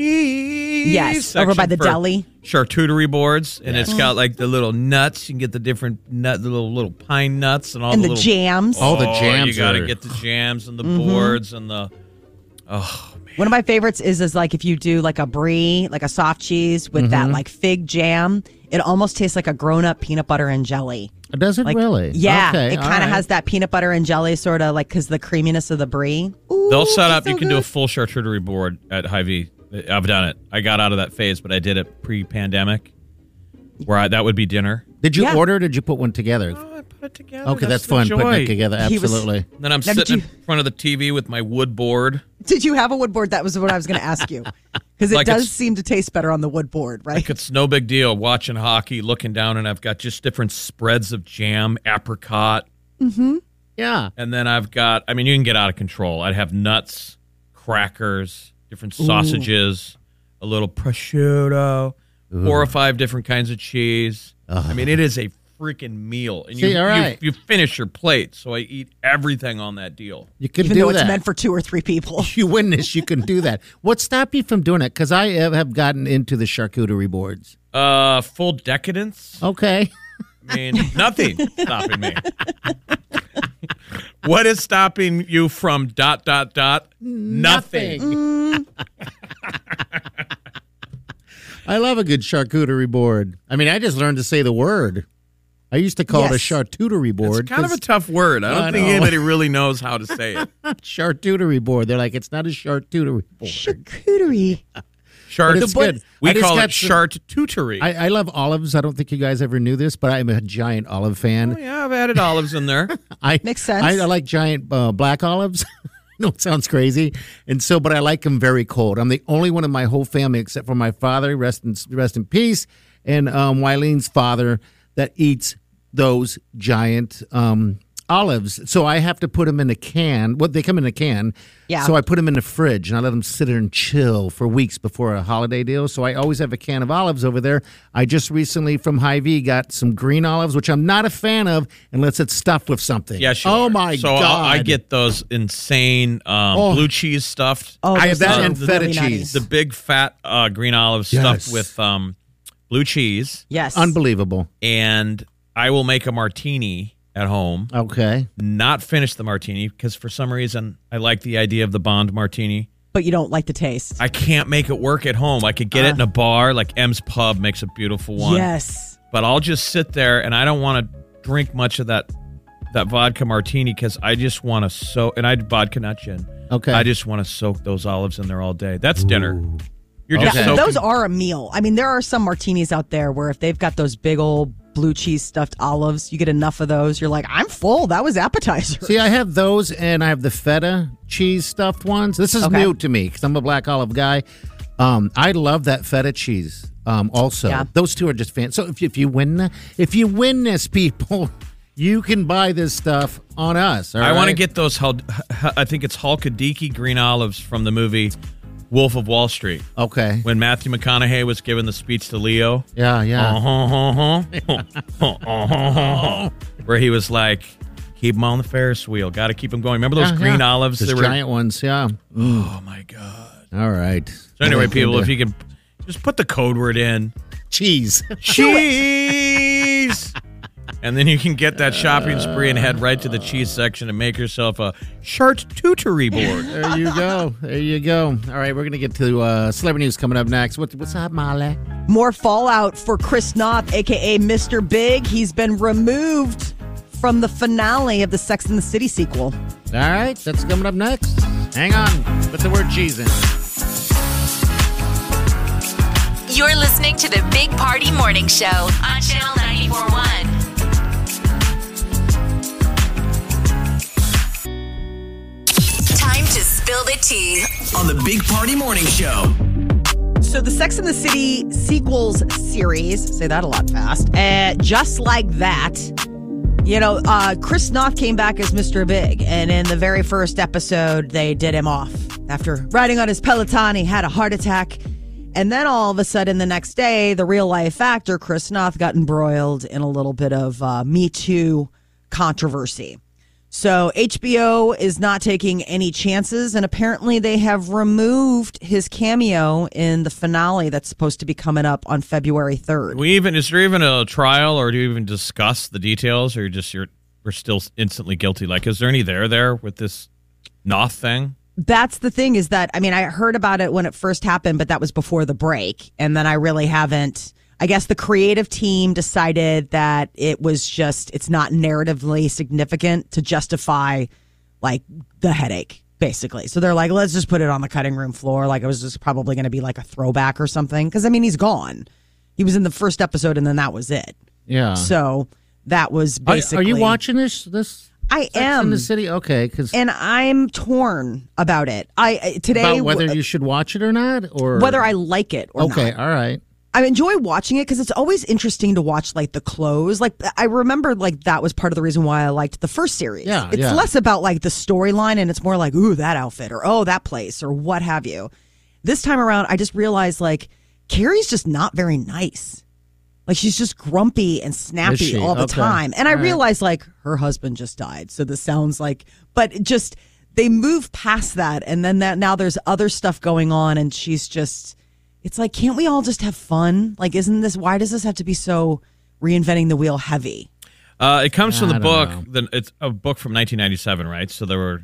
[SPEAKER 5] cheese.
[SPEAKER 6] Yes, over by
[SPEAKER 5] section
[SPEAKER 6] the
[SPEAKER 5] for
[SPEAKER 6] deli.
[SPEAKER 5] Charcuterie boards, and it's
[SPEAKER 6] Yes.
[SPEAKER 5] got like the little nuts. You can get the different nut, the little little pine nuts, and all
[SPEAKER 6] And the
[SPEAKER 5] little-
[SPEAKER 6] jams.
[SPEAKER 5] Oh,
[SPEAKER 6] All the
[SPEAKER 5] You
[SPEAKER 6] jams
[SPEAKER 5] got to
[SPEAKER 6] are-
[SPEAKER 5] get the jams and the
[SPEAKER 6] Mhm.
[SPEAKER 5] boards and the. Oh,
[SPEAKER 6] One of my favorites is is like if you do like a brie, like a soft cheese with that
[SPEAKER 4] Mm-hmm.
[SPEAKER 5] Mhm.
[SPEAKER 6] like fig jam, it almost tastes like a grown up peanut butter and jelly.
[SPEAKER 4] Does it
[SPEAKER 6] Like,
[SPEAKER 4] really?
[SPEAKER 6] Yeah,
[SPEAKER 4] Okay,
[SPEAKER 6] it
[SPEAKER 4] all
[SPEAKER 6] kind of
[SPEAKER 4] right.
[SPEAKER 6] has that peanut butter and jelly sort of like because the creaminess of the brie.
[SPEAKER 5] They'll set up. you can do a full charcuterie board at Hy-Vee. I've done it. I got out of that phase, but I did it pre-pandemic, where I, that would be dinner.
[SPEAKER 4] Did you order? Or did you put one together?
[SPEAKER 6] Oh,
[SPEAKER 5] I put it together.
[SPEAKER 4] Okay, that's, fun putting it together. Absolutely.
[SPEAKER 5] Then I'm
[SPEAKER 6] Now, did
[SPEAKER 5] sitting in front of the TV with my wood board.
[SPEAKER 6] Did you have a wood board? That was what I was going to ask you because it
[SPEAKER 5] Like
[SPEAKER 6] does
[SPEAKER 5] it's-
[SPEAKER 6] seem to taste better on the wood board, right?
[SPEAKER 5] Like it's no big deal. Watching hockey, looking down, and I've got just different spreads of jam, apricot,
[SPEAKER 6] Mm-hmm.
[SPEAKER 4] Yeah.
[SPEAKER 5] and then I've got. I mean, you can get out of control. I'd have nuts, crackers, different
[SPEAKER 2] Ooh.
[SPEAKER 5] sausages, a little prosciutto, four or five different kinds of cheese. I mean, it is a freaking meal, and you,
[SPEAKER 4] See, all right.
[SPEAKER 5] you you finish your plate. So I eat everything on that deal.
[SPEAKER 4] You can
[SPEAKER 6] Even
[SPEAKER 4] do
[SPEAKER 6] though
[SPEAKER 4] that.
[SPEAKER 6] it's meant for two or three people.
[SPEAKER 4] you win this, you can do that. What stopped you from doing it? Because I have have gotten into the charcuterie boards.
[SPEAKER 5] Uh, full decadence.
[SPEAKER 4] Okay.
[SPEAKER 5] I mean, nothing stopping me. what is stopping you from dot dot dot? Nothing.
[SPEAKER 4] I love a good charcuterie board. I mean, I just learned to say the word. I used to call it a
[SPEAKER 5] Yes.
[SPEAKER 4] charcuterie board.
[SPEAKER 5] It's kind of a
[SPEAKER 4] 'cause
[SPEAKER 5] tough word. I don't
[SPEAKER 4] I
[SPEAKER 5] think
[SPEAKER 4] know.
[SPEAKER 5] anybody really knows how to say it.
[SPEAKER 4] charcuterie board. They're like, it's not a charcuterie board.
[SPEAKER 6] Charcuterie.
[SPEAKER 5] Chart.
[SPEAKER 4] But it's good.
[SPEAKER 5] We
[SPEAKER 4] I just
[SPEAKER 5] call
[SPEAKER 4] got
[SPEAKER 5] it
[SPEAKER 4] some-
[SPEAKER 5] chart tutory.
[SPEAKER 4] I, I love olives. I don't think you guys ever knew this, but I'm a giant olive fan.
[SPEAKER 5] Oh, yeah, I've added olives in there.
[SPEAKER 4] I
[SPEAKER 6] Oh, makes sense.
[SPEAKER 4] I, I like giant uh, black olives. no, it sounds crazy, and so but I like them very cold. I'm the only one in my whole family, except for my father, rest in rest in peace, and um, Wylene's father that eats those giant um, olives. So I have to put them in a can. Well, they come in a can.
[SPEAKER 6] Yeah.
[SPEAKER 4] So I put them in the fridge and I let them sit there and chill for weeks before a holiday deal. So I always have a can of olives over there. I just recently from Hy-Vee got some green olives, which I'm not a fan of unless it's stuffed with something.
[SPEAKER 5] Yeah, sure.
[SPEAKER 4] Oh my
[SPEAKER 5] so uh,
[SPEAKER 4] god!
[SPEAKER 5] I, I get those insane um,
[SPEAKER 4] Oh.
[SPEAKER 5] blue cheese stuffed. uh,
[SPEAKER 4] Oh, I have that and
[SPEAKER 5] the-
[SPEAKER 4] feta
[SPEAKER 5] the-
[SPEAKER 4] cheese.
[SPEAKER 5] The big fat uh, green olives
[SPEAKER 4] Yes.
[SPEAKER 5] stuffed with um, blue cheese.
[SPEAKER 6] Yes.
[SPEAKER 4] unbelievable.
[SPEAKER 5] And I will make a martini at home.
[SPEAKER 4] Okay.
[SPEAKER 5] Not finish the martini because for some reason I like the idea of the bond martini.
[SPEAKER 6] But you don't like the taste.
[SPEAKER 5] I can't make it work at home. I could get it in a bar, like M's Pub makes a beautiful one.
[SPEAKER 6] Ah. Yes.
[SPEAKER 5] But I'll just sit there and I don't want to drink much of that that vodka martini because I just want to soak. And I vodka not gin.
[SPEAKER 4] Okay.
[SPEAKER 5] I just want to soak those olives in there all day. That's dinner. You're
[SPEAKER 6] Yeah,
[SPEAKER 5] just
[SPEAKER 6] and
[SPEAKER 5] soaking.
[SPEAKER 6] those are a meal. I mean, there are some martinis out there where if they've got those big old blue cheese stuffed olives, you get enough of those, you're like, I'm full. That was appetizer.
[SPEAKER 4] See, I have those, and I have the feta cheese stuffed ones. This is
[SPEAKER 6] Okay.
[SPEAKER 4] new to me because I'm a black olive guy. Um, I love that feta cheese. Um, also,
[SPEAKER 6] Yeah.
[SPEAKER 4] those two are just fan. So if, if you win, if you win this, people, you can buy this stuff on us. all
[SPEAKER 5] I want to
[SPEAKER 4] right?
[SPEAKER 5] get those. Hul- I think it's Hulkadiki green olives from the movie Wolf of Wall Street.
[SPEAKER 4] Okay.
[SPEAKER 5] When Matthew McConaughey was giving the speech to Leo.
[SPEAKER 4] Yeah, yeah.
[SPEAKER 5] Uh-huh, uh-huh. Uh-huh. Where he was like, keep him on the Ferris wheel. Got to keep him going. Remember those
[SPEAKER 4] Yeah,
[SPEAKER 5] green
[SPEAKER 4] yeah.
[SPEAKER 5] olives?
[SPEAKER 4] Those
[SPEAKER 5] They were-
[SPEAKER 4] giant ones. Yeah. Mm.
[SPEAKER 5] Oh my god.
[SPEAKER 4] All right.
[SPEAKER 5] So anyway, people, if you can just put the code word in.
[SPEAKER 4] Cheese.
[SPEAKER 5] Cheese. and then you can get that shopping spree and head right to the cheese section and make yourself a charcuterie board.
[SPEAKER 4] there you go. There you go. All right, we're gonna get to uh, celebrity news coming up next. What, what's up, Molly?
[SPEAKER 6] More fallout for Chris Knopf, aka Mr. Big. He's been removed from the finale of the Sex and the City sequel.
[SPEAKER 4] All right, that's coming up next. Hang on, put the word cheese in.
[SPEAKER 3] You're listening to the Big Party Morning Show on Channel 941. Time to spill the tea.
[SPEAKER 7] on the Big Party Morning Show.
[SPEAKER 6] So the Sex and the City sequels series, say that a lot fast, uh, just like that, you know, uh, Chris Noth came back as Mr. Big, and in the very first episode, they did him off. After riding on his Peloton, he had a heart attack. And then all of a sudden, the next day, the real life actor Chris Noth got embroiled in a little bit of uh, Me Too controversy. So HBO is not taking any chances, and apparently they have removed his cameo in the finale that's supposed to be coming up on February third.
[SPEAKER 5] We even is there even a trial, or do you even discuss the details, or you're just you're we're still instantly guilty? Like, is there any there there with this Noth thing?
[SPEAKER 6] That's the thing is that I mean I heard about it when it first happened, but that was before the break, and then I really haven't. I guess the creative team decided that it was just it's not narratively significant to justify like the headache basically. So they're like, let's just put it on the cutting room floor. Like it was just probably going to be like a throwback or something. Because I mean, he's gone. He was in the first episode, and then that was it.
[SPEAKER 4] Yeah.
[SPEAKER 6] So that was
[SPEAKER 4] Uh. Are-
[SPEAKER 6] basically.
[SPEAKER 4] Are, you watching this? This
[SPEAKER 6] I
[SPEAKER 4] Sex
[SPEAKER 6] am
[SPEAKER 4] in the City. Okay, because
[SPEAKER 6] and I'm torn about it. I uh, today
[SPEAKER 4] about whether
[SPEAKER 6] w-
[SPEAKER 4] you should watch it or not, or
[SPEAKER 6] whether I like it or
[SPEAKER 4] okay,
[SPEAKER 6] not.
[SPEAKER 4] all right.
[SPEAKER 6] I enjoy watching it because it's always interesting to watch like the clothes. Like I remember like that was part of the reason why I liked the first series.
[SPEAKER 4] Yeah,
[SPEAKER 6] it's
[SPEAKER 4] yeah.
[SPEAKER 6] less about like the storyline and it's more like ooh that outfit or oh that place or what have you. This time around, I just realized like Carrie's just not very nice. Like she's just grumpy and snappy
[SPEAKER 4] she?
[SPEAKER 6] all the
[SPEAKER 4] Okay.
[SPEAKER 6] time. And I
[SPEAKER 4] All right.
[SPEAKER 6] realized like her husband just died. So this sounds like but it just they move past that and then that now there's other stuff going on and she's just it's like can't we all just have fun? Like isn't this why does this have to be so reinventing the wheel heavy?
[SPEAKER 5] Uh, it comes from
[SPEAKER 4] I
[SPEAKER 5] the book.
[SPEAKER 4] don't
[SPEAKER 5] Then it's a book from 1997, right? So there were,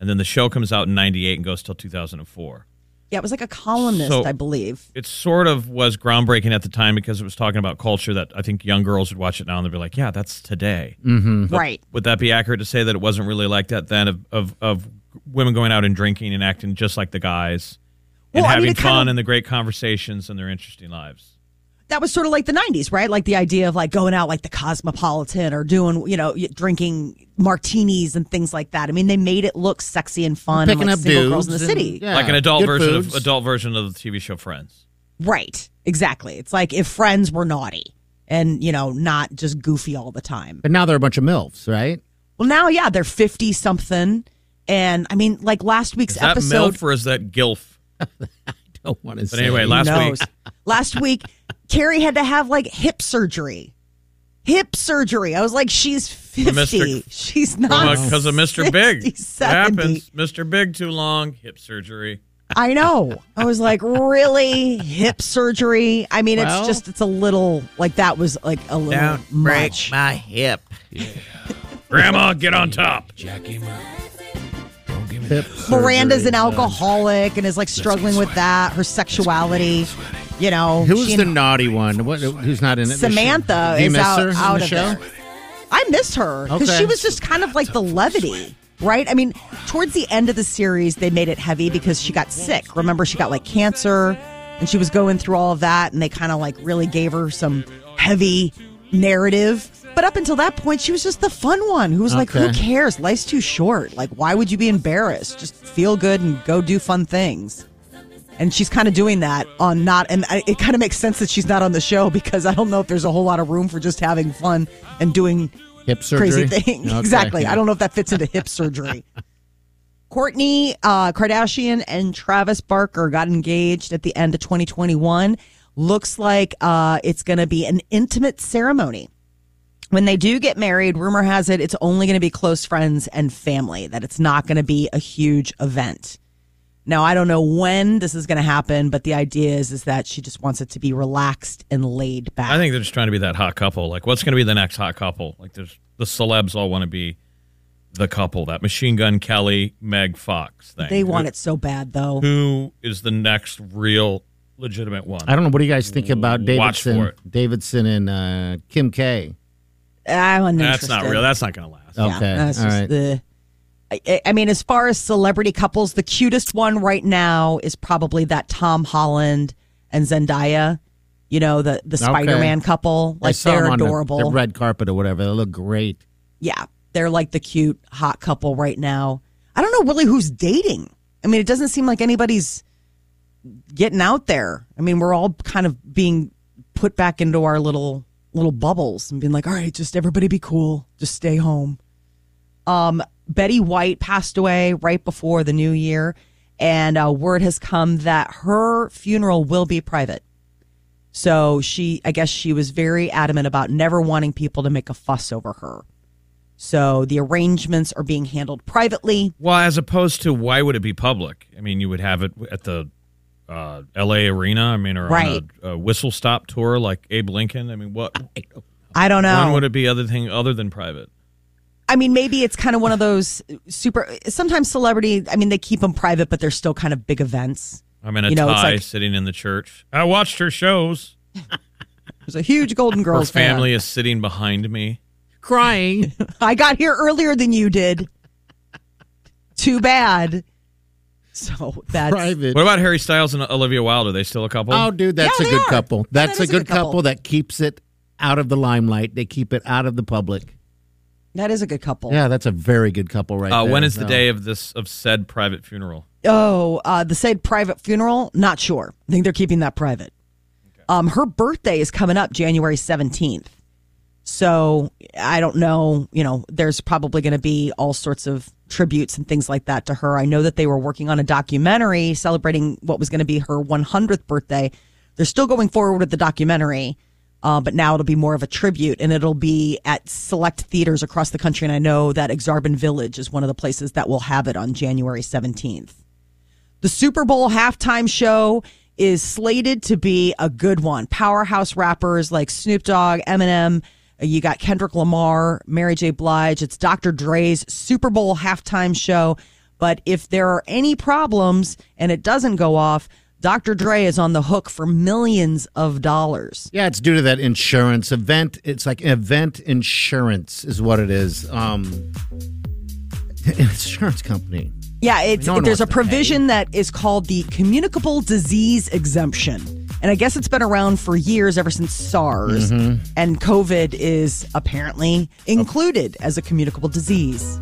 [SPEAKER 5] and then the show comes out in '98 and goes till 2004.
[SPEAKER 6] Yeah, it was like a columnist,
[SPEAKER 5] So-
[SPEAKER 6] I believe.
[SPEAKER 5] It sort of was groundbreaking at the time because it was talking about culture that I think young girls would watch it now and they'd be like, "Yeah, that's today."
[SPEAKER 4] Mm-hmm.
[SPEAKER 5] But
[SPEAKER 6] right.
[SPEAKER 5] Would that be accurate to say that it wasn't really like that then of of, of women going out and drinking and acting just like the guys and
[SPEAKER 6] Well, I mean,
[SPEAKER 5] having
[SPEAKER 6] it
[SPEAKER 5] fun
[SPEAKER 6] kind of-
[SPEAKER 5] and the great conversations and their interesting lives?
[SPEAKER 6] that was sort of like the 90s, right? Like the idea of like going out like the Cosmopolitan or doing, you know, y- drinking martinis and things like that. I mean, they made it look sexy and fun
[SPEAKER 4] Picking
[SPEAKER 6] and like
[SPEAKER 4] up
[SPEAKER 6] single girls in the
[SPEAKER 4] dudes and-
[SPEAKER 6] city.
[SPEAKER 4] yeah,
[SPEAKER 5] like an adult
[SPEAKER 4] good
[SPEAKER 5] version
[SPEAKER 4] foods.
[SPEAKER 5] of adult version of the TV show Friends.
[SPEAKER 6] Right. Exactly. It's like if friends were naughty and, you know, not just goofy all the time.
[SPEAKER 4] But now they're a bunch of milfs, right?
[SPEAKER 6] Well, now, yeah, they're 50 something. And I mean, like last week's
[SPEAKER 5] Is that
[SPEAKER 6] episode.
[SPEAKER 5] MILF or is that GILF?
[SPEAKER 4] Don't want to.
[SPEAKER 5] But anyway, last
[SPEAKER 6] Who
[SPEAKER 5] week
[SPEAKER 6] knows? last week, Carrie had to have like hip surgery. Hip surgery. I was like, she's
[SPEAKER 5] From Mr.
[SPEAKER 6] 50. She's not.
[SPEAKER 5] because uh, of Mr. Big.
[SPEAKER 6] 60,
[SPEAKER 5] It
[SPEAKER 6] 70.
[SPEAKER 5] happens. Mr. Big too long, hip surgery.
[SPEAKER 6] I know. I was like, really? Hip surgery? I mean,
[SPEAKER 4] Well-
[SPEAKER 6] it's just, it's a little, like, that was like a little much.
[SPEAKER 4] my hip.
[SPEAKER 5] Grandma, get on top.
[SPEAKER 4] Hip
[SPEAKER 6] Miranda's
[SPEAKER 4] surgery. uh,
[SPEAKER 6] an alcoholic and is like struggling with that, her sexuality. You know,
[SPEAKER 4] Who's
[SPEAKER 6] she
[SPEAKER 4] the
[SPEAKER 6] and-
[SPEAKER 4] naughty one? What? Who's not in it?
[SPEAKER 6] Samantha
[SPEAKER 4] Do you
[SPEAKER 6] is
[SPEAKER 4] miss
[SPEAKER 6] out,
[SPEAKER 4] her in
[SPEAKER 6] out
[SPEAKER 4] the
[SPEAKER 6] of
[SPEAKER 4] show?
[SPEAKER 6] there. I miss her because
[SPEAKER 4] Okay.
[SPEAKER 6] she was just kind of like the levity, right? I mean, towards the end of the series, they made it heavy because she got sick. Remember, she got like cancer and she was going through all of that, and they kind of like really gave her some heavy narrative. But up until that point, she was just the fun one who was like, who
[SPEAKER 4] Okay.
[SPEAKER 6] cares? Life's too short. Like, why would you be embarrassed? Just feel good and go do fun things. And she's kind of doing that on not, and I, it kind of makes sense that she's not on the show because I don't know if there's a whole lot of room for just having fun and doing
[SPEAKER 4] Hip surgery.
[SPEAKER 6] crazy thing.
[SPEAKER 4] Okay.
[SPEAKER 6] Exactly. I don't know if that fits into hip surgery. Courtney uh, Kardashian and Travis Barker got engaged at the end of 2021. Looks like uh, it's going to be an intimate ceremony. When they do get married, rumor has it it's only going to be close friends and family, that it's not going to be a huge event. Now, I don't know when this is going to happen, but the idea is is that she just wants it to be relaxed and laid back.
[SPEAKER 5] I think they're just trying to be that hot couple. Like, what's going to be the next hot couple? Like, there's the celebs all want to be the couple. That Machine Gun Kelly, Meg Fox thing.
[SPEAKER 6] they want it so bad, though.
[SPEAKER 5] Who is the next real legitimate one?
[SPEAKER 4] I don't know. What do you guys think about
[SPEAKER 5] Watch
[SPEAKER 4] Davidson?
[SPEAKER 5] for it.
[SPEAKER 4] Davidson and uh, Kim K.
[SPEAKER 6] I'm uninterested.
[SPEAKER 5] That's not real. That's not going to last.
[SPEAKER 6] Yeah, that's just the- I, I mean, as far as celebrity couples, the cutest one right now is probably that Tom Holland and Zendaya. You know, the the
[SPEAKER 4] Okay.
[SPEAKER 6] Spider-Man couple.
[SPEAKER 4] I
[SPEAKER 6] Like
[SPEAKER 4] saw
[SPEAKER 6] they're
[SPEAKER 4] them on the-
[SPEAKER 6] adorable.
[SPEAKER 4] The, red carpet or whatever. They look great.
[SPEAKER 6] yeah, they're like the cute hot couple right now. I don't know really who's dating. I mean, it doesn't seem like anybody's getting out there. I mean, we're all kind of being put back into our little little bubbles and being like, "All right, just everybody be cool. Just stay home." Um, Betty White passed away right before the new year, and uh, word has come that her funeral will be private. So she, I guess she was very adamant about never wanting people to make a fuss over her. So the arrangements are being handled privately.
[SPEAKER 5] Well, as opposed to why would it be public? I mean, you would have it at the uh, L.A. arena. I mean, or
[SPEAKER 6] Right.
[SPEAKER 5] on a, a whistle stop tour like Abe Lincoln. I mean, what?
[SPEAKER 6] I don't know.
[SPEAKER 5] When would it be other thing other than private?
[SPEAKER 6] I mean, maybe it's kind of one of those super. Sometimes celebrity, I mean, they keep them private, but they're still kind of big events.
[SPEAKER 5] I'm in a
[SPEAKER 6] You know, it's
[SPEAKER 5] tie
[SPEAKER 6] like-
[SPEAKER 5] sitting in the church. I watched her shows.
[SPEAKER 6] There's a huge Golden Girls
[SPEAKER 5] her family is sitting behind me.
[SPEAKER 4] crying.
[SPEAKER 6] I got here earlier than you did. Too bad. So that's
[SPEAKER 5] What about Harry Styles and Olivia Wilde? Are they still a couple? Uh,
[SPEAKER 4] Oh, dude, that's
[SPEAKER 6] Yeah,
[SPEAKER 4] a
[SPEAKER 6] they
[SPEAKER 4] good
[SPEAKER 6] are.
[SPEAKER 4] couple.
[SPEAKER 6] Yeah,
[SPEAKER 4] That's
[SPEAKER 6] that
[SPEAKER 4] a
[SPEAKER 6] is
[SPEAKER 4] good, couple. that keeps it out of the limelight. They keep it out of the public.
[SPEAKER 6] That is a good couple.
[SPEAKER 4] Yeah, that's a very good couple right
[SPEAKER 5] uh,
[SPEAKER 4] there.
[SPEAKER 5] when is the
[SPEAKER 4] So-
[SPEAKER 5] day of this of said private funeral?
[SPEAKER 6] Oh, uh, the said private funeral? Not sure. I think they're keeping that private. Um, her birthday is coming up January 17th. So I don't know. You know, there's probably going to be all sorts of tributes and things like that to her. I know that they were working on a documentary celebrating what was going to be her 100th birthday. They're still going forward with the documentary, uh, but now it'll be more of a tribute and it'll be at select theaters across the country. And I know that Exarban Village is one of the places that will have it on January 17th. The Super Bowl halftime show is slated to be a good one. Powerhouse rappers like Snoop Dogg, Eminem, uh, you got Kendrick Lamar, Mary J. Blige. It's Dr. Dre's Super Bowl halftime show. But if there are any problems and it doesn't go off, Dr. Dre is on the hook for millions of dollars.
[SPEAKER 4] Yeah, it's due to that insurance event. It's like event insurance is what it is. Um, insurance company.
[SPEAKER 6] Yeah, it's,
[SPEAKER 4] No one
[SPEAKER 6] there's a
[SPEAKER 4] wants to pay.
[SPEAKER 6] provision that is called the communicable disease exemption. And I guess it's been around for years, ever since SARS.
[SPEAKER 4] Mhm.
[SPEAKER 6] And COVID is apparently included as a communicable disease.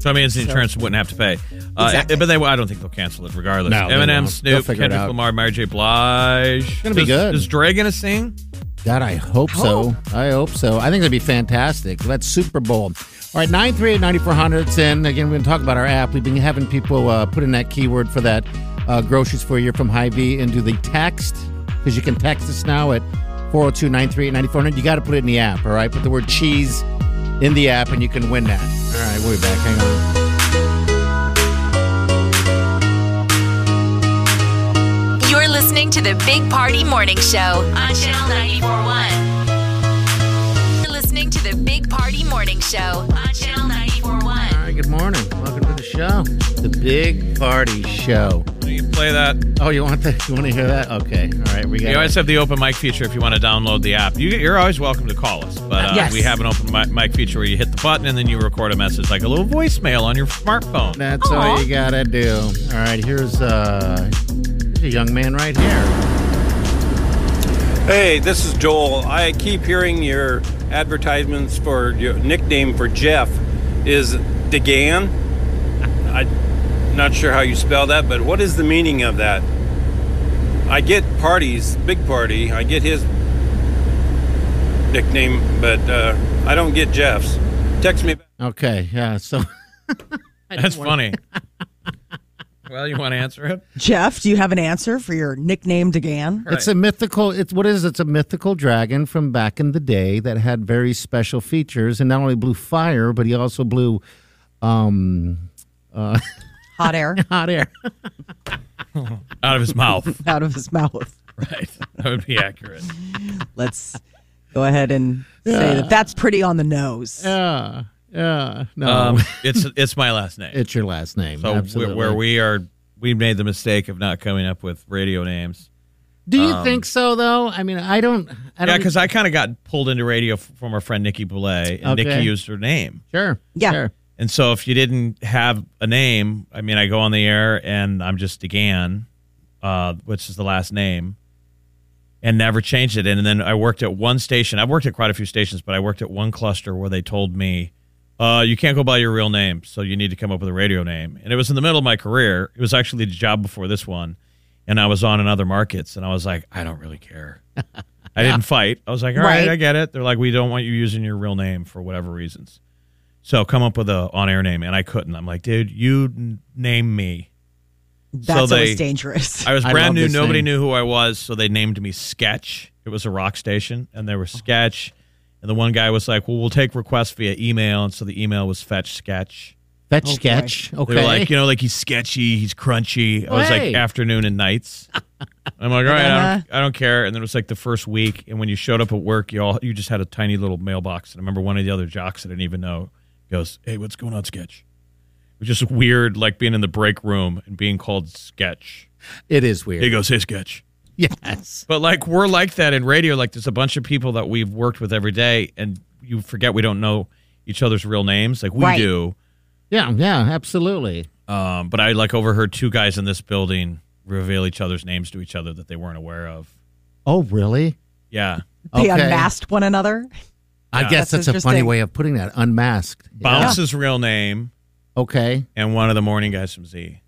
[SPEAKER 5] So I mean, it's the
[SPEAKER 6] So-
[SPEAKER 5] insurance wouldn't have to pay, uh,
[SPEAKER 6] Exactly.
[SPEAKER 5] but they I don't think they'll cancel it regardless.
[SPEAKER 4] No, they
[SPEAKER 5] Eminem,
[SPEAKER 4] won't. They'll
[SPEAKER 5] Snoop,
[SPEAKER 4] figure it
[SPEAKER 5] Kendrick
[SPEAKER 4] out.
[SPEAKER 5] Lamar, Mary J. Blige. It's
[SPEAKER 4] gonna be good.
[SPEAKER 5] Is Dre gonna sing?
[SPEAKER 4] God, I hope so. I hope so. I think it'd be fantastic. That's Super Bowl. All right, 938 9400s in. Again, we're going to talk about our app. We've been having people uh, put in that keyword for that uh, groceries for a year from Hy-Vee into the text because you can text us now at 402 938 9400. You got to put it in the app, all right? Put the word cheese in the app and you can win that. All right, we'll be back. Hang on.
[SPEAKER 3] You're listening to the Big Party Morning Show on Channel 941. You're listening to the Big Party Morning Show on Channel 941.
[SPEAKER 4] All right, good morning. Welcome to the show, the Big Party Show.
[SPEAKER 5] You play that.
[SPEAKER 4] Oh, you want that? You want to hear that? Okay. All right, we got.
[SPEAKER 5] We always have the open mic feature if you want to download the app. You, you're always welcome to call us, but uh,
[SPEAKER 4] Yes.
[SPEAKER 5] we have an open mic, mic feature where you hit the button and then you record a message like a little voicemail on your smartphone.
[SPEAKER 4] That's all you gotta do. All right, here's uh, here's a young man right here.
[SPEAKER 9] Hey, this is Joel. I keep hearing your advertisements for your nickname for Jeff is DeGan. I'm not sure how you spell that, but what is the meaning of that? I get parties, big party. I get his nickname, but uh, I don't get Jeff's. Text me.
[SPEAKER 4] Okay, yeah. So
[SPEAKER 5] That's funny. well, you want to answer it?
[SPEAKER 6] Jeff, do you have an answer for your nickname, DeGan?
[SPEAKER 4] it's a mythical. It's what is? it? It's a mythical dragon from back in the day that had very special features, and not only blew fire, but he also blew um, uh,
[SPEAKER 6] hot air.
[SPEAKER 4] hot air.
[SPEAKER 5] Out of his mouth.
[SPEAKER 6] Out of his mouth.
[SPEAKER 5] Right. That would be accurate.
[SPEAKER 6] Let's go ahead and say
[SPEAKER 5] Yeah.
[SPEAKER 6] that that's pretty on the nose.
[SPEAKER 4] Uh, Yeah. Yeah. Ah, No.
[SPEAKER 5] Um, it's it's my last name.
[SPEAKER 4] It's your last name.
[SPEAKER 5] So where-
[SPEAKER 4] absolutely.
[SPEAKER 5] where we are, we made the mistake of not coming up with radio names.
[SPEAKER 4] Do you
[SPEAKER 5] Um,
[SPEAKER 4] think so, though? I mean, I don't. I
[SPEAKER 5] yeah,
[SPEAKER 4] don't e-
[SPEAKER 5] because I kind of got pulled into radio f- from our friend Nikki Boulay, and
[SPEAKER 4] Okay.
[SPEAKER 5] Nikki used her name.
[SPEAKER 4] Sure.
[SPEAKER 6] Yeah.
[SPEAKER 5] And so if you didn't have a name, I mean, I go on the air and I'm just DeGan, uh, which is the last name, and never changed it. And then I worked at one station. I've worked at quite a few stations, but I worked at one cluster where they told me, uh, you can't go by your real name, so you need to come up with a radio name. And it was in the middle of my career. It was actually the job before this one. And I was on in other markets, and I was like, I don't really care. I didn't fight. I was like, all right,
[SPEAKER 2] Right.
[SPEAKER 5] I get it. They're like, we don't want you using your real name for whatever reasons. So come up with a on-air name, and I couldn't. I'm like, dude, you n- name me.
[SPEAKER 6] That's always dangerous.
[SPEAKER 5] I was
[SPEAKER 6] I
[SPEAKER 5] brand
[SPEAKER 6] love
[SPEAKER 5] new.
[SPEAKER 6] this
[SPEAKER 5] Nobody
[SPEAKER 6] thing.
[SPEAKER 5] knew who I was, so they named me Sketch. It was a rock station, and there was
[SPEAKER 6] Oh.
[SPEAKER 5] Sketch. And the one guy was like, "Well, we'll take requests via email," and so the email was Fetch Sketch.
[SPEAKER 4] Fetch Okay. Sketch,
[SPEAKER 5] They
[SPEAKER 4] okay.
[SPEAKER 5] were like, you know, like he's sketchy, he's crunchy. I was
[SPEAKER 4] Hey.
[SPEAKER 5] like afternoon and nights. I'm like, all right, I,
[SPEAKER 4] Uh-huh.
[SPEAKER 5] don't, I don't care. And then it was like the first week, and when you showed up at work, you all you just had a tiny little mailbox. And I remember one of the other jocks I didn't even know goes, "Hey, what's going on, Sketch?" It was just weird, like being in the break room and being called Sketch.
[SPEAKER 4] It is weird.
[SPEAKER 5] He goes, "Hey, Sketch."
[SPEAKER 4] Yes.
[SPEAKER 5] But like we're like that in radio. Like there's a bunch of people that we've worked with every day, and you forget we don't know each other's real names. Like we
[SPEAKER 4] Right.
[SPEAKER 5] do.
[SPEAKER 4] Yeah. Yeah. Absolutely.
[SPEAKER 5] Um, but I like overheard two guys in this building reveal each other's names to each other that they weren't aware of.
[SPEAKER 4] Oh, really?
[SPEAKER 5] Yeah.
[SPEAKER 6] They unmasked one another.
[SPEAKER 4] I
[SPEAKER 5] Yeah.
[SPEAKER 4] guess that's,
[SPEAKER 6] That's
[SPEAKER 4] a funny
[SPEAKER 6] interesting.
[SPEAKER 4] way of putting that. Unmasked.
[SPEAKER 5] Bounce's real name
[SPEAKER 4] Okay.
[SPEAKER 5] and one of the morning guys from Z.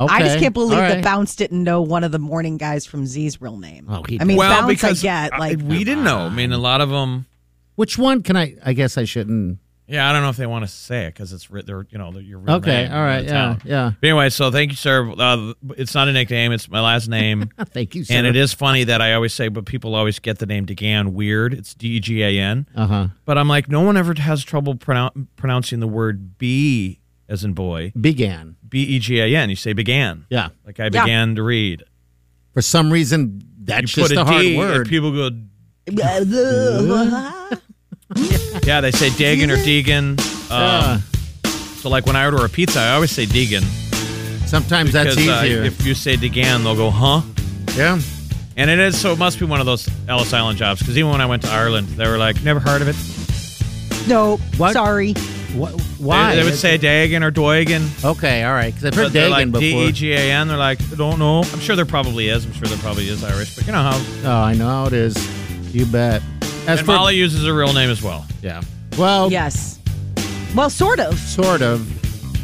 [SPEAKER 4] Okay.
[SPEAKER 6] I just can't believe
[SPEAKER 4] All
[SPEAKER 6] that
[SPEAKER 4] right.
[SPEAKER 6] Bounce didn't know one of the morning guys from Z's real name.
[SPEAKER 4] Oh, he
[SPEAKER 6] I mean,
[SPEAKER 4] did. Well,
[SPEAKER 6] Bounce,
[SPEAKER 4] because
[SPEAKER 6] I get. Like,
[SPEAKER 5] we didn't know. I mean, a
[SPEAKER 4] um,
[SPEAKER 5] lot of them.
[SPEAKER 4] Which one can I? I guess I shouldn't.
[SPEAKER 5] Yeah, I don't know if they want to say it because it's writ- they're you know they're your real
[SPEAKER 4] Okay,
[SPEAKER 5] name
[SPEAKER 4] all right,
[SPEAKER 5] in the
[SPEAKER 4] yeah,
[SPEAKER 5] town.
[SPEAKER 4] yeah.
[SPEAKER 5] But anyway, so thank you, sir. Uh, it's not a nickname; it's my last name.
[SPEAKER 4] Thank you,
[SPEAKER 5] And
[SPEAKER 4] sir.
[SPEAKER 5] it is funny that I always say, but people always get the name DeGan weird. It's D E G A N.
[SPEAKER 4] Uh huh.
[SPEAKER 5] But I'm like, no one ever has trouble pronoun- pronouncing the word B as in boy.
[SPEAKER 4] Began.
[SPEAKER 5] B E G A N. You say began.
[SPEAKER 4] Yeah.
[SPEAKER 5] Like I
[SPEAKER 4] Yeah.
[SPEAKER 5] began to read.
[SPEAKER 4] For some reason, that's
[SPEAKER 5] you
[SPEAKER 4] just
[SPEAKER 5] put
[SPEAKER 4] a
[SPEAKER 5] a
[SPEAKER 4] hard
[SPEAKER 5] D
[SPEAKER 4] word.
[SPEAKER 5] And people go,
[SPEAKER 6] Ugh.
[SPEAKER 5] yeah, they say Dagan or Deegan. Um,
[SPEAKER 4] Yeah.
[SPEAKER 5] So, like when I order a pizza, I always say Deegan.
[SPEAKER 4] Sometimes that's
[SPEAKER 5] Because, uh,
[SPEAKER 4] easier.
[SPEAKER 5] if you say Degan, they'll go, huh?
[SPEAKER 4] Yeah.
[SPEAKER 5] And it is, so it must be one of those Ellis Island jobs. Because even when I went to Ireland, they were like, never heard of it.
[SPEAKER 6] no, sorry.
[SPEAKER 4] What?
[SPEAKER 5] They, they would say Dagan or Doigan.
[SPEAKER 4] Okay, all right. Because I've heard
[SPEAKER 5] they're
[SPEAKER 4] Dagan
[SPEAKER 5] like
[SPEAKER 4] before.
[SPEAKER 5] D E G A N. They're like, I don't know. I'm sure there probably is. I'm sure there probably is Irish, but you know how.
[SPEAKER 4] oh, I know how it is. You bet. As
[SPEAKER 5] and
[SPEAKER 4] for-
[SPEAKER 5] Molly uses her real name as well.
[SPEAKER 4] Yeah. Well,
[SPEAKER 6] Yes. Well, sort of.
[SPEAKER 4] sort of.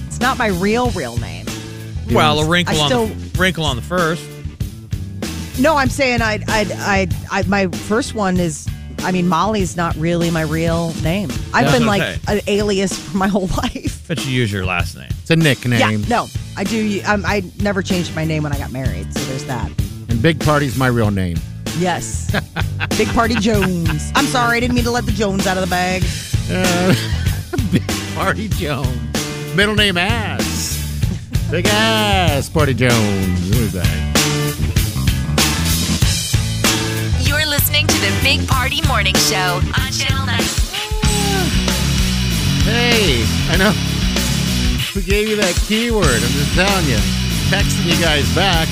[SPEAKER 6] It's not my real, real name.
[SPEAKER 5] Well, a wrinkle on
[SPEAKER 6] I
[SPEAKER 5] the, wrinkle on the first.
[SPEAKER 6] No, I'm saying I, I, I, I, my first one is. I mean, Molly's not really my real name. I've
[SPEAKER 5] That's
[SPEAKER 6] been like
[SPEAKER 5] okay.
[SPEAKER 6] an alias for my whole life.
[SPEAKER 5] But you use your last name.
[SPEAKER 4] It's a nickname.
[SPEAKER 6] Yeah, no, I do. Um, I never changed my name when I got married, so there's that.
[SPEAKER 4] And Big Party's my real name.
[SPEAKER 6] Yes, Big Party Jones. I'm sorry, I didn't mean to let the Jones out of the bag.
[SPEAKER 4] Uh, Big Party Jones. Middle name ass. Big ass Party Jones. We'll be back.
[SPEAKER 3] You're listening to the Big Party Morning Show on Channel 9.
[SPEAKER 4] Hey, I know. We gave you that keyword. I'm just telling you. Texting you guys back.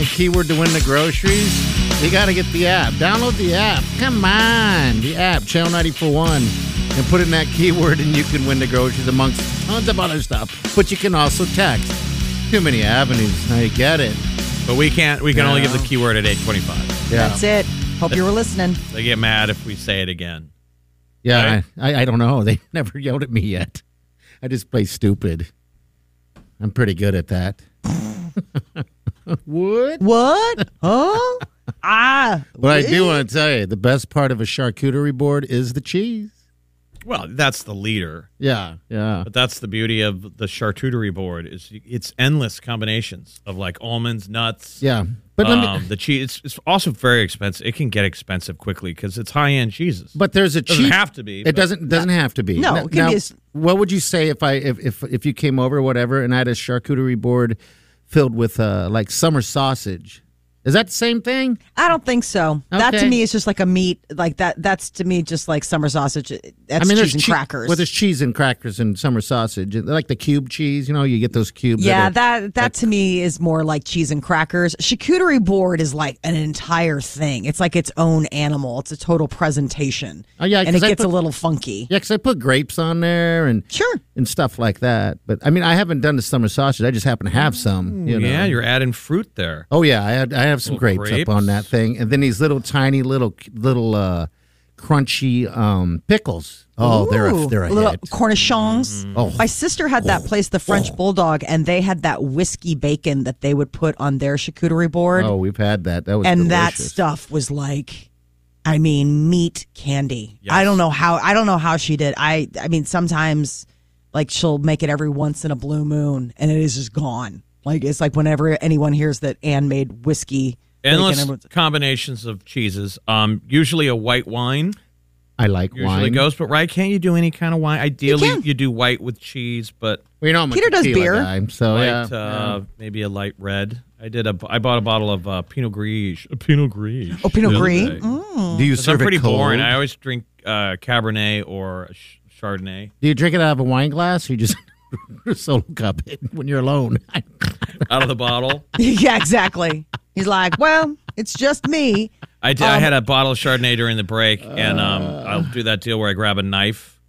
[SPEAKER 4] A keyword to win the groceries. You got to get the app. Download the app. Come on. The app, Channel 941. And put in that keyword, and you can win the groceries amongst tons of other stuff. But you can also text. Too many avenues. Now you get it.
[SPEAKER 5] But we can't. We can only give
[SPEAKER 4] Yeah.
[SPEAKER 5] the keyword at eight twenty-five.
[SPEAKER 4] Yeah.
[SPEAKER 6] That's it. Hope you were listening.
[SPEAKER 5] They get mad if we say it again.
[SPEAKER 4] Yeah, I, I, I don't know. They never yelled at me yet. I just play stupid. I'm pretty good at that. what?
[SPEAKER 6] What? Huh? ah.
[SPEAKER 4] But I do want to tell you, the best part of a charcuterie board is the cheese.
[SPEAKER 5] Well, that's the leader.
[SPEAKER 4] Yeah, yeah.
[SPEAKER 5] But that's the beauty of the charcuterie board is it's endless combinations of like almonds, nuts.
[SPEAKER 4] Yeah, but let me-
[SPEAKER 5] um, the cheese. It's, it's also very expensive. It can get expensive quickly because it's high end cheeses.
[SPEAKER 4] But there's a
[SPEAKER 5] Doesn't
[SPEAKER 4] cheap.
[SPEAKER 5] have to be,
[SPEAKER 4] It
[SPEAKER 5] but-
[SPEAKER 4] doesn't doesn't have to be.
[SPEAKER 6] No,
[SPEAKER 4] N-
[SPEAKER 6] it can be as-
[SPEAKER 4] what would you say if I if, if if you came over or whatever and I had a charcuterie board filled with uh like summer sausage? Is that the same thing?
[SPEAKER 6] I don't think so. That to
[SPEAKER 4] Okay.
[SPEAKER 6] me is just like a meat. Like that. That's to me just like summer sausage. That's cheese and
[SPEAKER 4] chee-
[SPEAKER 6] crackers.
[SPEAKER 4] Well, there's cheese and crackers and summer sausage. They're like the cube cheese, you know, you get those cubes.
[SPEAKER 6] yeah,
[SPEAKER 4] that.
[SPEAKER 6] that that, to me is more like cheese and crackers. Charcuterie board is like an entire thing. It's like its own animal. It's a total presentation.
[SPEAKER 4] Are, oh yeah,
[SPEAKER 6] and it
[SPEAKER 4] 'cause I
[SPEAKER 6] gets a
[SPEAKER 4] put-
[SPEAKER 6] little funky.
[SPEAKER 4] Yeah, because I put grapes on there and
[SPEAKER 6] sure
[SPEAKER 4] and stuff like that. But I mean, I haven't done the summer sausage. I just happen to have
[SPEAKER 6] Mm.
[SPEAKER 4] some. You know.
[SPEAKER 5] Yeah, you're adding fruit there.
[SPEAKER 4] Oh yeah, I had I have some grapes,
[SPEAKER 5] Little
[SPEAKER 4] up on that thing, and then these little tiny little little uh, crunchy um, pickles. Oh, they're a,
[SPEAKER 6] Ooh,
[SPEAKER 4] they're a
[SPEAKER 6] little
[SPEAKER 4] hit.
[SPEAKER 6] cornichons.
[SPEAKER 4] Oh.
[SPEAKER 6] My sister had that place, the French Bulldog, and they had that whiskey bacon that they would put on their charcuterie board.
[SPEAKER 4] Oh, we've had that. That was
[SPEAKER 6] and that
[SPEAKER 4] delicious.
[SPEAKER 6] stuff was like i mean meat candy i don't know how i don't know how she did i i mean sometimes like she'll make it every once in a blue moon and it is just gone like it's like whenever anyone hears that anne made whiskey bacon,
[SPEAKER 5] Endless
[SPEAKER 6] everyone's-
[SPEAKER 5] combinations of cheeses. Um, usually a white wine.
[SPEAKER 4] I like
[SPEAKER 5] usually
[SPEAKER 4] wine.
[SPEAKER 5] goes, but right? Can't you do any kind of wine? Ideally, you, do white with cheese, but
[SPEAKER 4] Well, you know, I'm a
[SPEAKER 6] Peter does
[SPEAKER 4] tequila
[SPEAKER 6] beer.
[SPEAKER 4] guy, so
[SPEAKER 5] light,
[SPEAKER 4] Oh, yeah,
[SPEAKER 5] uh, maybe a light red. I did a. I bought a bottle of uh, Pinot Gris. Pinot Gris.
[SPEAKER 6] oh pinot
[SPEAKER 5] the other
[SPEAKER 6] gris
[SPEAKER 5] day.
[SPEAKER 6] Mm.
[SPEAKER 4] Do you
[SPEAKER 5] 'Cause I'm
[SPEAKER 4] serve it
[SPEAKER 5] pretty
[SPEAKER 4] cold?
[SPEAKER 5] boring. I always drink uh, Cabernet or Ch- Chardonnay.
[SPEAKER 4] Do you drink it out of a wine glass? Or you just solo cup it when you're alone.
[SPEAKER 5] out of the bottle.
[SPEAKER 6] yeah exactly he's like well it's just me
[SPEAKER 5] I did. I
[SPEAKER 4] Um,
[SPEAKER 5] had a bottle of Chardonnay during the break, and um,
[SPEAKER 4] uh.
[SPEAKER 5] I'll do that deal where I grab a knife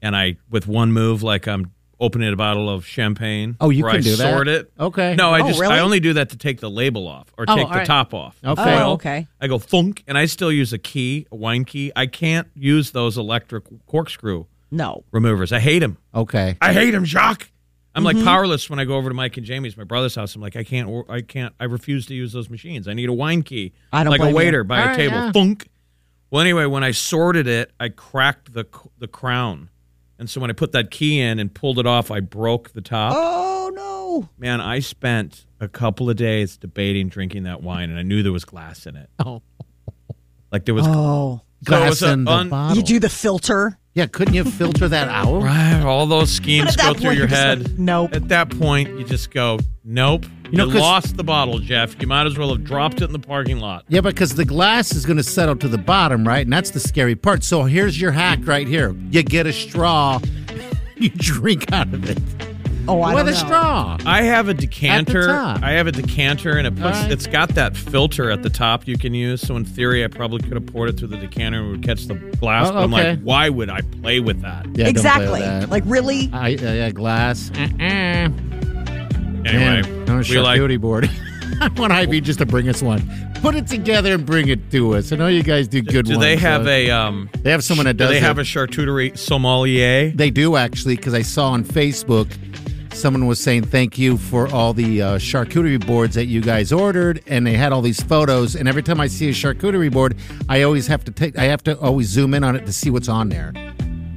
[SPEAKER 5] and I, with one move, like I'm opening a bottle of champagne.
[SPEAKER 4] Oh, you
[SPEAKER 5] where
[SPEAKER 4] can
[SPEAKER 5] I
[SPEAKER 4] do that?
[SPEAKER 5] Sort it.
[SPEAKER 4] Okay.
[SPEAKER 5] No, I
[SPEAKER 4] Oh,
[SPEAKER 5] just
[SPEAKER 4] really?
[SPEAKER 5] I only do that to take the label off or
[SPEAKER 4] Oh,
[SPEAKER 5] take
[SPEAKER 4] all
[SPEAKER 5] the
[SPEAKER 4] right.
[SPEAKER 5] top off.
[SPEAKER 4] Okay.
[SPEAKER 5] The
[SPEAKER 4] Oh,
[SPEAKER 6] okay.
[SPEAKER 5] I go funk, and I still use a key, a wine key. I can't use those electric corkscrew
[SPEAKER 6] no
[SPEAKER 5] removers. I hate them.
[SPEAKER 4] Okay.
[SPEAKER 5] I hate him, Jacques. I'm like
[SPEAKER 6] Mm-hmm.
[SPEAKER 5] powerless when I go over to Mike and Jamie's, my brother's house. I'm like, I can't, wor- I can't, I refuse to use those machines. I need a wine key,
[SPEAKER 6] I don't
[SPEAKER 5] like a
[SPEAKER 6] blame you.
[SPEAKER 5] waiter by
[SPEAKER 4] All
[SPEAKER 5] a
[SPEAKER 4] right,
[SPEAKER 5] table.
[SPEAKER 4] yeah.
[SPEAKER 5] Funk. Well, anyway, when I sorted it, I cracked the c- the crown, and so when I put that key in and pulled it off, I broke the top.
[SPEAKER 6] oh no
[SPEAKER 5] Man, I spent a couple of days debating drinking that wine, and I knew there was glass in it.
[SPEAKER 4] Oh.
[SPEAKER 5] Like there was
[SPEAKER 6] oh
[SPEAKER 5] So it
[SPEAKER 4] glass
[SPEAKER 5] was a
[SPEAKER 4] in the
[SPEAKER 5] un-
[SPEAKER 4] bottle.
[SPEAKER 6] you do the filter
[SPEAKER 4] yeah, couldn't you filter that out?
[SPEAKER 5] Right, all those schemes
[SPEAKER 6] At
[SPEAKER 5] go
[SPEAKER 6] that
[SPEAKER 5] through
[SPEAKER 6] point,
[SPEAKER 5] your
[SPEAKER 6] you're just
[SPEAKER 5] head.
[SPEAKER 6] like, nope.
[SPEAKER 5] At that point, you just go, nope. You,
[SPEAKER 4] know, 'cause-
[SPEAKER 5] lost the bottle, Jeff. You might as well have dropped it in the parking lot.
[SPEAKER 4] Yeah, because the glass is going to settle to the bottom, right? And that's the scary part. So here's your hack right here. You get a straw, you drink out of it.
[SPEAKER 6] oh i
[SPEAKER 4] With
[SPEAKER 6] don't
[SPEAKER 4] a
[SPEAKER 6] know
[SPEAKER 4] straw.
[SPEAKER 5] I have a decanter.
[SPEAKER 4] top.
[SPEAKER 5] I have a decanter, and it puts,
[SPEAKER 4] right.
[SPEAKER 5] it's got that filter at the top you can use. So in theory, I probably could have poured it through the decanter and would catch the glass.
[SPEAKER 4] Oh,
[SPEAKER 5] But I'm like,
[SPEAKER 4] okay.
[SPEAKER 5] why would I play with that?
[SPEAKER 4] Yeah, don't play with
[SPEAKER 6] exactly
[SPEAKER 4] that.
[SPEAKER 6] like really
[SPEAKER 4] I, uh, yeah, glass. Uh-uh.
[SPEAKER 5] Anyway,
[SPEAKER 4] Man, on a
[SPEAKER 5] we like
[SPEAKER 4] charcuterie board. I want Ivy just to bring us one. Put it together and bring it to us. I know you guys do good
[SPEAKER 5] do
[SPEAKER 4] ones.
[SPEAKER 5] they have
[SPEAKER 4] so-
[SPEAKER 5] a um?
[SPEAKER 4] They have someone that
[SPEAKER 5] Do
[SPEAKER 4] does
[SPEAKER 5] they
[SPEAKER 4] it.
[SPEAKER 5] have a charcuterie sommelier?
[SPEAKER 4] They do actually, because I saw on Facebook someone was saying thank you for all the uh, charcuterie boards that you guys ordered, and they had all these photos. And every time I see a charcuterie board, I always have to take, I have to always zoom in on it to see what's on there.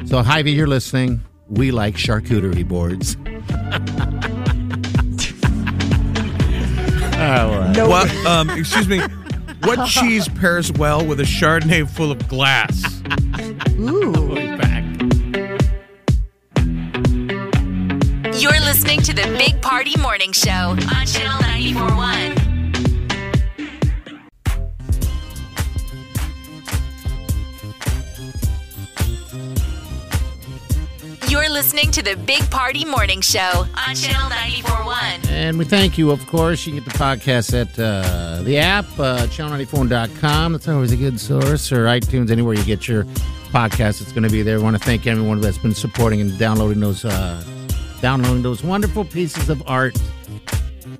[SPEAKER 4] So, Hyvie, you're listening. We like charcuterie boards.
[SPEAKER 6] no
[SPEAKER 5] What? Um, excuse me. What cheese pairs well with a Chardonnay full of glass?
[SPEAKER 6] ooh
[SPEAKER 3] You're listening to the Big Party Morning Show on Channel 941. You're listening to the Big Party Morning Show on Channel 941.
[SPEAKER 4] And we thank you, of course. You can get the podcast at uh, the app, uh, channel94.com. That's always a good source, or iTunes, anywhere you get your podcast. It's going to be there. We want to thank everyone that's been supporting and downloading those, uh, downloading those wonderful pieces of art.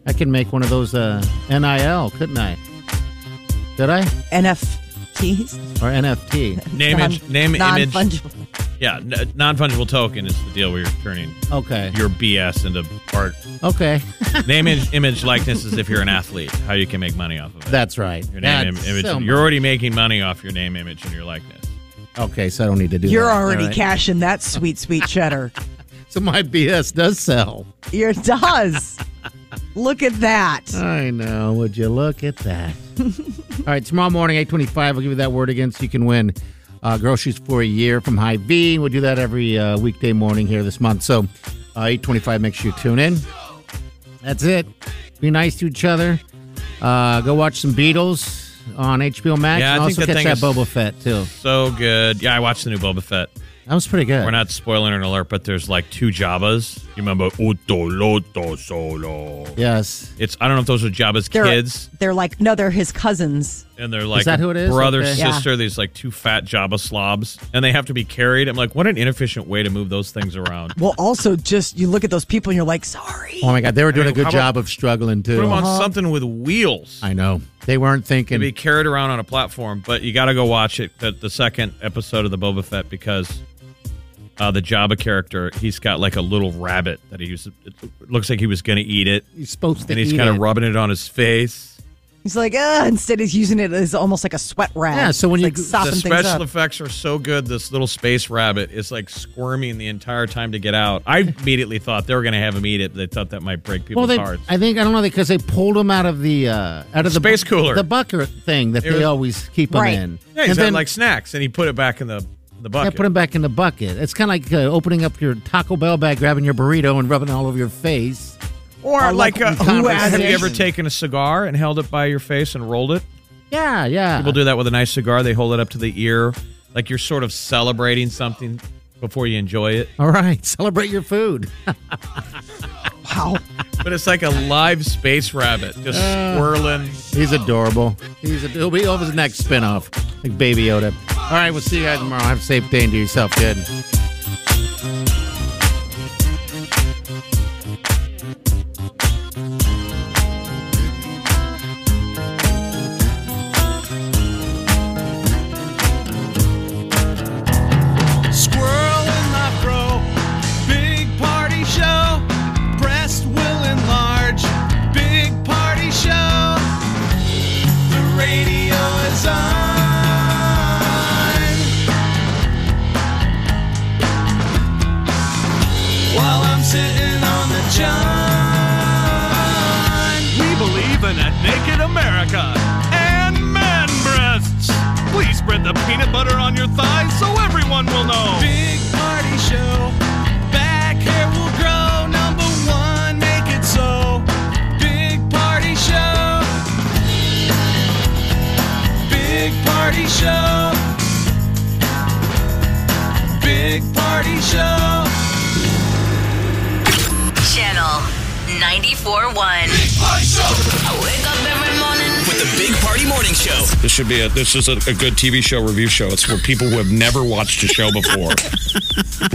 [SPEAKER 4] I can make one of those uh, NIL, couldn't I? Did I?
[SPEAKER 6] nfts
[SPEAKER 4] Or NFT?
[SPEAKER 5] Name, image, name, image.
[SPEAKER 6] fungible
[SPEAKER 5] Yeah, n- non fungible token is the deal where you're turning
[SPEAKER 4] Okay.
[SPEAKER 5] your BS into art.
[SPEAKER 4] Okay.
[SPEAKER 5] Name, image, image, likeness is if you're an athlete, how you can make money off of it.
[SPEAKER 4] That's right.
[SPEAKER 5] your name, im-
[SPEAKER 4] That's
[SPEAKER 5] image.
[SPEAKER 4] so
[SPEAKER 5] you're already making money off your name, image, and your likeness.
[SPEAKER 4] Okay, so I don't need to do
[SPEAKER 6] You're
[SPEAKER 4] that.
[SPEAKER 6] already
[SPEAKER 4] All right.
[SPEAKER 6] cashing that sweet, sweet cheddar.
[SPEAKER 4] So my BS does sell.
[SPEAKER 6] it does. Look at that.
[SPEAKER 4] I know. Would you look at that? All right, tomorrow morning, 825, I'll give you that word again so you can win uh, groceries for a year from High V. We'll do that every uh, weekday morning here this month. So, uh, 825, make sure you tune in. That's it. Be nice to each other. Uh, go watch some Beatles on HBO Max.
[SPEAKER 5] Yeah, I
[SPEAKER 4] and
[SPEAKER 5] think
[SPEAKER 4] also
[SPEAKER 5] that
[SPEAKER 4] catch
[SPEAKER 5] thing
[SPEAKER 4] that
[SPEAKER 5] is-
[SPEAKER 4] Boba Fett too.
[SPEAKER 5] So good. Yeah, I watched the new Boba Fett.
[SPEAKER 4] That was pretty good.
[SPEAKER 5] We're not spoiling an alert, but there's like two Jabas. You remember Utoloto Solo?
[SPEAKER 4] Yes.
[SPEAKER 5] It's I don't know if those are Jabba's
[SPEAKER 6] They're,
[SPEAKER 5] kids,
[SPEAKER 6] They're like no, they're his cousins.
[SPEAKER 5] and they're like
[SPEAKER 4] that who it is?
[SPEAKER 5] brother
[SPEAKER 4] Okay. Yeah.
[SPEAKER 5] sister. These like two fat Jabba slobs, and they have to be carried. I'm like, what an inefficient way to move those things around.
[SPEAKER 6] Well, also just you look at those people and you're like, sorry.
[SPEAKER 4] Oh my god, they were doing
[SPEAKER 5] I
[SPEAKER 4] a
[SPEAKER 5] mean,
[SPEAKER 4] good
[SPEAKER 5] how
[SPEAKER 4] job of struggling
[SPEAKER 5] Put
[SPEAKER 4] too.
[SPEAKER 5] them on something with wheels.
[SPEAKER 4] I know they weren't
[SPEAKER 5] To
[SPEAKER 4] thinking.
[SPEAKER 5] be carried around on a platform, but you got to go watch it. The, the second episode of the Boba Fett because uh, the Jabba character, he's got like a little rabbit that he used. It looks like he was going to eat it.
[SPEAKER 4] He's supposed to
[SPEAKER 5] and he's
[SPEAKER 4] eat
[SPEAKER 5] kind
[SPEAKER 4] it.
[SPEAKER 5] of rubbing it on his face.
[SPEAKER 6] He's like, ah, instead he's using it as almost like a sweat rag.
[SPEAKER 4] Yeah, so when
[SPEAKER 6] It's
[SPEAKER 4] you
[SPEAKER 6] like
[SPEAKER 4] go-
[SPEAKER 6] soften
[SPEAKER 5] the
[SPEAKER 6] things up.
[SPEAKER 5] special effects are so good. This little space rabbit is like squirming the entire time to get out. I immediately thought they were going to have him eat it. But they thought that might break
[SPEAKER 4] well,
[SPEAKER 5] people's
[SPEAKER 4] they,
[SPEAKER 5] hearts.
[SPEAKER 4] I think I don't know because they pulled him out of the uh, out of the
[SPEAKER 5] Space cooler.
[SPEAKER 4] the bucket thing that
[SPEAKER 5] It
[SPEAKER 4] they
[SPEAKER 5] was-
[SPEAKER 4] always keep him
[SPEAKER 6] Right.
[SPEAKER 4] in.
[SPEAKER 5] Yeah, he's
[SPEAKER 4] and
[SPEAKER 5] had
[SPEAKER 4] then
[SPEAKER 5] like snacks, and he put it back in the the
[SPEAKER 4] yeah,
[SPEAKER 5] bucket.
[SPEAKER 4] put him back in the bucket. It's kind of like uh, opening up your Taco Bell bag, grabbing your burrito, and rubbing it all over your face.
[SPEAKER 5] or like, a, who
[SPEAKER 4] conversation.
[SPEAKER 5] have you ever taken a cigar and held it by your face and rolled it?
[SPEAKER 4] Yeah, yeah.
[SPEAKER 5] People do that with a nice cigar. They hold it up to the ear, like you're sort of celebrating something before you enjoy it.
[SPEAKER 4] All right, celebrate your food.
[SPEAKER 6] Wow.
[SPEAKER 5] But it's like a live space rabbit just
[SPEAKER 4] Uh.
[SPEAKER 5] swirling.
[SPEAKER 4] He's adorable. He's ad- he'll be over the next spinoff, like Baby Yoda. All right, we'll see you guys tomorrow. Have a safe day and do yourself good.
[SPEAKER 1] Squirrel in my fro. Big party show. Breast will enlarge. Big party show. The radio is on. While I'm sitting on the john.
[SPEAKER 2] We believe in a naked America and man breasts. Please spread the peanut butter on your thighs so everyone will know.
[SPEAKER 1] Big party show. Back hair will grow. Number one, make it so. Big party show. Big party show. Big party show.
[SPEAKER 3] Channel 94.1. Wake up every morning.
[SPEAKER 7] With the Big Party Morning Show.
[SPEAKER 5] This should be a this is a, a good TV show review show. It's for people who have never watched a show before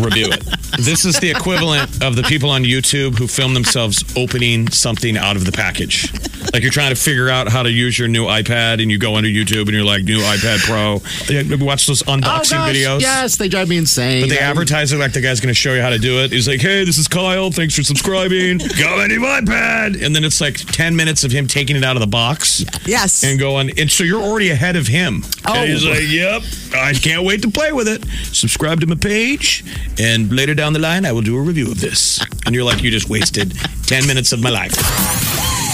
[SPEAKER 5] review it. This is the equivalent of the people on YouTube who film themselves opening something out of the package. Like you're trying to figure out how to use your new iPad and you go into YouTube and you're like new iPad Pro. You Watch those unboxing videos.
[SPEAKER 4] Oh, Yes, they drive me insane.
[SPEAKER 5] But they advertise it like the guy's going to show you how to do it. He's like, "Hey, this is Kyle. Thanks for subscribing. Got my new iPad." And then it's like ten minutes of him taking it out of the box
[SPEAKER 6] Yes.
[SPEAKER 5] and going, and so you're already ahead of him.
[SPEAKER 4] Oh.
[SPEAKER 5] And he's like, yep, I can't wait to play with it. Subscribe to my page, and later down the line, I will do a review of this. And you're like, you just wasted 10 minutes of my life.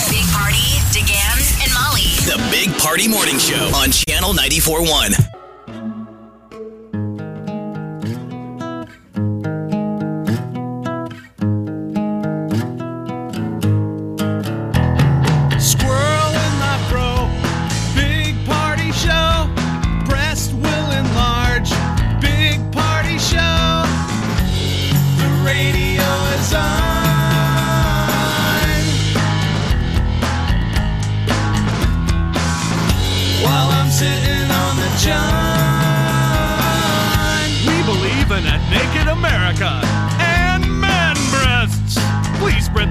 [SPEAKER 3] Big Party, DeGan, and Molly.
[SPEAKER 7] The Big Party Morning Show on Channel 941.
[SPEAKER 1] Squirrel in my fro. Big party show. Breast will enlarge. Big party show. The radio is on. While I'm sitting on the john.
[SPEAKER 2] We believe in a naked America and man breasts. Please spread